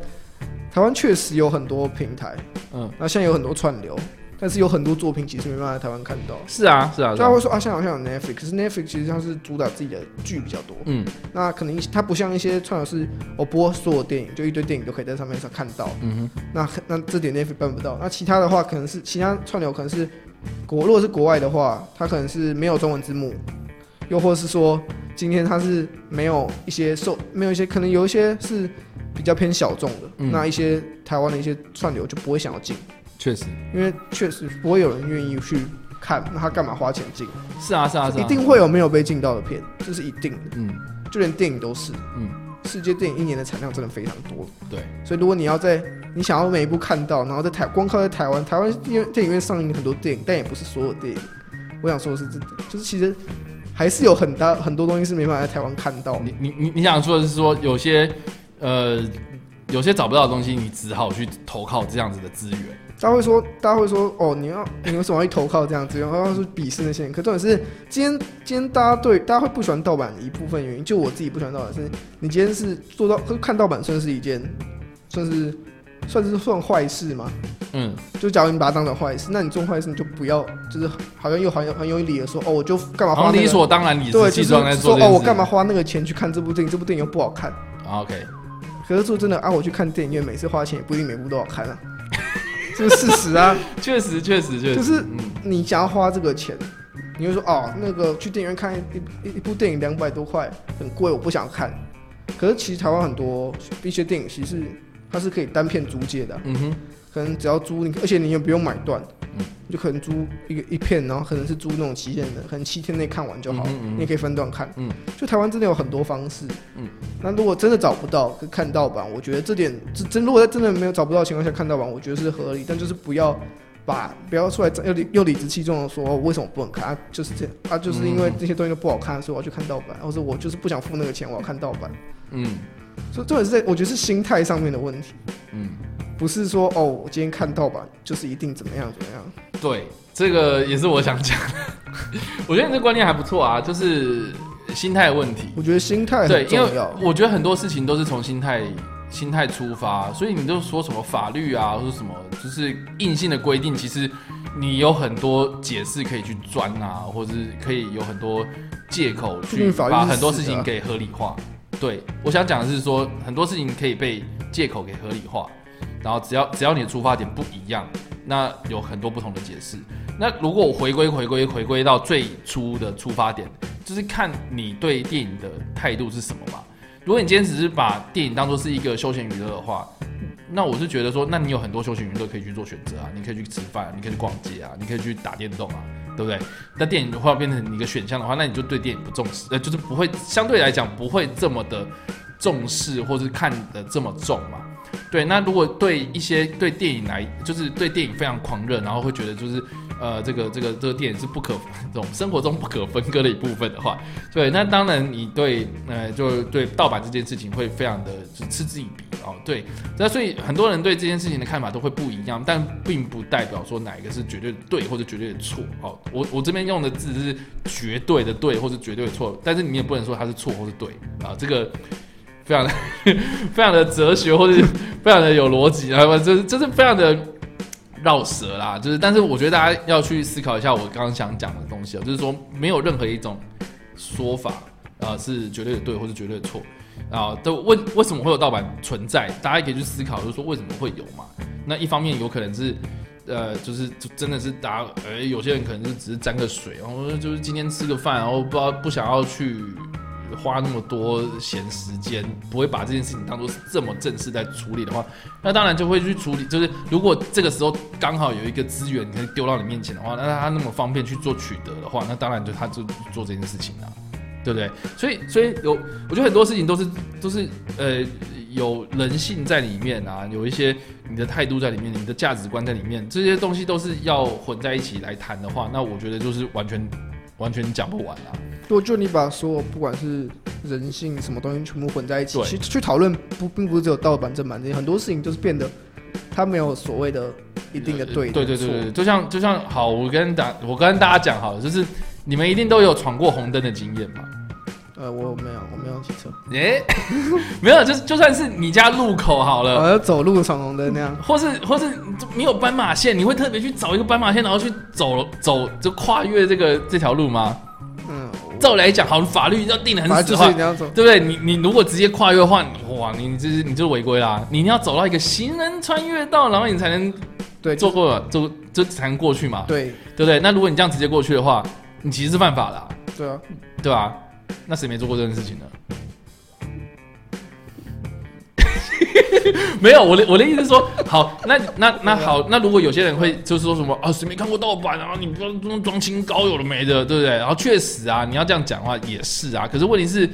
Speaker 2: 台湾确实有很多平台，
Speaker 1: 嗯，
Speaker 2: 那现在有很多串流，但是有很多作品其实没办法在台湾看到。
Speaker 1: 是啊是啊，
Speaker 2: 大
Speaker 1: 是
Speaker 2: 家
Speaker 1: 啊
Speaker 2: 会说啊，现在好像有 Netflix，可是 Netflix 其实它是主打自己的剧比较多，
Speaker 1: 嗯
Speaker 2: 那可能一它不像一些串流是哦播所有电影，就一堆电影都可以在上面上看到。
Speaker 1: 嗯哼，
Speaker 2: 那那这点 Netflix 办不到。那其他的话，可能是其他串流可能是国，如果是国外的话，它可能是没有中文字幕，又或是说今天它是没有一些受，没有一些可能有一些是比较偏小众的，
Speaker 1: 嗯
Speaker 2: 那一些台湾的一些串流就不会想要进，
Speaker 1: 确实
Speaker 2: 因为确实不会有人愿意去看，那他干嘛花钱进？
Speaker 1: 是啊是啊是啊，
Speaker 2: 一定会有没有被禁到的片，这是一定的，
Speaker 1: 嗯
Speaker 2: 就连电影都是。
Speaker 1: 嗯，
Speaker 2: 世界电影一年的产量真的非常多，
Speaker 1: 对，
Speaker 2: 所以如果你要在你想要每一部看到，然后在台光靠在台湾，台湾电电影院上映很多电影，但也不是所有电影。我想说的是，这就是其实还是有很大很多东西是没办法在台湾看到的。
Speaker 1: 你你你你想说的是说有些呃有些找不到的东西，你只好去投靠这样子的资源。
Speaker 2: 大家会说，大家会说，哦，你要你为什么要去投靠这样子？然后是鄙视那些人。可重点是，今天今天大家对大家会不喜欢盗版的一部分原因，就我自己不喜欢盗版是，你今天是做到看盗版算是一件，算是算是算坏事吗？
Speaker 1: 嗯
Speaker 2: 就假如你把它当成坏事，那你做坏事你就不要，就是好像又好像很有理由说，哦，我就干嘛
Speaker 1: 好
Speaker 2: 花
Speaker 1: 像
Speaker 2: 那
Speaker 1: 理
Speaker 2: 个，
Speaker 1: 所当然，理直
Speaker 2: 对，就
Speaker 1: 气
Speaker 2: 是
Speaker 1: 壮在
Speaker 2: 说
Speaker 1: 做这件
Speaker 2: 哦，
Speaker 1: 事
Speaker 2: 我干嘛花那个钱去看这部电影？这部电影又不好看。
Speaker 1: 啊？OK，
Speaker 2: 可是说真的啊，我去看电影院，每次花钱也不一定每部都好看啊， 这是事实啊。
Speaker 1: 确实确实确实，
Speaker 2: 就是
Speaker 1: 嗯
Speaker 2: 你想要花这个钱，你就说哦，那个去电影院看一一一部电影两百多块，很贵，我不想看。可是其实台湾很多一些电影其实它是可以单片租借的啊、
Speaker 1: 嗯哼
Speaker 2: 可能只要租你，而且你也不用买断，
Speaker 1: 嗯
Speaker 2: 你就可能租一个一片，然后可能是租那种期限的，可能七天内看完就好，
Speaker 1: 嗯哼嗯哼
Speaker 2: 你也可以分段看。
Speaker 1: 嗯
Speaker 2: 就台湾真的有很多方式。
Speaker 1: 嗯，
Speaker 2: 那如果真的找不到跟看盗版，我觉得这点真真如果在真的没有找不到的情况下看盗版，我觉得是合理，但就是不要。把不要出来又理又理直气壮的说，哦为什么不能看？啊、就是这样啊，就是因为这些东西都不好看，所以我要去看盗版，或者我就是不想付那个钱，我要看盗版。
Speaker 1: 嗯
Speaker 2: 所以重点是在，我觉得是心态上面的问题。
Speaker 1: 嗯，
Speaker 2: 不是说哦，我今天看到吧，就是一定怎么样怎么样。
Speaker 1: 对，这个也是我想讲的。 我觉得你这观念还不错啊，就是心态问题。
Speaker 2: 我觉得心态
Speaker 1: 对，
Speaker 2: 很
Speaker 1: 因
Speaker 2: 重
Speaker 1: 为
Speaker 2: 要。
Speaker 1: 我觉得很多事情都是从心态心态出发，所以你就说什么法律啊，或者什么，就是硬性的规定，其实你有很多解释可以去钻啊，或者是可以有很多借口
Speaker 2: 毕
Speaker 1: 去
Speaker 2: 竟法律是
Speaker 1: 把很多
Speaker 2: 死
Speaker 1: 事
Speaker 2: 的
Speaker 1: 情
Speaker 2: 啊
Speaker 1: 给合理化。对，我想讲的是说，很多事情可以被借口给合理化，然后只要只要你的出发点不一样，那有很多不同的解释。那如果我回归回归回归到最初的出发点，就是看你对电影的态度是什么嘛。如果你今天只是把电影当做是一个休闲娱乐的话，那我是觉得说，那你有很多休闲娱乐可以去做选择啊，你可以去吃饭、你可以去逛街啊，你可以去打电动啊，对不对？那电影的话变成你一个选项的话，那你就对电影不重视，呃，就是不会相对来讲不会这么的重视，或是看得这么重嘛。对，那如果对一些对电影来，就是对电影非常狂热，然后会觉得就是呃，这个这个这个电影是不可 这种生活中不可分割的一部分的话，对，那当然你对呃，就对盗版这件事情会非常的就嗤之以鼻哦。对，那所以很多人对这件事情的看法都会不一样，但并不代表说哪一个是绝对的对或者绝对的错哦。我我这边用的字是绝对的对或是绝对的错，但是你也不能说它是错或是对啊，这个非常的 非常的哲学或者是 非常的有逻辑啊，不，这是这是非常的绕舌啦，就是，但是我觉得大家要去思考一下我刚刚想讲的东西啊，就是说没有任何一种说法啊、呃是绝对的对或是绝对的错啊，都为为什么会有盗版存在，大家也可以去思考，就是说为什么会有嘛？那一方面有可能是。呃，就是就真的是大家，呃，有些人可能是只是沾个水，然后就是今天吃个饭，然后不知道不想要去花那么多闲时间，不会把这件事情当做是这么正式在处理的话，那当然就会去处理。就是如果这个时候刚好有一个资源可以丢到你面前的话，那他那么方便去做取得的话，那当然就他就做这件事情了、啊对不对？所以，所以有，我觉得很多事情都是都是呃有人性在里面啊，有一些你的态度在里面，你的价值观在里面，这些东西都是要混在一起来谈的话，那我觉得就是完全完全讲不完啊啦、
Speaker 2: 如果就你把所有不管是人性什么东西全部混在一起，
Speaker 1: 对
Speaker 2: 去去讨论不并不是只有盗版正版这些，很多事情就是变得它没有所谓的一定的对
Speaker 1: 呃
Speaker 2: 的
Speaker 1: 对对对
Speaker 2: 错
Speaker 1: 对，就像就像好，我跟大我跟大家讲好了，就是你们一定都有闯过红灯的经验 嘛。
Speaker 2: 呃，我没有我没有骑车，
Speaker 1: 诶、 没有，就是就算是你家路口好了
Speaker 2: 我，要走路闯红灯那样。
Speaker 1: 或是或是没有斑马线，你会特别去找一个斑马线，然后去走走就跨越这个这条路吗？
Speaker 2: 嗯，
Speaker 1: 照理来讲，好，法律要定的很
Speaker 2: 反
Speaker 1: 死的
Speaker 2: 正就
Speaker 1: 话，
Speaker 2: 是你要走。
Speaker 1: 对不对？你你如果直接跨越的话，你哇，你这是你就是违规啦！你一定要走到一个行人穿越道，然后你才能
Speaker 2: 对，
Speaker 1: 坐过走，就才能过去嘛，
Speaker 2: 对
Speaker 1: 对不对？那如果你这样直接过去的话，你其实是犯法的啊、
Speaker 2: 对啊，
Speaker 1: 对吧、那谁没做过这件事情呢？ 没有，我的我的意思是说，好，那那那好，那如果有些人会就是说什么啊，谁没看过盗版啊，你不要装装清高，有的没的，对不对？然后确实啊，你要这样讲的话也是啊，可是问题是，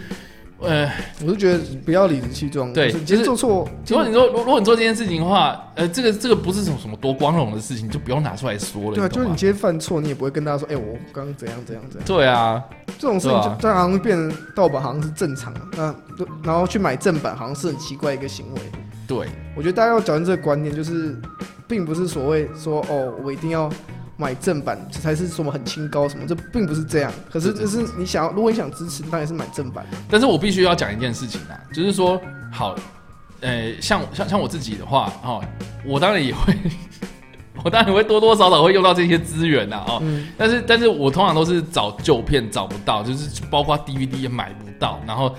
Speaker 1: 呃，
Speaker 2: 我是觉得不要理直气壮。
Speaker 1: 对
Speaker 2: 就是
Speaker 1: 就
Speaker 2: 今
Speaker 1: 是
Speaker 2: 天做错，
Speaker 1: 如果你说如如果你做这件事情的话，呃，这个这个不是什么什么多光荣的事情，就不用拿出来说了，
Speaker 2: 对啊，
Speaker 1: 你懂
Speaker 2: 就是
Speaker 1: 吗
Speaker 2: 你？今天犯错，你也不会跟大家说，哎，我刚刚怎样怎样怎样。
Speaker 1: 对啊，
Speaker 2: 这种事情
Speaker 1: 对
Speaker 2: 就
Speaker 1: 啊
Speaker 2: 它好像变成盗版，好像是正常的。那然后去买正版，好像是很奇怪一个行为。
Speaker 1: 对，
Speaker 2: 我觉得大家要矫正这个观念，就是并不是所谓说哦，我一定要买正版这才是什么很清高什么，这并不是这样。可是
Speaker 1: 对
Speaker 2: 就是你想要，如果你想支持，当然是买正版。
Speaker 1: 但是我必须要讲一件事情啊，就是说，好，呃，像像像我自己的话，哦，我当然也会， 我当然会多多少少会用到这些资源啊，哦，
Speaker 2: 嗯，
Speaker 1: 但是但是我通常都是找旧片找不到，就是包括 DVD 也买不到，然后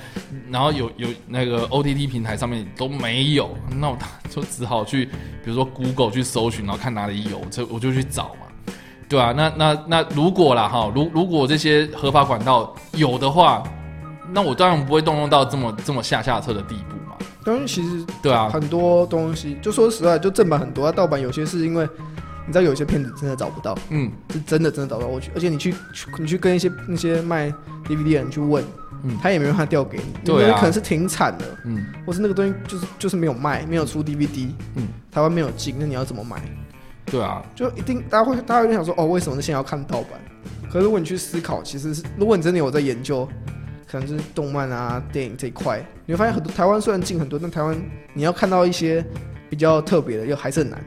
Speaker 1: 然后有有那个 OTT 平台上面都没有，那我当就只好去，比如说 Google 去搜寻，然后看哪里有，这我就去找嘛。对啊，那那那如果啦哈，如如果这些合法管道有的话，那我当然不会动用到这么这么下下策的地步嘛。
Speaker 2: 当然其实
Speaker 1: 对啊，
Speaker 2: 很多东西，就说实在，就正版很多，啊，盗版有些是因为你知道有些片子真的找不到，
Speaker 1: 嗯
Speaker 2: 是真的真的找不到。我去，而且你去去你去跟一些那些卖 DVD 的人去问，
Speaker 1: 嗯
Speaker 2: 他也没办法调给你，
Speaker 1: 对啊
Speaker 2: 因为可能是停产了，
Speaker 1: 嗯，
Speaker 2: 或是那个东西就是就是没有卖，没有出 DVD，
Speaker 1: 嗯
Speaker 2: 台湾没有进，那你要怎么买？
Speaker 1: 对啊，
Speaker 2: 就一定大家会大家会想说，哦，为什么那些要看盗版？可是如果你去思考，其实是如果你真的有在研究，可能就是动漫啊、电影这一块，你会发现很多台湾虽然进很多，但台湾你要看到一些比较特别的，又还是很难。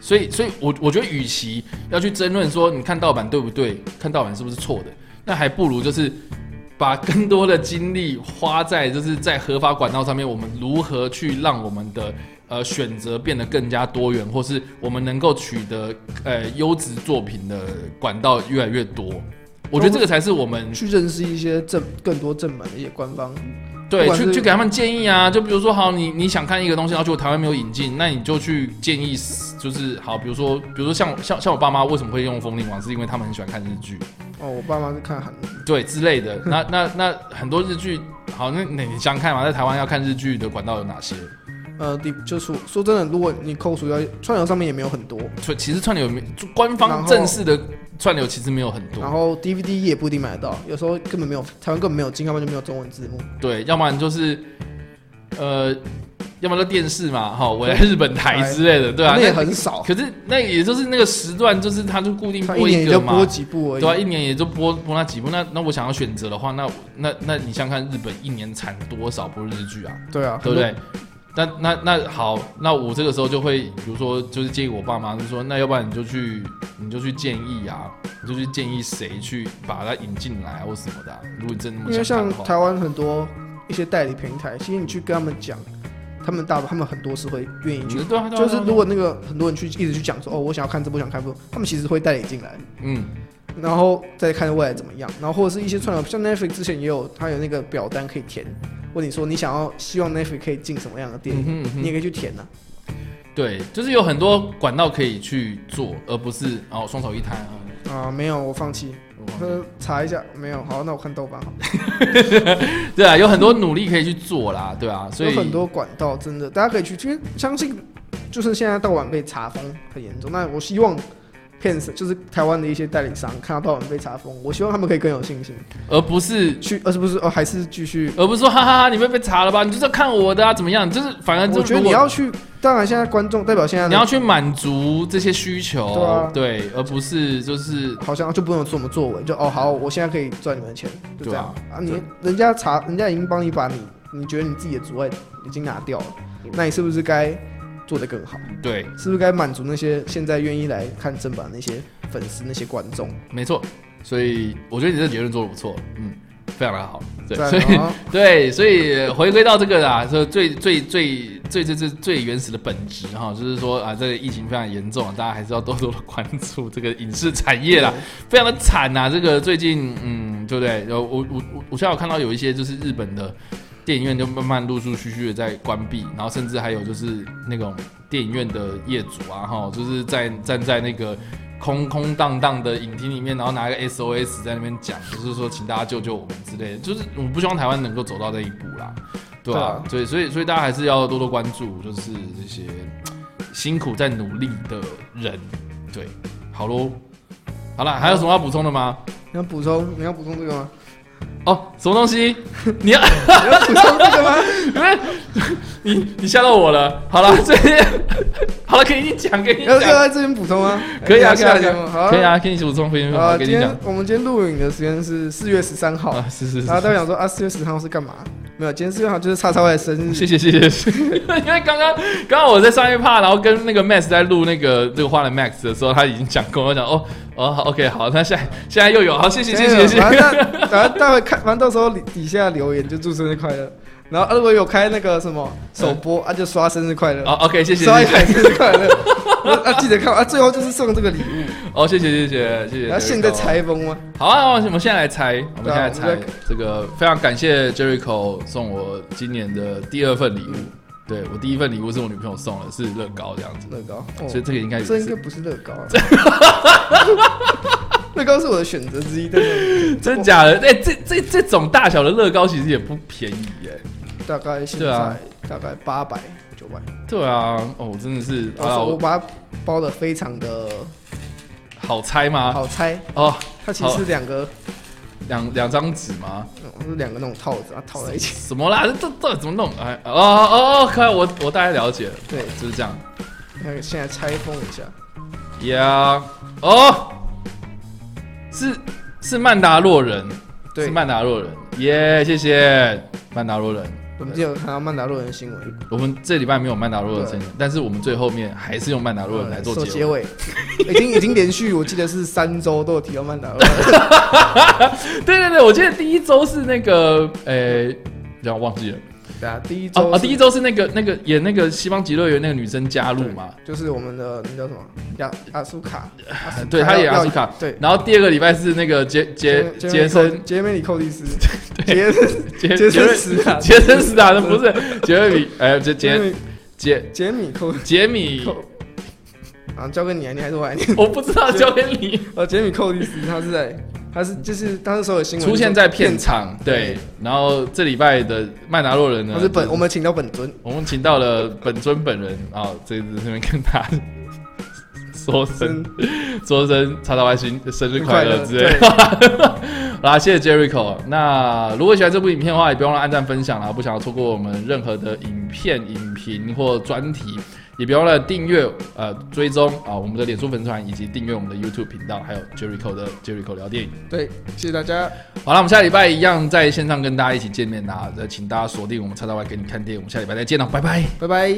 Speaker 1: 所以，所以我我觉得，与其要去争论说你看盗版对不对，看盗版是不是错的，那还不如就是把更多的精力花在就是在合法管道上面，我们如何去让我们的呃选择变得更加多元，或是我们能够取得呃优质作品的管道越来越多。我觉得这个才是我们
Speaker 2: 去认识一些正更多正版的一些官方，
Speaker 1: 对
Speaker 2: 不管
Speaker 1: 去
Speaker 2: 是
Speaker 1: 去给他们建议啊，就比如说好，你你想看一个东西，然后结果台湾没有引进，那你就去建议，就是好，比如说比如说像像像我爸妈为什么会用风铃网，是因为他们很喜欢看日剧，
Speaker 2: 哦，我爸妈是看韩剧，
Speaker 1: 对之类的。那那那很多日剧，好，那那你想想看嘛，在台湾要看日剧的管道有哪些？
Speaker 2: 呃，第就是说真的，如果你扣除掉串流上面也没有很多，
Speaker 1: 所以其实串流没官方
Speaker 2: 然后
Speaker 1: 正式的串流其实没有很
Speaker 2: 然
Speaker 1: 多，
Speaker 2: 后 DVD 也不一定买得到，有时候根本没有，台湾根本没有进，要不然就没有中文字幕。
Speaker 1: 对，要不然就是呃，要么就电视嘛，哈，我来日本台之类的，对啊，
Speaker 2: 那也
Speaker 1: 那
Speaker 2: 很少，
Speaker 1: 可是那也就是那个时段，就是它就固定
Speaker 2: 它
Speaker 1: 播
Speaker 2: 年
Speaker 1: 一
Speaker 2: 也
Speaker 1: 个
Speaker 2: 就
Speaker 1: 嘛，
Speaker 2: 播几部而已。
Speaker 1: 对啊，一年也就播播那几部。那那我想要选择的话，那我那那你想看日本一年产多少部日剧啊？
Speaker 2: 对啊，
Speaker 1: 对不对？那那那好，那我这个时候就会，比如说，就是建议我爸妈，就说，那要不然你就去，你就去建议啊，你就去建议谁去把它引进来啊，或什么的啊、如果你真的那
Speaker 2: 因为
Speaker 1: 么想看
Speaker 2: 像
Speaker 1: 的话，
Speaker 2: 台湾很多一些代理平台，其实你去跟他们讲，他们大他们很多是会愿意
Speaker 1: 你
Speaker 2: 去
Speaker 1: 就。对啊，对啊
Speaker 2: 就是
Speaker 1: 对啊
Speaker 2: 如果那个很多人去一直去讲说哦，我想要看这部，我想看这部，他们其实会带你进来，
Speaker 1: 嗯，
Speaker 2: 然后再看未来怎么样，然后或者是一些串流，像 Netflix 之前也有，它有那个表单可以填，问你说你想要希望 Netflix 可以进什么样的电
Speaker 1: 嗯
Speaker 2: 影，
Speaker 1: 哼嗯
Speaker 2: 你
Speaker 1: 哼，
Speaker 2: 也可以去填呐、啊
Speaker 1: 对，就是 有很多管道可以去做，而不是哦双手一摊啊，
Speaker 2: 啊。没有，我放弃，
Speaker 1: 我忘记了
Speaker 2: 呃，查一下没有？好，那我看豆瓣好了。
Speaker 1: 对啊，有很多努力可以去做啦，对啊，所以
Speaker 2: 有很多管道，真的大家可以去，因为相信就是现在盗版被查封很严重。那我希望骗子就是台湾的一些代理商看到盗版被查封，我希望他们可以更有信心
Speaker 1: 而不是
Speaker 2: 去，而是不是哦，还是继续。
Speaker 1: 而不是说哈哈哈，你们被查了吧？你就是要看我的啊，怎么样？就是反正就
Speaker 2: 我觉得
Speaker 1: 如
Speaker 2: 你
Speaker 1: 果
Speaker 2: 要去，当然现在观众代表现在的
Speaker 1: 你要去满足这些需求，
Speaker 2: 对啊
Speaker 1: 对，而不是就是
Speaker 2: 好像就不能有这么作为，就哦好，我现在可以赚你们的钱，就这样
Speaker 1: 对
Speaker 2: 啊你人家查，人家已经帮你把你你觉得你自己的阻碍已经拿掉了，那你是不是该做得更好？
Speaker 1: 对，
Speaker 2: 是不是该满足那些现在愿意来看正版的那些粉丝、那些观众？
Speaker 1: 没错。所以我觉得你这结论做的不错，嗯，非常的好。对，
Speaker 2: 赞
Speaker 1: 所以
Speaker 2: 哦
Speaker 1: 对，所以回归到这个啦，说最最最最最最最原始的本质哈，就是说啊，这个疫情非常严重，大家还是要多多的关注这个影视产业啦，非常的惨呐、这个最近，嗯，对不对？有我我我我现在有看到有一些就是日本的电影院就慢慢陆陆续续的在关闭，然后甚至还有就是那种电影院的业主啊，哈，就是在站在那个。空空荡荡的影厅里面，然后拿一个 SOS 在那边讲，就是说请大家救救我们之类的，就是我不希望台湾能够走到这一步啦，对吧、对，所以所以大家还是要多多关注，就是这些辛苦在努力的人，对，好喽，好了，还有什么要补充的吗？
Speaker 2: 你要补充，你要补充这个吗？
Speaker 1: 哦，什么东西？你要
Speaker 2: 你要补充这 个吗？
Speaker 1: 你你吓到我了。好了， 这好了，可以讲，可以
Speaker 2: 你要
Speaker 1: 讲，
Speaker 2: 在这边补充吗？
Speaker 1: 可以啊，
Speaker 2: 哎
Speaker 1: 可
Speaker 2: 你
Speaker 1: 以
Speaker 2: 要
Speaker 1: 啊，
Speaker 2: 下节目好，
Speaker 1: 可以。啊，可以补充，可以
Speaker 2: 啊，
Speaker 1: 跟
Speaker 2: 今
Speaker 1: 你
Speaker 2: 天
Speaker 1: 讲。
Speaker 2: 我们今天录影的时间是四月十三 号，
Speaker 1: 啊，是是是
Speaker 2: 然，后大家想说啊，四月十三号是干嘛？没有，今天四月号就是叉叉 Y 的生日，
Speaker 1: 哦谢谢谢谢谢谢， 因为刚刚刚刚我在上一趴，然后跟那个 Max 在录那个这个花了 Max 的时候，他已经讲跟我讲哦哦好 OK 好，那现在现在又有好，谢谢谢谢谢
Speaker 2: 反
Speaker 1: 谢，
Speaker 2: 正大反正待会看，反正到时候底底下留言就祝生日快乐。然后啊如果有开那个什么首播啊，就刷生日快乐，
Speaker 1: 哦 OK 谢谢
Speaker 2: 刷一
Speaker 1: 谢
Speaker 2: 排
Speaker 1: 谢，
Speaker 2: 生日 快乐。啊，记得看啊，最后就是送这个礼物。
Speaker 1: 哦谢谢谢谢谢谢，
Speaker 2: 然后现在拆封吗？
Speaker 1: 好啊，好啊我们现在来猜，我们现在来
Speaker 2: 对啊我
Speaker 1: 猜
Speaker 2: 们在
Speaker 1: 这个，非常感谢 Jericho 送我今年的第二份礼物。对我第一份礼物是我女朋友送的，是乐高这样子，
Speaker 2: 乐高，
Speaker 1: 所以
Speaker 2: 哦，
Speaker 1: 这个应该也
Speaker 2: 这应该
Speaker 1: 是
Speaker 2: 不是乐高啊。 乐高是我的选择之一，但是
Speaker 1: 真假的。哎、这这这种大小的乐高其实也不便宜哎、
Speaker 2: 大概现
Speaker 1: 对
Speaker 2: 在、
Speaker 1: 啊
Speaker 2: 大概八百九百，
Speaker 1: 对啊，哦，我真的是
Speaker 2: 我
Speaker 1: 啊，
Speaker 2: 我
Speaker 1: 我
Speaker 2: 把它包的非常的
Speaker 1: 好猜吗？
Speaker 2: 好猜，
Speaker 1: 哦，
Speaker 2: 它其实是两个
Speaker 1: 两两张纸吗？
Speaker 2: 嗯是两个那种套子啊套在一起，
Speaker 1: 什么啦？这这这怎么弄？哎，哦哦哦，可以，我我大概了解了，
Speaker 2: 对，
Speaker 1: 就是这样。
Speaker 2: 看现在拆封一下，
Speaker 1: 呀，哦，是是曼达洛人，
Speaker 2: 对
Speaker 1: 是曼达洛人，耶、谢谢曼达洛人。
Speaker 2: 我们之前有看到曼达洛人的新闻，
Speaker 1: 我们这礼拜没有曼达洛人的声音，但是我们最后面还是用曼达洛人来做
Speaker 2: 做
Speaker 1: 结
Speaker 2: 呃结
Speaker 1: 尾。
Speaker 2: 尾，已经已经连续我记得是三周都有提到曼达洛人，
Speaker 1: 对对对，我记得第一周是那个，诶、让我忘记了。
Speaker 2: 对啊，第一周
Speaker 1: 哦哦，
Speaker 2: 是
Speaker 1: 第一周是那个那个演那个西方极乐园那个女生加入嘛，
Speaker 2: 就是我们的那叫什么亚亚苏卡，亚苏卡
Speaker 1: 啊对，她演阿
Speaker 2: 要
Speaker 1: 苏卡。
Speaker 2: 对。
Speaker 1: 然后第二个礼拜是那个杰杰杰森
Speaker 2: 杰梅里寇 蒂斯，杰森
Speaker 1: 杰
Speaker 2: 杰
Speaker 1: 杰
Speaker 2: 森斯卡，
Speaker 1: 杰森斯坦的不是杰瑞米，哎杰杰
Speaker 2: 杰
Speaker 1: 杰
Speaker 2: 杰米寇
Speaker 1: 杰米，
Speaker 2: 寇啊，交给你啊，你还 是我来念。
Speaker 1: 我不知道交给 你。
Speaker 2: 呃，杰米寇蒂斯他是在，他是就是他那时候有新闻
Speaker 1: 出现在片
Speaker 2: 场，
Speaker 1: 场，对。然后这礼拜的曼达洛人呢，
Speaker 2: 他是本
Speaker 1: 就
Speaker 2: 我们请到本尊，
Speaker 1: 我们请到了本尊本人啊、这这这边跟他 说声
Speaker 2: 真
Speaker 1: 说声叉叉 Y 新生日快乐之类
Speaker 2: 对
Speaker 1: 的。 好啦，谢谢 Jericho。那如果喜欢这部影片的话，也不用忘了按赞分享啦，不想要错过我们任何的影片、影评或专题，也不要忘了订阅、呃追踪啊、我们的脸书粉丝团，以及订阅我们的 YouTube 频道，还有 Jericho 的 Jericho 聊电影。
Speaker 2: 对，谢谢大家，
Speaker 1: 好了，我们下礼拜一样在线上跟大家一起见面啦，再请大家锁定我们叉叉 Y 给你看电影，我们下礼拜再见了，拜拜。
Speaker 2: 拜拜。